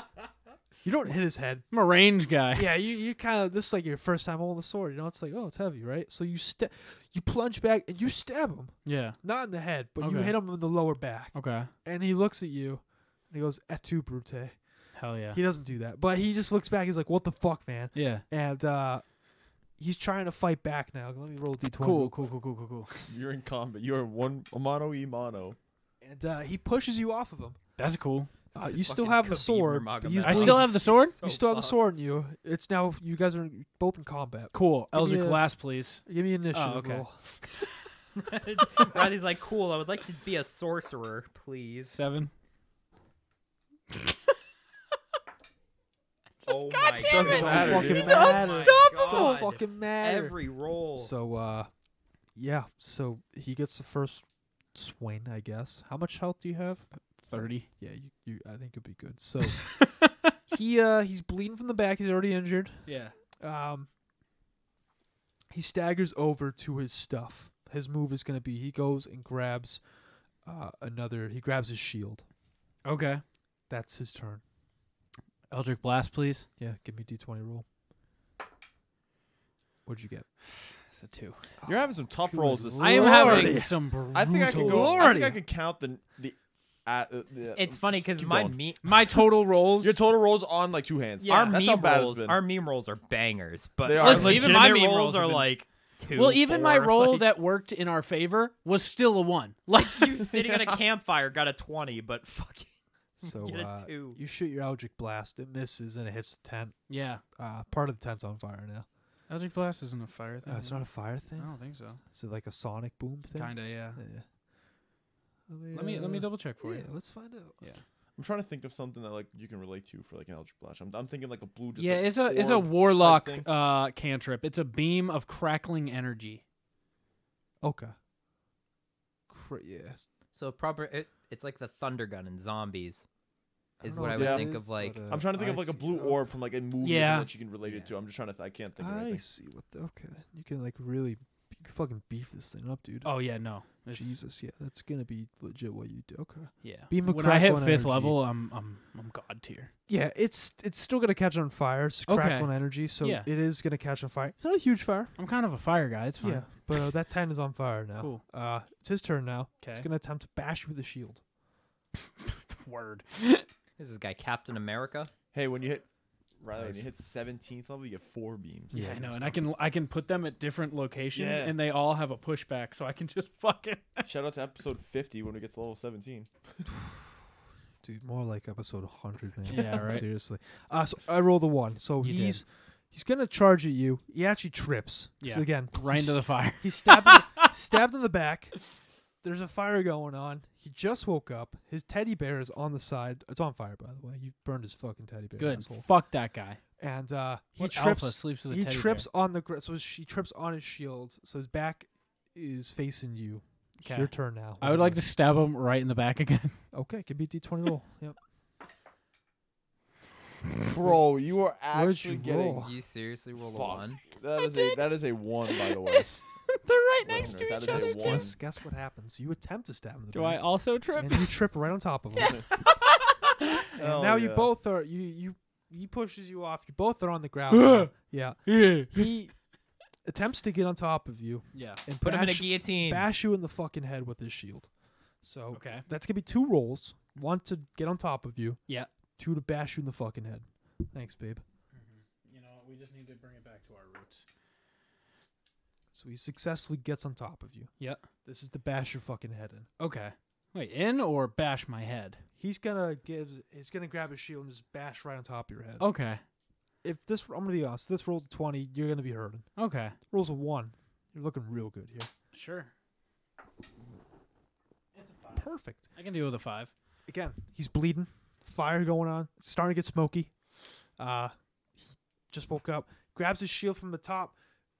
[SPEAKER 1] you don't hit his head.
[SPEAKER 2] I'm a range guy.
[SPEAKER 1] Yeah, you you kind of this is like your first time holding the sword. You know, it's like oh, it's heavy, right? So you step, you plunge back and you stab him,
[SPEAKER 2] Yeah.
[SPEAKER 1] not in the head, but you
[SPEAKER 2] Okay. Oh.
[SPEAKER 1] hit him in the lower back,
[SPEAKER 2] Okay.
[SPEAKER 1] and he looks at you, and he goes et tu brute.
[SPEAKER 2] Hell yeah.
[SPEAKER 1] He doesn't do that, but he just looks back. He's like, what the fuck, man?
[SPEAKER 2] Yeah.
[SPEAKER 1] and uh, he's trying to fight back now. Let me roll d d20.
[SPEAKER 2] Cool. Cool. Cool. Cool. Cool. Cool.
[SPEAKER 5] You're in combat. You are one mono e mono.
[SPEAKER 1] And uh, he pushes you off of him.
[SPEAKER 2] That's cool.
[SPEAKER 1] Uh, you still have the sword. but he's
[SPEAKER 2] I
[SPEAKER 1] bleeding.
[SPEAKER 2] still have the sword.
[SPEAKER 1] you still have the sword in you. It's now you guys are both in combat.
[SPEAKER 2] Cool.
[SPEAKER 1] Give me
[SPEAKER 2] Eldritch
[SPEAKER 1] a-
[SPEAKER 2] Glass, please.
[SPEAKER 1] Give me an initiative
[SPEAKER 2] Oh, okay.
[SPEAKER 1] roll.
[SPEAKER 3] *laughs* Riley's like, cool. I would like to be a sorcerer, please.
[SPEAKER 2] Seven.
[SPEAKER 3] Oh
[SPEAKER 7] God
[SPEAKER 3] my
[SPEAKER 7] damn it.
[SPEAKER 3] god, Oh
[SPEAKER 1] Don't fucking
[SPEAKER 7] He's
[SPEAKER 1] matter.
[SPEAKER 7] unstoppable.
[SPEAKER 1] Don't fucking matter.
[SPEAKER 3] Every roll.
[SPEAKER 1] So uh, yeah. So he gets the first swing, I guess. How much health do you have?
[SPEAKER 2] Thirty.
[SPEAKER 1] Yeah, you, you I think you'll be good.
[SPEAKER 2] *laughs*
[SPEAKER 1] So he uh he's bleeding from the back. He's already injured.
[SPEAKER 2] Yeah.
[SPEAKER 1] Um, he staggers over to his stuff. His move is going to be he goes and grabs uh, another. He grabs his shield.
[SPEAKER 2] Okay.
[SPEAKER 1] That's his turn.
[SPEAKER 2] Eldritch Blast, please.
[SPEAKER 1] Yeah, give me d twenty roll. What'd
[SPEAKER 2] *laughs*
[SPEAKER 1] you get?
[SPEAKER 2] It's a two.
[SPEAKER 5] You're having some tough
[SPEAKER 1] Good
[SPEAKER 5] rolls this
[SPEAKER 2] I am
[SPEAKER 1] Lordy.
[SPEAKER 2] having some brutal.
[SPEAKER 5] I think I can go. I think I could count the the. Uh, uh, the
[SPEAKER 3] it's funny because
[SPEAKER 5] keep
[SPEAKER 3] my
[SPEAKER 5] going.
[SPEAKER 3] me-
[SPEAKER 2] My total rolls.
[SPEAKER 5] your total rolls on like two hands.
[SPEAKER 3] yeah, our
[SPEAKER 5] That's
[SPEAKER 3] meme
[SPEAKER 5] how bad
[SPEAKER 3] rolls,
[SPEAKER 5] it's been.
[SPEAKER 3] our meme rolls are bangers, but
[SPEAKER 5] They
[SPEAKER 3] our
[SPEAKER 5] are.
[SPEAKER 2] Listen, even my
[SPEAKER 3] legitimate
[SPEAKER 2] meme rolls
[SPEAKER 3] rolls
[SPEAKER 2] have
[SPEAKER 3] are
[SPEAKER 2] been-
[SPEAKER 3] like two.
[SPEAKER 2] well, even my
[SPEAKER 3] four, *laughs*
[SPEAKER 2] roll
[SPEAKER 3] like,
[SPEAKER 2] that worked in our favor was still a one. *laughs* Like
[SPEAKER 3] *laughs* you sitting at a campfire got a twenty, but fucking
[SPEAKER 1] So
[SPEAKER 3] Get a
[SPEAKER 1] uh,
[SPEAKER 3] two.
[SPEAKER 1] you shoot your Eldritch blast. It misses and it hits the tent.
[SPEAKER 2] yeah.
[SPEAKER 1] Uh, part of the tent's on fire now.
[SPEAKER 2] Eldritch Blast isn't a fire
[SPEAKER 1] Uh, it's not a fire thing.
[SPEAKER 2] don't think so.
[SPEAKER 1] Is it like a sonic boom thing?
[SPEAKER 2] Oh. Kinda, yeah.
[SPEAKER 1] Yeah.
[SPEAKER 2] Let me let me
[SPEAKER 1] uh,
[SPEAKER 2] double check for
[SPEAKER 1] yeah,
[SPEAKER 2] you.
[SPEAKER 1] Let's find out.
[SPEAKER 5] I'm trying to think of something that like you can relate to for like an Eldritch Blast. I'm, I'm thinking like a blue. Just
[SPEAKER 2] Yeah,
[SPEAKER 5] like,
[SPEAKER 2] it's a it's a
[SPEAKER 5] orb type
[SPEAKER 2] warlock
[SPEAKER 5] thing.
[SPEAKER 2] uh cantrip. It's a beam of crackling energy.
[SPEAKER 1] Okay. Cra- yes.
[SPEAKER 3] So proper, it, it's like the thunder gun in zombies.
[SPEAKER 1] I
[SPEAKER 3] is
[SPEAKER 1] don't know
[SPEAKER 3] what I
[SPEAKER 1] what
[SPEAKER 3] would
[SPEAKER 5] that
[SPEAKER 3] think
[SPEAKER 1] is,
[SPEAKER 3] of like.
[SPEAKER 1] but, uh,
[SPEAKER 5] I'm trying to think
[SPEAKER 1] I
[SPEAKER 5] of like a
[SPEAKER 1] see.
[SPEAKER 5] blue
[SPEAKER 1] Oh.
[SPEAKER 5] orb from like a movie or
[SPEAKER 2] Yeah.
[SPEAKER 5] something that you can relate it to. I'm just trying to. Th- I can't think of
[SPEAKER 1] I
[SPEAKER 5] anything.
[SPEAKER 1] see what the okay. You can like really you can fucking beef this thing up, dude.
[SPEAKER 2] Oh yeah, no. It's-
[SPEAKER 1] Jesus, yeah, that's gonna be legit what you do. Okay.
[SPEAKER 2] Yeah.
[SPEAKER 1] Beam of
[SPEAKER 2] when I hit
[SPEAKER 1] crackling
[SPEAKER 2] fifth
[SPEAKER 1] energy.
[SPEAKER 2] level, I'm I'm I'm god tier.
[SPEAKER 1] Yeah, it's it's still gonna catch on fire. It's
[SPEAKER 2] Okay.
[SPEAKER 1] crackling energy, so
[SPEAKER 2] Yeah.
[SPEAKER 1] it is gonna catch on fire. It's not a huge fire.
[SPEAKER 2] I'm kind of a fire guy. It's fine.
[SPEAKER 1] Yeah, but uh, that tent is on fire now.
[SPEAKER 2] Cool.
[SPEAKER 1] Uh, it's his turn now. He's
[SPEAKER 2] Okay.
[SPEAKER 1] gonna attempt to bash you with a shield.
[SPEAKER 2] Word.
[SPEAKER 3] Is this guy Captain America?
[SPEAKER 5] Hey, when you hit Riley, when
[SPEAKER 1] Nice.
[SPEAKER 5] you hit 17th level, you get four beams.
[SPEAKER 2] Yeah, I
[SPEAKER 1] it
[SPEAKER 2] know,
[SPEAKER 1] was
[SPEAKER 2] and I can I can put them at different locations,
[SPEAKER 5] Yeah.
[SPEAKER 2] and they all have a pushback, so I can *laughs* just fucking.
[SPEAKER 5] *laughs* Shout out to episode 50 when we get to level 17.
[SPEAKER 1] Dude, more like episode 100, man.
[SPEAKER 2] Yeah, right.
[SPEAKER 1] Seriously. Uh, so I rolled a one. So
[SPEAKER 2] You did.
[SPEAKER 1] he's he's gonna charge at you. He actually trips.
[SPEAKER 2] Yeah.
[SPEAKER 1] So again,
[SPEAKER 2] Right into
[SPEAKER 1] he's-
[SPEAKER 2] the fire.
[SPEAKER 1] He's stabbed, in the- stabbed in the back. There's a fire going on. He just woke up. His teddy bear is on the side. It's on fire, by the way. You burned his fucking teddy bear.
[SPEAKER 2] *laughs* Good.
[SPEAKER 1] asshole.
[SPEAKER 2] Fuck that guy.
[SPEAKER 1] And uh, he
[SPEAKER 2] What
[SPEAKER 1] trips.
[SPEAKER 2] alpha sleeps with a
[SPEAKER 1] he
[SPEAKER 2] teddy bear?
[SPEAKER 1] trips on the gr- so she trips on his shield. So his back is facing you. It's
[SPEAKER 2] Okay.
[SPEAKER 1] your turn now.
[SPEAKER 2] I would like to stab him right in the back again. *laughs*
[SPEAKER 1] Okay, give me a d20 roll. Yep.
[SPEAKER 5] Bro, you are
[SPEAKER 1] Where'd
[SPEAKER 5] actually
[SPEAKER 1] you
[SPEAKER 5] getting.
[SPEAKER 1] roll?
[SPEAKER 3] You seriously roll a
[SPEAKER 5] Fuck.
[SPEAKER 3] one?
[SPEAKER 5] That is, a, that is a one, by the way.
[SPEAKER 7] They're right next to
[SPEAKER 5] Listeners,
[SPEAKER 7] each
[SPEAKER 5] that is
[SPEAKER 7] other.
[SPEAKER 1] Guess,
[SPEAKER 5] a one.
[SPEAKER 1] guess, guess what happens? You attempt to stab him. in the
[SPEAKER 2] Do I
[SPEAKER 1] back,
[SPEAKER 2] also *laughs* trip?
[SPEAKER 1] And you trip right on top of him.
[SPEAKER 2] *laughs*
[SPEAKER 1] and
[SPEAKER 5] Hell
[SPEAKER 1] now you
[SPEAKER 5] yeah.
[SPEAKER 1] both are you you he pushes you off. You both are on the ground.
[SPEAKER 2] *gasps*
[SPEAKER 1] now. yeah.
[SPEAKER 2] Yeah.
[SPEAKER 1] he attempts to get on top of you
[SPEAKER 2] Yeah.
[SPEAKER 1] and
[SPEAKER 3] Put him in a
[SPEAKER 1] bash,
[SPEAKER 3] guillotine.
[SPEAKER 1] bash you in the fucking head with his shield. So
[SPEAKER 2] Okay.
[SPEAKER 1] that's gonna be two rolls: one to get on top of you,
[SPEAKER 2] Yeah.
[SPEAKER 1] two to bash you in the fucking head. Thanks, babe.
[SPEAKER 2] You know, we just need to bring it back to our roots.
[SPEAKER 1] So he successfully gets on top of you.
[SPEAKER 2] Yep.
[SPEAKER 1] This is to bash your fucking head in.
[SPEAKER 2] Okay. Wait, in or bash my head?
[SPEAKER 1] He's gonna give. He's gonna grab his shield and just bash right on top of your
[SPEAKER 3] Oh.
[SPEAKER 1] head.
[SPEAKER 2] Okay.
[SPEAKER 1] If this, I'm gonna be honest. If this rolls a twenty, you're gonna be hurting.
[SPEAKER 2] Okay.
[SPEAKER 1] Rolls a one, you're looking real good here.
[SPEAKER 2] Sure.
[SPEAKER 1] Perfect.
[SPEAKER 2] I can deal with a five.
[SPEAKER 1] Again, he's bleeding. Fire going on. It's starting to get smoky. Uh, he just woke up. Grabs his shield from the top.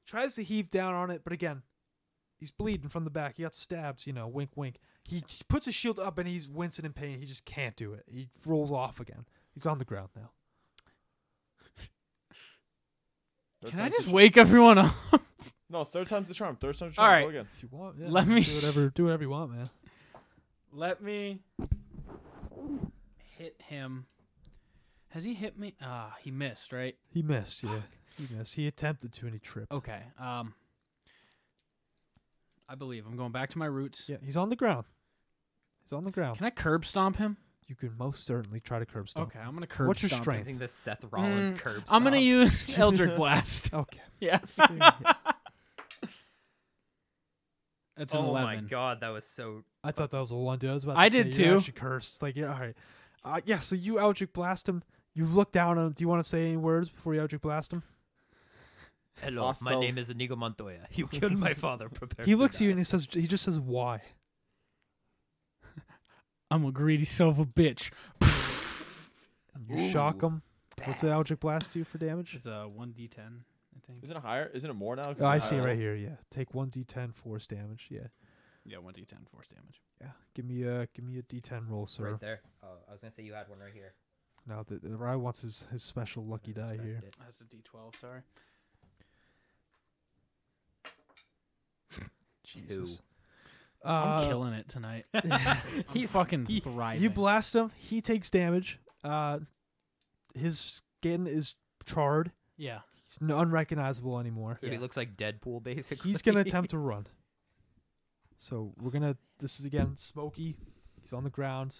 [SPEAKER 1] Tries to heave down on it, but again, he's bleeding from the back. He got stabbed. You know, wink, wink. He just puts his shield up and he's wincing in pain. He just can't do it. He rolls off again. He's on the ground now.
[SPEAKER 5] Third
[SPEAKER 2] Can I
[SPEAKER 5] time's
[SPEAKER 2] just
[SPEAKER 5] the ch-
[SPEAKER 2] wake everyone up? *laughs*
[SPEAKER 5] No, third time's the charm. Third time's the
[SPEAKER 2] All
[SPEAKER 5] charm. Go
[SPEAKER 2] right.
[SPEAKER 5] again.
[SPEAKER 1] If you want, yeah,
[SPEAKER 2] Let me-
[SPEAKER 1] do whatever do whatever you want, man.
[SPEAKER 2] Let me hit him. Has he hit me? Ah, he missed, right?
[SPEAKER 1] He missed, yeah. He missed. He attempted to and he tripped.
[SPEAKER 2] Okay. Um I believe I'm going back to my roots.
[SPEAKER 1] Yeah, he's on the ground. He's on the ground.
[SPEAKER 2] Can I curb stomp him?
[SPEAKER 1] you can most certainly try to curb stomp.
[SPEAKER 2] Okay, I'm gonna
[SPEAKER 1] Oh.
[SPEAKER 2] curb
[SPEAKER 1] What's your
[SPEAKER 2] stomp
[SPEAKER 1] strength?
[SPEAKER 3] Using the Seth Rollins
[SPEAKER 2] Mm,
[SPEAKER 3] curb.
[SPEAKER 2] him. I'm gonna
[SPEAKER 3] stomp.
[SPEAKER 2] use Eldritch Blast. *laughs*
[SPEAKER 1] Okay.
[SPEAKER 2] Yeah. It's an
[SPEAKER 3] Oh my
[SPEAKER 2] eleven.
[SPEAKER 3] god, that was so.
[SPEAKER 1] I thought that was a one, dude. I was about to
[SPEAKER 2] I
[SPEAKER 1] say,
[SPEAKER 2] did
[SPEAKER 1] you're
[SPEAKER 2] too.
[SPEAKER 1] actually cursed. Like, yeah, all right. Uh, yeah, so you Eldrick blast him. You look down on him. Do you want to say any words before you Eldrick blast him?
[SPEAKER 3] Hello, my
[SPEAKER 5] Hostile.
[SPEAKER 3] name is Inigo Montoya. *laughs* You killed my father. Prepare.
[SPEAKER 1] He
[SPEAKER 3] to
[SPEAKER 1] looks at you
[SPEAKER 3] die.
[SPEAKER 1] and he says, he just says, why?
[SPEAKER 2] I'm a greedy son of a bitch.
[SPEAKER 1] And you shock him. What's an Eldrick blast do for damage?
[SPEAKER 2] It's a one d ten, I think.
[SPEAKER 5] Isn't it higher? Isn't it more now? 'Cause
[SPEAKER 1] Oh, I
[SPEAKER 5] it's
[SPEAKER 1] see it
[SPEAKER 5] higher
[SPEAKER 1] right here.
[SPEAKER 5] level?
[SPEAKER 1] Yeah, take one d10 force damage. Yeah,
[SPEAKER 2] Yeah, one d ten force damage.
[SPEAKER 1] yeah. Give me a give me a d10 roll, sir.
[SPEAKER 3] Right there. Oh, I was gonna say you had one right here.
[SPEAKER 1] Now that the Rye wants his, his special lucky die here.
[SPEAKER 3] Respect it.
[SPEAKER 2] That's a d twelve. Sorry.
[SPEAKER 1] Jesus. *laughs*
[SPEAKER 2] I'm
[SPEAKER 1] Uh,
[SPEAKER 2] killing it tonight. *laughs* He's fucking
[SPEAKER 1] he-
[SPEAKER 2] thriving.
[SPEAKER 1] you blast him. He takes damage. Uh, his skin is charred.
[SPEAKER 2] yeah.
[SPEAKER 1] He's n- unrecognizable anymore.
[SPEAKER 3] Dude, He looks like
[SPEAKER 2] *laughs*
[SPEAKER 3] Deadpool, basically.
[SPEAKER 1] He's
[SPEAKER 3] *laughs*
[SPEAKER 1] gonna attempt to run. So we're gonna. This is again Smokey. He's on the ground.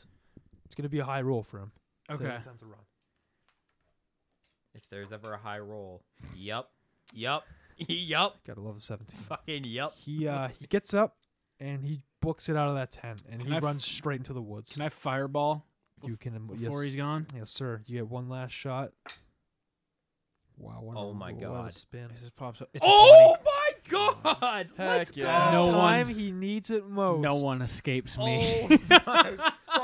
[SPEAKER 1] It's gonna be a high roll for him. to
[SPEAKER 2] Okay.
[SPEAKER 1] attempt to run.
[SPEAKER 3] If there's ever a high roll, yep, *laughs* yep, yep,
[SPEAKER 1] Gotta love a seventeen.
[SPEAKER 3] fucking yep.
[SPEAKER 1] He uh he gets up and he books it out of that tent and
[SPEAKER 2] Can
[SPEAKER 1] he
[SPEAKER 2] I f-
[SPEAKER 1] runs straight into the woods.
[SPEAKER 2] Can I fireball
[SPEAKER 1] you can yes.
[SPEAKER 2] before he's gone?
[SPEAKER 1] Yes, sir. You get one last shot. Wow! What a-
[SPEAKER 3] Oh my
[SPEAKER 1] what
[SPEAKER 3] God.
[SPEAKER 1] A spin.
[SPEAKER 2] This just pops up. It's a
[SPEAKER 3] Oh my god!
[SPEAKER 5] Heck
[SPEAKER 3] Let's
[SPEAKER 5] yeah.
[SPEAKER 2] No
[SPEAKER 1] no time
[SPEAKER 2] one-
[SPEAKER 1] he needs it
[SPEAKER 2] twenty.
[SPEAKER 1] most.
[SPEAKER 2] No one escapes
[SPEAKER 3] go!
[SPEAKER 2] me.
[SPEAKER 3] Oh my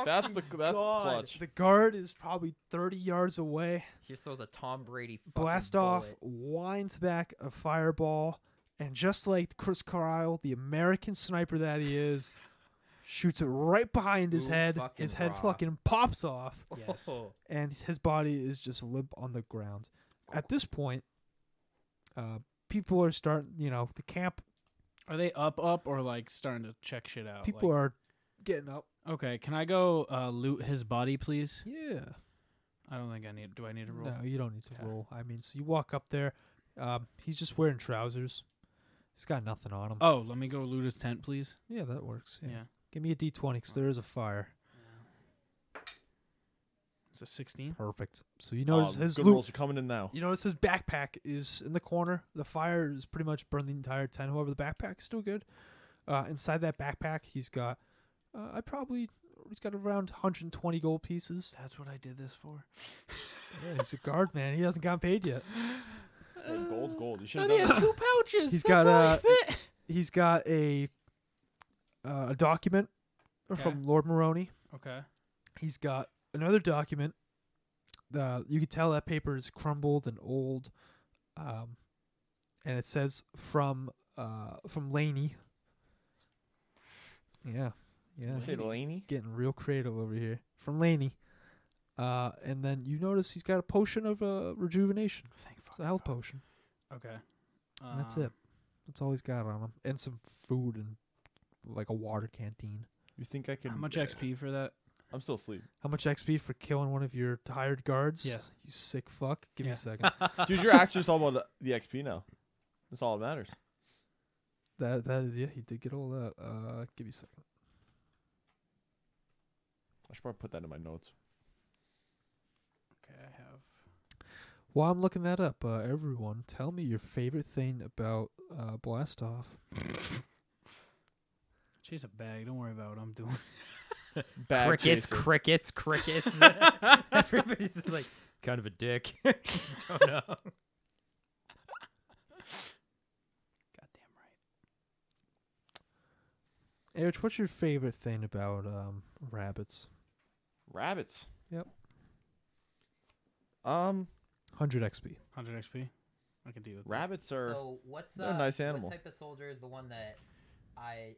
[SPEAKER 5] That's the
[SPEAKER 3] fucking
[SPEAKER 5] that's
[SPEAKER 3] god.
[SPEAKER 5] clutch.
[SPEAKER 1] The guard is probably 30 yards away.
[SPEAKER 3] He just throws a Tom Brady fucking
[SPEAKER 1] Blast off,
[SPEAKER 3] bullet.
[SPEAKER 1] winds back a fireball, and just like Chris Carlisle, the American sniper that he is, shoots it right behind his
[SPEAKER 3] Ooh,
[SPEAKER 1] head.
[SPEAKER 3] fucking
[SPEAKER 1] His head
[SPEAKER 3] rock.
[SPEAKER 1] fucking pops off,
[SPEAKER 2] Yes.
[SPEAKER 3] Oh.
[SPEAKER 1] and his body is just limp on the ground. At this point, uh, people are starting, you know, the camp
[SPEAKER 2] *laughs* Are they up, up, or like starting to check shit
[SPEAKER 3] Oh,
[SPEAKER 2] out?
[SPEAKER 1] people
[SPEAKER 2] like,
[SPEAKER 1] are getting up.
[SPEAKER 2] are. Okay, can I go uh, loot his body, please?
[SPEAKER 1] Yeah.
[SPEAKER 2] I don't think I need. Do I need to roll?
[SPEAKER 1] No, you don't need to
[SPEAKER 2] Okay.
[SPEAKER 1] roll. I mean, so you walk up there. Um, he's just wearing trousers. He's got nothing on him.
[SPEAKER 2] Oh, let me go loot his tent, please.
[SPEAKER 1] yeah, that works. Yeah.
[SPEAKER 2] Yeah.
[SPEAKER 1] Give me a d20 because there is a fire.
[SPEAKER 2] It's a sixteen.
[SPEAKER 1] Perfect. So you
[SPEAKER 5] Oh,
[SPEAKER 2] Um,
[SPEAKER 1] notice his
[SPEAKER 5] good
[SPEAKER 1] loot-
[SPEAKER 5] rolls are coming in now.
[SPEAKER 1] You notice his backpack is in the corner. The fire is pretty much burned the entire tent. However, the backpack's still good. Uh, inside that backpack, he's got. Uh, I probably. He's got around 120 gold pieces.
[SPEAKER 2] That's what I did this for.
[SPEAKER 1] Yeah, he's a guard man. He hasn't gotten paid yet.
[SPEAKER 5] Oh, gold's gold. You should
[SPEAKER 2] I
[SPEAKER 5] have
[SPEAKER 2] only
[SPEAKER 5] done
[SPEAKER 2] had
[SPEAKER 5] that.
[SPEAKER 2] two pouches.
[SPEAKER 1] He's
[SPEAKER 2] He's
[SPEAKER 1] got,
[SPEAKER 2] got
[SPEAKER 1] uh, He's got a uh, a document
[SPEAKER 2] Okay.
[SPEAKER 1] from Lord Maroney.
[SPEAKER 2] Okay.
[SPEAKER 1] he's got another document. Uh, you can tell that paper is crumbled and old, um, and it says from uh, from Laney. Yeah, yeah,
[SPEAKER 5] You say Laney?
[SPEAKER 1] getting real creative over here from Laney. Uh, and then you notice he's got a potion of uh, rejuvenation.
[SPEAKER 2] Thank
[SPEAKER 1] It's
[SPEAKER 2] fuck.
[SPEAKER 1] a health potion.
[SPEAKER 2] Okay.
[SPEAKER 1] And that's
[SPEAKER 2] Um,
[SPEAKER 1] it. That's all he's got on him, and some food and like a water canteen.
[SPEAKER 5] You think I can?
[SPEAKER 2] How much XP for that?
[SPEAKER 5] I'm still asleep,
[SPEAKER 1] How much XP for killing one of your hired guards?
[SPEAKER 2] Yes.
[SPEAKER 1] You sick fuck. Give me
[SPEAKER 2] Yeah.
[SPEAKER 1] a second.
[SPEAKER 5] dude. You're actually just all about the, the XP now. That's all that matters.
[SPEAKER 1] That that is yeah, he did get all that. Uh, give me a second.
[SPEAKER 5] I should probably put that in my notes.
[SPEAKER 2] Okay, I have.
[SPEAKER 1] While I'm looking that up, uh, everyone, tell me your favorite thing about uh, Blastoff.
[SPEAKER 2] Chase a bag. Don't worry about what I'm doing. *laughs*
[SPEAKER 5] Bag
[SPEAKER 3] crickets,
[SPEAKER 5] chaser.
[SPEAKER 3] crickets, crickets.
[SPEAKER 2] *laughs*
[SPEAKER 3] Everybody's just like kind of a dick. *laughs* Don't know.
[SPEAKER 2] Goddamn right.
[SPEAKER 1] Erich, what's your favorite thing about um, rabbits?
[SPEAKER 5] Rabbits.
[SPEAKER 1] Yep.
[SPEAKER 5] Um,
[SPEAKER 1] 100 XP.
[SPEAKER 2] 100 XP. I can deal with that.
[SPEAKER 5] rabbits are.
[SPEAKER 3] So what's
[SPEAKER 5] They're a uh, nice what animal.
[SPEAKER 3] What
[SPEAKER 5] type
[SPEAKER 3] type of soldier is the one that I?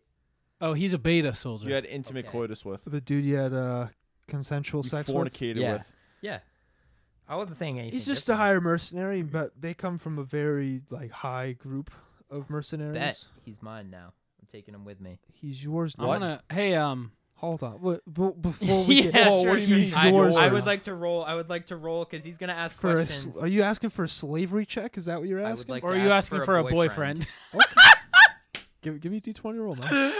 [SPEAKER 2] Oh, he's a beta soldier.
[SPEAKER 5] you had intimate
[SPEAKER 3] Okay.
[SPEAKER 5] coitus with.
[SPEAKER 1] The dude you had uh, consensual
[SPEAKER 5] You
[SPEAKER 1] sex with?
[SPEAKER 5] fornicated
[SPEAKER 3] Yeah.
[SPEAKER 5] with.
[SPEAKER 3] Yeah, I wasn't saying anything.
[SPEAKER 1] He's just a
[SPEAKER 3] different.
[SPEAKER 1] higher mercenary, but they come from a very like high group of mercenaries.
[SPEAKER 3] bet. He's mine now. I'm taking him
[SPEAKER 1] *laughs*
[SPEAKER 3] with me.
[SPEAKER 1] He's yours
[SPEAKER 2] I'm
[SPEAKER 1] now.
[SPEAKER 2] gonna. Hey, um,
[SPEAKER 1] Hold on. What, b- before
[SPEAKER 3] *laughs*
[SPEAKER 1] we get
[SPEAKER 3] Yeah,
[SPEAKER 1] oh,
[SPEAKER 3] sure,
[SPEAKER 1] what do you
[SPEAKER 5] sure,
[SPEAKER 1] mean
[SPEAKER 5] sure.
[SPEAKER 3] I,
[SPEAKER 1] yours. uh,
[SPEAKER 3] I
[SPEAKER 5] now.
[SPEAKER 3] would like to roll. I would like to roll because he's gonna ask
[SPEAKER 1] for a,
[SPEAKER 3] questions.
[SPEAKER 1] sl- are you asking for a slavery check? Is that what you're
[SPEAKER 3] I would
[SPEAKER 1] asking?
[SPEAKER 3] like.
[SPEAKER 2] or
[SPEAKER 3] to
[SPEAKER 2] are you
[SPEAKER 3] ask
[SPEAKER 2] asking for a boyfriend?
[SPEAKER 1] give, give me a d20 roll, man.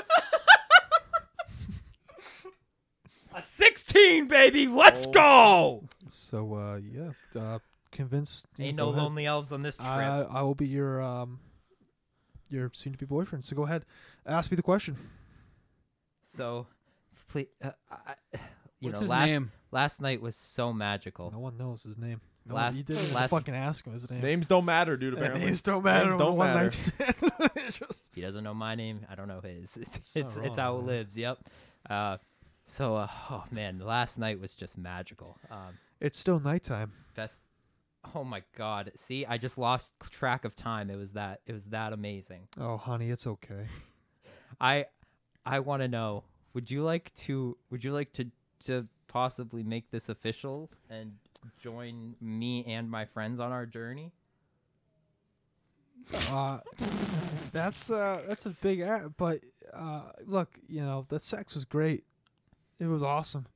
[SPEAKER 3] A sixteen, baby. Let's
[SPEAKER 5] Oh.
[SPEAKER 3] go.
[SPEAKER 1] so uh, yeah, uh, convince. yeah,
[SPEAKER 3] Ain't
[SPEAKER 1] go
[SPEAKER 3] no
[SPEAKER 1] ahead. Uh,
[SPEAKER 3] lonely elves on this trip.
[SPEAKER 1] I, I will be your um, your soon-to-be boyfriend. So go ahead, ask me the question.
[SPEAKER 3] so, please, uh, I, I- *laughs* you
[SPEAKER 2] What's
[SPEAKER 3] know,
[SPEAKER 2] his
[SPEAKER 3] last
[SPEAKER 2] name?
[SPEAKER 3] last night was so magical.
[SPEAKER 1] No one knows his name. No,
[SPEAKER 3] Last-
[SPEAKER 1] you didn't *laughs* even
[SPEAKER 3] last-
[SPEAKER 1] fucking ask him his name.
[SPEAKER 5] Names don't matter, dude.
[SPEAKER 1] Yeah,
[SPEAKER 5] Apparently.
[SPEAKER 1] names don't matter. on
[SPEAKER 5] Names
[SPEAKER 1] a
[SPEAKER 5] don't
[SPEAKER 1] one-night
[SPEAKER 5] matter.
[SPEAKER 1] *laughs* stand.
[SPEAKER 3] He doesn't know my name. I don't know his. *laughs* It's
[SPEAKER 1] not
[SPEAKER 3] it's,
[SPEAKER 1] wrong,
[SPEAKER 3] how
[SPEAKER 1] man.
[SPEAKER 3] it lives. Yep. Uh, so, uh, oh man, last night was just magical. Um,
[SPEAKER 1] It's still nighttime.
[SPEAKER 3] best. Oh my God! See, I just lost track of time. It was that. It was that amazing.
[SPEAKER 1] Oh, honey, it's *laughs* okay.
[SPEAKER 3] I I want to know. Would you like to? Would you like to to possibly make this official and join me and my friends on our journey?
[SPEAKER 1] Uh, that's uh, that's a big app, but uh, look, you know, the sex was great. It was awesome.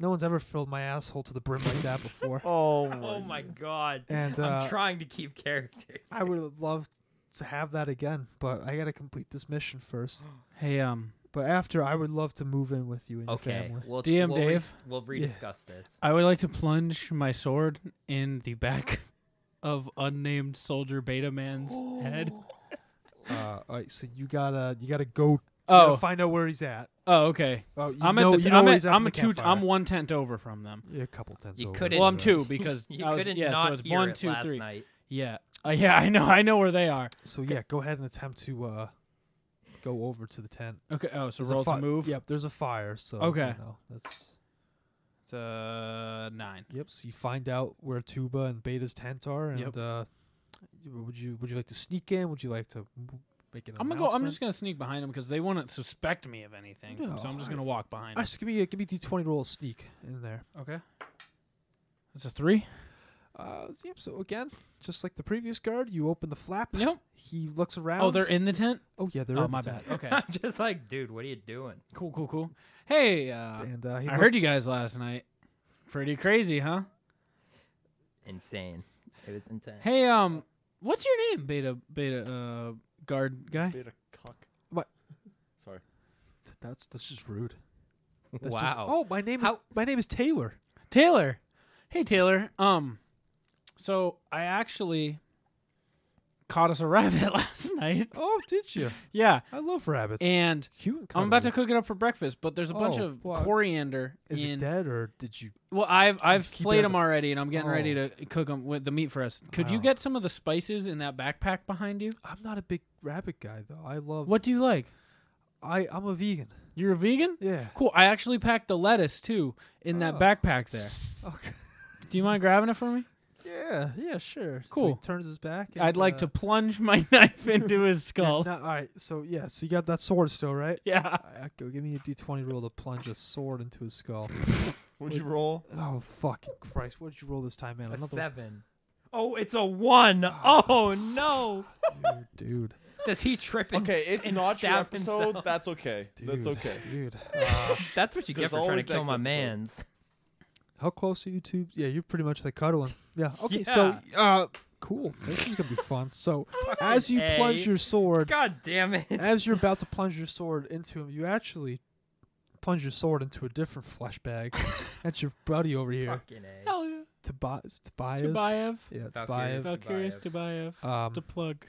[SPEAKER 1] No one's ever filled my asshole to the brim like that
[SPEAKER 3] *laughs*
[SPEAKER 1] before.
[SPEAKER 5] Oh my.
[SPEAKER 3] Oh my God!
[SPEAKER 1] And, uh,
[SPEAKER 3] I'm trying to keep characters.
[SPEAKER 1] I would love to have that again, but I gotta complete this mission
[SPEAKER 2] *gasps*
[SPEAKER 1] first.
[SPEAKER 2] Hey, um,
[SPEAKER 1] But after, I would love to move in with you and your
[SPEAKER 3] *laughs* Okay,
[SPEAKER 1] family.
[SPEAKER 3] we'll
[SPEAKER 2] DM
[SPEAKER 3] we'll
[SPEAKER 2] Dave.
[SPEAKER 3] Re- we'll rediscuss this.
[SPEAKER 2] I would like to plunge my sword in the back *laughs* of unnamed soldier beta man's head.
[SPEAKER 1] *gasps* Uh, all right, so you gotta you gotta go. you gotta
[SPEAKER 2] Oh,
[SPEAKER 1] find out where he's at.
[SPEAKER 2] oh, okay.
[SPEAKER 1] Oh, you
[SPEAKER 2] I'm
[SPEAKER 1] know,
[SPEAKER 2] at the,
[SPEAKER 1] you know
[SPEAKER 2] I'm
[SPEAKER 1] where
[SPEAKER 2] at,
[SPEAKER 1] he's at
[SPEAKER 2] I'm
[SPEAKER 1] from
[SPEAKER 2] a
[SPEAKER 1] the
[SPEAKER 2] two.
[SPEAKER 1] campfire.
[SPEAKER 2] I'm one tent over from them.
[SPEAKER 1] Yeah, a couple tens
[SPEAKER 3] You
[SPEAKER 1] over.
[SPEAKER 3] couldn't-
[SPEAKER 2] Well, I'm
[SPEAKER 1] but-
[SPEAKER 2] two
[SPEAKER 3] *laughs*
[SPEAKER 2] because
[SPEAKER 3] you
[SPEAKER 2] I was,
[SPEAKER 3] couldn't
[SPEAKER 2] yeah.
[SPEAKER 3] not
[SPEAKER 2] So it's
[SPEAKER 3] hear
[SPEAKER 2] one,
[SPEAKER 3] it
[SPEAKER 2] two,
[SPEAKER 3] last
[SPEAKER 2] three.
[SPEAKER 3] night.
[SPEAKER 2] Yeah, uh, yeah. I know. I know where they are.
[SPEAKER 1] So yeah, go ahead and attempt to uh, go over to the tent.
[SPEAKER 2] Okay. Oh, so
[SPEAKER 1] There's a
[SPEAKER 2] roll
[SPEAKER 1] fi-
[SPEAKER 2] to move.
[SPEAKER 1] Yep, there's a fire. So
[SPEAKER 2] Okay.
[SPEAKER 1] you know, that's
[SPEAKER 2] It's uh, nine.
[SPEAKER 1] yep. So you find out where Tuba and Beta's tent are, and
[SPEAKER 2] Yep.
[SPEAKER 1] uh, would you would you like to sneak in? Would you like to m- make an
[SPEAKER 2] I'm gonna go.
[SPEAKER 1] announcement?
[SPEAKER 2] I'm just gonna sneak behind them because they wouldn't suspect me of anything.
[SPEAKER 1] No,
[SPEAKER 2] so I'm just
[SPEAKER 1] I-
[SPEAKER 2] gonna walk behind.
[SPEAKER 1] All right, so give
[SPEAKER 2] uh,
[SPEAKER 1] me a, give me D twenty roll of sneak in there.
[SPEAKER 2] them. Okay. That's a three.
[SPEAKER 1] Uh, so, yep. So again, just like the previous guard, you open the flap.
[SPEAKER 2] Yep.
[SPEAKER 1] He looks around.
[SPEAKER 2] Oh, they're in the tent.
[SPEAKER 1] Oh yeah, they're.
[SPEAKER 2] oh,
[SPEAKER 1] in
[SPEAKER 2] my
[SPEAKER 1] the tent.
[SPEAKER 2] bad. Okay.
[SPEAKER 1] *laughs*
[SPEAKER 3] *laughs* I'm just like, dude, what are you doing?
[SPEAKER 2] cool. Cool. Cool. Hey, uh,
[SPEAKER 1] And uh, he
[SPEAKER 2] I heard you
[SPEAKER 1] looks-
[SPEAKER 2] guys last night. Pretty crazy, huh?
[SPEAKER 3] Insane. It was
[SPEAKER 2] *laughs*
[SPEAKER 3] intense.
[SPEAKER 2] Hey, um, what's your name, beta beta uh guard guy?
[SPEAKER 5] Bit of cuck.
[SPEAKER 1] What?
[SPEAKER 5] Sorry.
[SPEAKER 1] That's that's just rude. That's
[SPEAKER 3] wow.
[SPEAKER 1] just- oh, my name is
[SPEAKER 3] How-
[SPEAKER 1] my name is Taylor.
[SPEAKER 2] Taylor. Hey Taylor. Um so I actually caught us a *laughs* rabbit last night.
[SPEAKER 1] Oh, did you?
[SPEAKER 2] Yeah.
[SPEAKER 1] I love rabbits.
[SPEAKER 2] And
[SPEAKER 1] cute. And
[SPEAKER 2] I'm about to
[SPEAKER 1] cuddly.
[SPEAKER 2] cook it up for breakfast, but there's a bunch
[SPEAKER 1] Oh,
[SPEAKER 2] of
[SPEAKER 1] well,
[SPEAKER 2] coriander
[SPEAKER 1] Is
[SPEAKER 2] in
[SPEAKER 1] it dead or did you?
[SPEAKER 2] Well, I've I've
[SPEAKER 1] Keep it
[SPEAKER 2] flayed
[SPEAKER 1] as
[SPEAKER 2] them
[SPEAKER 1] a-
[SPEAKER 2] already and I'm getting ready
[SPEAKER 1] Oh.
[SPEAKER 2] to cook them with the meat for us. Could you
[SPEAKER 1] Wow.
[SPEAKER 2] get some of the spices in that backpack behind you?
[SPEAKER 1] I'm not a big rabbit guy though. I love.
[SPEAKER 2] What do you like?
[SPEAKER 1] I? I'm a vegan.
[SPEAKER 2] You're a vegan?
[SPEAKER 1] Yeah.
[SPEAKER 2] Cool. I actually packed the lettuce too in that
[SPEAKER 1] Oh.
[SPEAKER 2] backpack there.
[SPEAKER 1] Okay.
[SPEAKER 2] Do you mind grabbing it for me?
[SPEAKER 1] *laughs* Yeah. Yeah. Sure. So
[SPEAKER 2] Cool.
[SPEAKER 1] he turns his back.
[SPEAKER 2] I'd
[SPEAKER 1] and,
[SPEAKER 2] like
[SPEAKER 1] uh,
[SPEAKER 2] to plunge my *laughs* knife into
[SPEAKER 1] *laughs*
[SPEAKER 2] his
[SPEAKER 1] yeah,
[SPEAKER 2] skull.
[SPEAKER 1] no, all right. So yeah. So you got that sword still, right?
[SPEAKER 2] yeah.
[SPEAKER 1] All right, go give me a d20 roll to plunge a sword into his skull.
[SPEAKER 5] Would you roll?
[SPEAKER 1] Oh fucking Christ! What did you roll this time, man?
[SPEAKER 3] a
[SPEAKER 1] Another
[SPEAKER 3] seven. Oh, it's a one. Oh no!
[SPEAKER 1] one, dude,
[SPEAKER 3] Does he trip? And,
[SPEAKER 5] Okay, it's
[SPEAKER 3] and
[SPEAKER 5] not your
[SPEAKER 3] stab
[SPEAKER 5] episode.
[SPEAKER 3] himself?
[SPEAKER 5] That's okay.
[SPEAKER 1] dude,
[SPEAKER 5] That's okay. *laughs*
[SPEAKER 1] dude. Uh,
[SPEAKER 3] That's what you get
[SPEAKER 5] There's
[SPEAKER 3] for trying to
[SPEAKER 5] always
[SPEAKER 3] kill
[SPEAKER 5] next
[SPEAKER 3] my
[SPEAKER 5] episode.
[SPEAKER 3] man's.
[SPEAKER 1] How close are you two? Yeah, you're pretty much like cuddling. Yeah. Okay. So, uh, cool. This is gonna be fun. So, as you
[SPEAKER 3] A.
[SPEAKER 1] plunge your sword,
[SPEAKER 3] God damn it!
[SPEAKER 1] as you're about to plunge your sword into him, you actually plunge your sword into a different flesh bag. That's your buddy over here.
[SPEAKER 3] Fucking a.
[SPEAKER 2] Hell yeah.
[SPEAKER 1] *laughs* Tobias. Tobias.
[SPEAKER 2] Tobayev.
[SPEAKER 1] Yeah,
[SPEAKER 3] Valkyries.
[SPEAKER 1] Tobias.
[SPEAKER 2] Valkyries Tobayev.
[SPEAKER 1] Um,
[SPEAKER 2] To plug.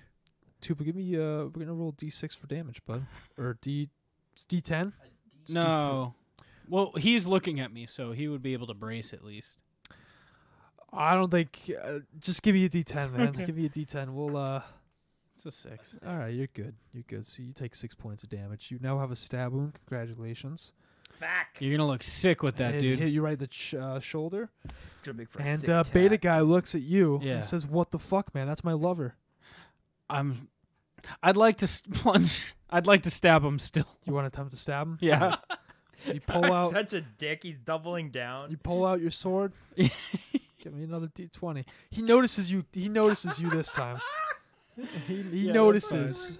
[SPEAKER 1] Tuba, give me. Uh, we're gonna roll d6 for damage, bud, or d, it's d10. It's D10.
[SPEAKER 2] No. Well, he's looking at me, so he would be able to brace at least.
[SPEAKER 1] I don't think. Uh, just give me a d10, man.
[SPEAKER 2] Okay.
[SPEAKER 1] Give me a d10. We'll. Uh,
[SPEAKER 2] It's a six.
[SPEAKER 1] all right, you're good. You're good. So you take six points of damage. You now have a stab wound. Congratulations.
[SPEAKER 3] Back.
[SPEAKER 2] You're gonna look sick with that,
[SPEAKER 1] It
[SPEAKER 2] dude.
[SPEAKER 1] Hit you right in the ch- uh, shoulder.
[SPEAKER 3] It's gonna make for a
[SPEAKER 1] And
[SPEAKER 3] sick
[SPEAKER 1] uh, beta
[SPEAKER 3] attack.
[SPEAKER 1] guy looks at you
[SPEAKER 2] Yeah.
[SPEAKER 1] and says, "What the fuck, man? That's my lover.
[SPEAKER 2] I'm. I'd like to s- plunge. I'd like to stab him still. *laughs*
[SPEAKER 1] You want to attempt to stab him? *laughs*
[SPEAKER 2] Yeah.
[SPEAKER 1] So you
[SPEAKER 2] *laughs*
[SPEAKER 1] pull out.
[SPEAKER 3] Such a dick. He's doubling down.
[SPEAKER 1] You pull out your
[SPEAKER 2] *laughs*
[SPEAKER 1] sword. Give me another d20. He notices you. He notices you this
[SPEAKER 2] *laughs*
[SPEAKER 1] time. He, he
[SPEAKER 2] Yeah, that's fine.
[SPEAKER 1] notices.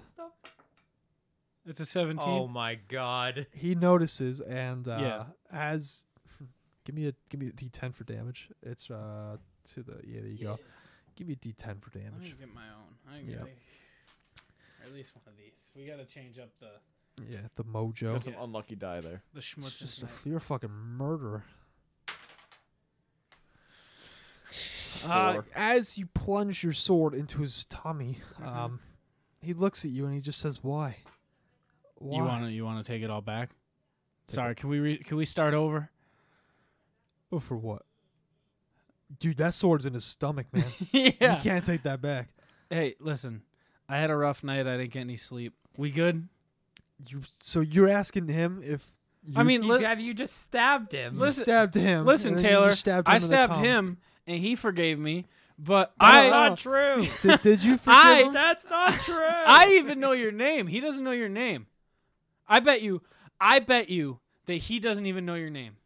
[SPEAKER 2] it's a seventeen.
[SPEAKER 3] Oh my god.
[SPEAKER 1] He notices, and uh,
[SPEAKER 2] Yeah.
[SPEAKER 1] as hmm, give me a give me a d10 for damage. It's uh to the yeah. There you go. Give me a d10 for
[SPEAKER 2] Let me
[SPEAKER 1] damage.
[SPEAKER 2] get my own. I
[SPEAKER 1] Yeah.
[SPEAKER 2] gotta- or at least one of these. We gotta change up the
[SPEAKER 1] Yeah, the mojo.
[SPEAKER 5] Got some unlucky die there.
[SPEAKER 2] the
[SPEAKER 1] It's
[SPEAKER 2] schmutz.
[SPEAKER 1] just a,
[SPEAKER 2] tonight.
[SPEAKER 1] you're a fucking murderer. Uh,
[SPEAKER 5] Four.
[SPEAKER 1] as you plunge your sword into his tummy,
[SPEAKER 2] Mm-hmm.
[SPEAKER 1] um, he looks at you and he just says, "Why? Why?
[SPEAKER 2] you wanna you wanna take it all back? Sorry, can we re- can we start over?
[SPEAKER 1] *laughs* Oh, for what? Dude, that sword's in his stomach,
[SPEAKER 2] *laughs*
[SPEAKER 1] man. You
[SPEAKER 2] yeah.
[SPEAKER 1] can't take that back.
[SPEAKER 2] Hey, listen. I had a rough night. I didn't get any sleep. We good?
[SPEAKER 1] You. So you're asking him if you
[SPEAKER 2] I mean,
[SPEAKER 3] He's-
[SPEAKER 2] li-
[SPEAKER 3] have you just stabbed him?
[SPEAKER 1] you
[SPEAKER 2] listen-
[SPEAKER 1] stabbed him?
[SPEAKER 2] listen,
[SPEAKER 1] and then you
[SPEAKER 2] Taylor.
[SPEAKER 1] just stabbed him
[SPEAKER 2] I
[SPEAKER 1] in the
[SPEAKER 2] stabbed
[SPEAKER 1] tongue.
[SPEAKER 2] him, and he forgave me. But
[SPEAKER 3] That's
[SPEAKER 2] I
[SPEAKER 3] not true.
[SPEAKER 1] Did, did you forgive
[SPEAKER 2] I-
[SPEAKER 1] him?
[SPEAKER 3] That's not true.
[SPEAKER 2] *laughs* I even know your name. He doesn't know your name. I bet you. I bet you that he doesn't even know your name.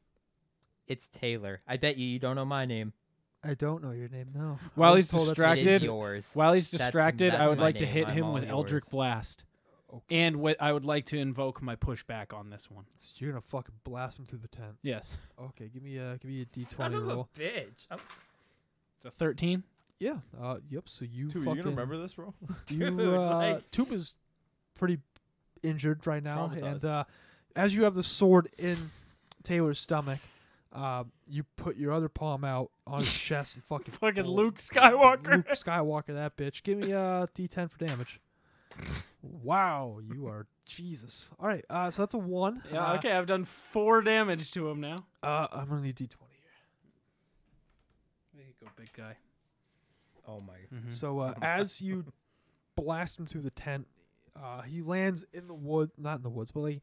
[SPEAKER 3] It's Taylor. I bet you you don't know my name.
[SPEAKER 1] I don't know your name. No. I
[SPEAKER 2] While
[SPEAKER 1] was
[SPEAKER 2] he's
[SPEAKER 1] told that's his
[SPEAKER 3] It is
[SPEAKER 2] distracted,
[SPEAKER 1] name.
[SPEAKER 3] yours.
[SPEAKER 2] While he's
[SPEAKER 3] That's-
[SPEAKER 2] distracted, I
[SPEAKER 3] that's
[SPEAKER 2] would
[SPEAKER 3] my
[SPEAKER 2] like to
[SPEAKER 3] name.
[SPEAKER 2] hit
[SPEAKER 3] I'm
[SPEAKER 2] him
[SPEAKER 3] all
[SPEAKER 2] with Eldritch
[SPEAKER 3] yours.
[SPEAKER 2] Blast, and wi- I would like to invoke my pushback on this one.
[SPEAKER 1] You're gonna fucking blast him through the tent.
[SPEAKER 2] Yes,
[SPEAKER 1] Okay, give me a give me a D
[SPEAKER 3] Son
[SPEAKER 1] twenty
[SPEAKER 3] of
[SPEAKER 1] roll.
[SPEAKER 3] a bitch. I'm-
[SPEAKER 2] it's a thirteen.
[SPEAKER 1] Yeah. Uh. Yep. So you
[SPEAKER 5] Dude, you
[SPEAKER 1] fucking
[SPEAKER 5] gonna remember this, bro? *laughs*
[SPEAKER 1] you
[SPEAKER 3] Dude,
[SPEAKER 1] uh,
[SPEAKER 3] like-
[SPEAKER 1] Tuba's pretty injured right now, and
[SPEAKER 5] Traumatized.
[SPEAKER 1] uh, as you have the sword in Taylor's stomach, uh, you put your other palm out on his chest and fucking
[SPEAKER 2] Fucking
[SPEAKER 1] pull-
[SPEAKER 2] Luke Skywalker.
[SPEAKER 1] Oh. Luke Skywalker, that bitch. Give me a D10 for damage. Wow, you are Jesus. All right, uh, so that's a one.
[SPEAKER 2] *laughs* Yeah.
[SPEAKER 1] Uh,
[SPEAKER 2] okay, I've done four damage to him now.
[SPEAKER 1] Uh, I'm gonna need D20 here.
[SPEAKER 2] There you go, big guy.
[SPEAKER 3] Oh my.
[SPEAKER 2] Mm-hmm.
[SPEAKER 1] So
[SPEAKER 2] *laughs*
[SPEAKER 1] uh, as you blast him through the tent, uh, he lands in the wood, not in the woods, but like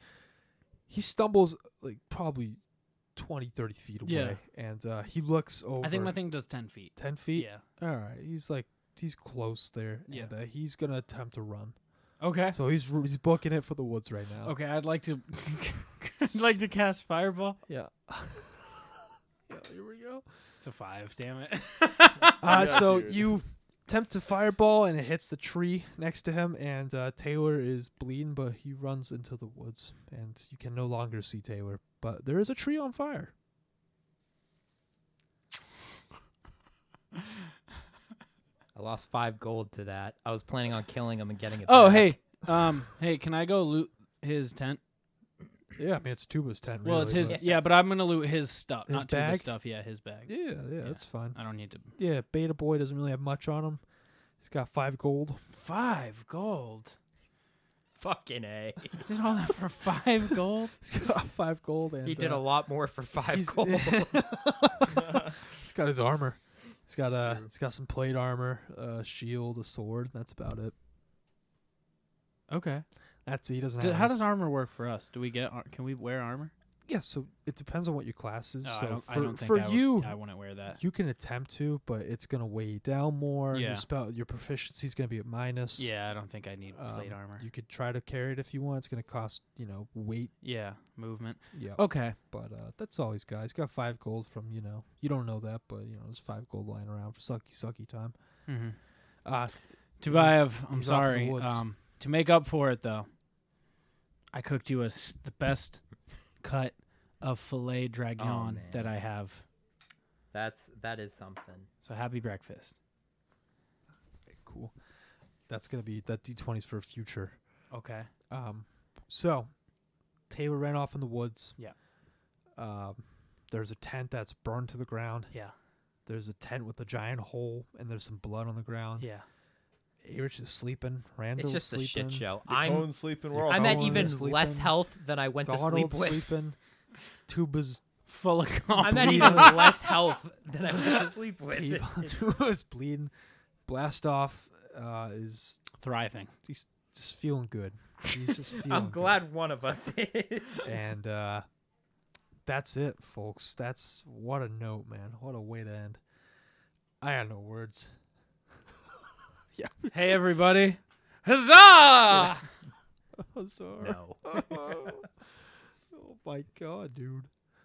[SPEAKER 1] he stumbles like probably 20, 30 feet away,
[SPEAKER 2] Yeah.
[SPEAKER 1] and uh, he looks over.
[SPEAKER 2] I think my thing does ten feet.
[SPEAKER 1] ten feet.
[SPEAKER 2] Yeah.
[SPEAKER 1] All right, he's like he's close there,
[SPEAKER 2] Yeah.
[SPEAKER 1] and uh, he's gonna attempt to run.
[SPEAKER 2] Okay.
[SPEAKER 1] So he's he's booking it for the woods right now.
[SPEAKER 2] Okay, I'd like to. *laughs* I'd like to cast Fireball.
[SPEAKER 1] Yeah. *laughs* yeah. Here we go.
[SPEAKER 2] It's a five. Damn *laughs* it.
[SPEAKER 1] Uh,
[SPEAKER 5] Yeah,
[SPEAKER 1] so
[SPEAKER 5] dude.
[SPEAKER 1] you attempt to fireball and it hits the tree next to him, and uh, Taylor is bleeding, but he runs into the woods, and you can no longer see Taylor. But there is a tree on fire.
[SPEAKER 3] I lost five gold to that. I was planning on killing him and getting it.
[SPEAKER 2] oh
[SPEAKER 3] back.
[SPEAKER 2] hey, um, hey, can I go loot his tent?
[SPEAKER 1] Yeah, I mean it's Tuba's tent.
[SPEAKER 2] Well, it's
[SPEAKER 1] really,
[SPEAKER 2] his. Yeah.
[SPEAKER 1] but-
[SPEAKER 2] but I'm gonna loot his stuff,
[SPEAKER 1] His
[SPEAKER 2] not Tuba's
[SPEAKER 1] bag?
[SPEAKER 2] stuff. Yeah, his bag.
[SPEAKER 1] Yeah, yeah, that's fine.
[SPEAKER 2] I don't need to.
[SPEAKER 1] Yeah, Beta Boy doesn't really have much on him. He's got five gold. *laughs*
[SPEAKER 2] Five gold.
[SPEAKER 3] Fucking a.
[SPEAKER 2] Did all that for *laughs* five gold?
[SPEAKER 1] He's got five gold, and
[SPEAKER 3] He did
[SPEAKER 1] uh,
[SPEAKER 3] a lot more for five
[SPEAKER 1] he's- *laughs*
[SPEAKER 3] gold.
[SPEAKER 1] he's got his armor. He's got uh, he's got some plate armor, a shield, a sword. That's about it.
[SPEAKER 2] Okay.
[SPEAKER 1] That's it. He doesn't
[SPEAKER 2] Did,
[SPEAKER 1] have.
[SPEAKER 2] how
[SPEAKER 1] any-
[SPEAKER 2] does armor work for us? Do we get? Ar- can we wear armor?
[SPEAKER 1] Yeah, so it depends on what your class is.
[SPEAKER 2] No,
[SPEAKER 1] so
[SPEAKER 2] I don't.
[SPEAKER 1] for,
[SPEAKER 2] I don't think
[SPEAKER 1] for
[SPEAKER 2] I would-
[SPEAKER 1] you,
[SPEAKER 2] I wouldn't wear that.
[SPEAKER 1] you can attempt to, but it's gonna weigh you down more.
[SPEAKER 2] Yeah.
[SPEAKER 1] Your spell, your proficiency is gonna be at minus.
[SPEAKER 2] Yeah, I don't think I need plate
[SPEAKER 1] Um,
[SPEAKER 2] armor.
[SPEAKER 1] You could try to carry it if you want. It's gonna cost you know weight.
[SPEAKER 2] yeah, movement.
[SPEAKER 1] Yeah,
[SPEAKER 2] Okay.
[SPEAKER 1] but uh, that's all he's got. He's got five gold from you know you don't know that, but you know there's five gold lying around for sucky sucky time.
[SPEAKER 2] Mm-hmm.
[SPEAKER 1] Uh,
[SPEAKER 2] Tubayev,
[SPEAKER 1] he's off
[SPEAKER 2] I'm
[SPEAKER 1] in the
[SPEAKER 2] sorry.
[SPEAKER 1] woods.
[SPEAKER 2] Um, to make up for it, though, I cooked you a s the best cut of filet dragnon
[SPEAKER 3] man.
[SPEAKER 2] that I have.
[SPEAKER 3] That's that is something.
[SPEAKER 2] So happy breakfast.
[SPEAKER 1] cool. That's gonna be that d20s for future.
[SPEAKER 2] Okay.
[SPEAKER 1] Um, so Taylor ran off in the woods.
[SPEAKER 2] Yeah.
[SPEAKER 1] Um, there's a tent that's burned to the ground.
[SPEAKER 2] Yeah.
[SPEAKER 1] There's a tent with a giant hole, and there's some blood on the ground.
[SPEAKER 2] Yeah.
[SPEAKER 1] Eric's is sleeping.
[SPEAKER 3] It's
[SPEAKER 1] Randall's
[SPEAKER 3] just
[SPEAKER 1] sleeping.
[SPEAKER 3] a shit show. I'm
[SPEAKER 5] Cohen's sleeping.
[SPEAKER 1] You're
[SPEAKER 5] We're all
[SPEAKER 3] I'm at
[SPEAKER 1] Cohen
[SPEAKER 3] even
[SPEAKER 1] is
[SPEAKER 3] less
[SPEAKER 1] sleeping.
[SPEAKER 3] health than I went to sleep
[SPEAKER 1] Donald's
[SPEAKER 3] with. *laughs*
[SPEAKER 1] sleeping. Tuba's
[SPEAKER 2] Full of
[SPEAKER 3] I'm at
[SPEAKER 2] compliment.
[SPEAKER 3] even less health than I went to sleep
[SPEAKER 1] *laughs*
[SPEAKER 3] with.
[SPEAKER 1] T-Bone- Tuba's bleeding. Blastoff uh, is
[SPEAKER 2] thriving.
[SPEAKER 1] he's just feeling good. He's just feeling.
[SPEAKER 3] *laughs* I'm
[SPEAKER 1] good.
[SPEAKER 3] glad one of us *laughs* is.
[SPEAKER 1] And uh, that's it, folks. That's what a note, man. What a way to end. I got no words.
[SPEAKER 2] Hey everybody. Huzzah!
[SPEAKER 1] *laughs* I'm sorry.
[SPEAKER 3] No.
[SPEAKER 1] oh my god, dude.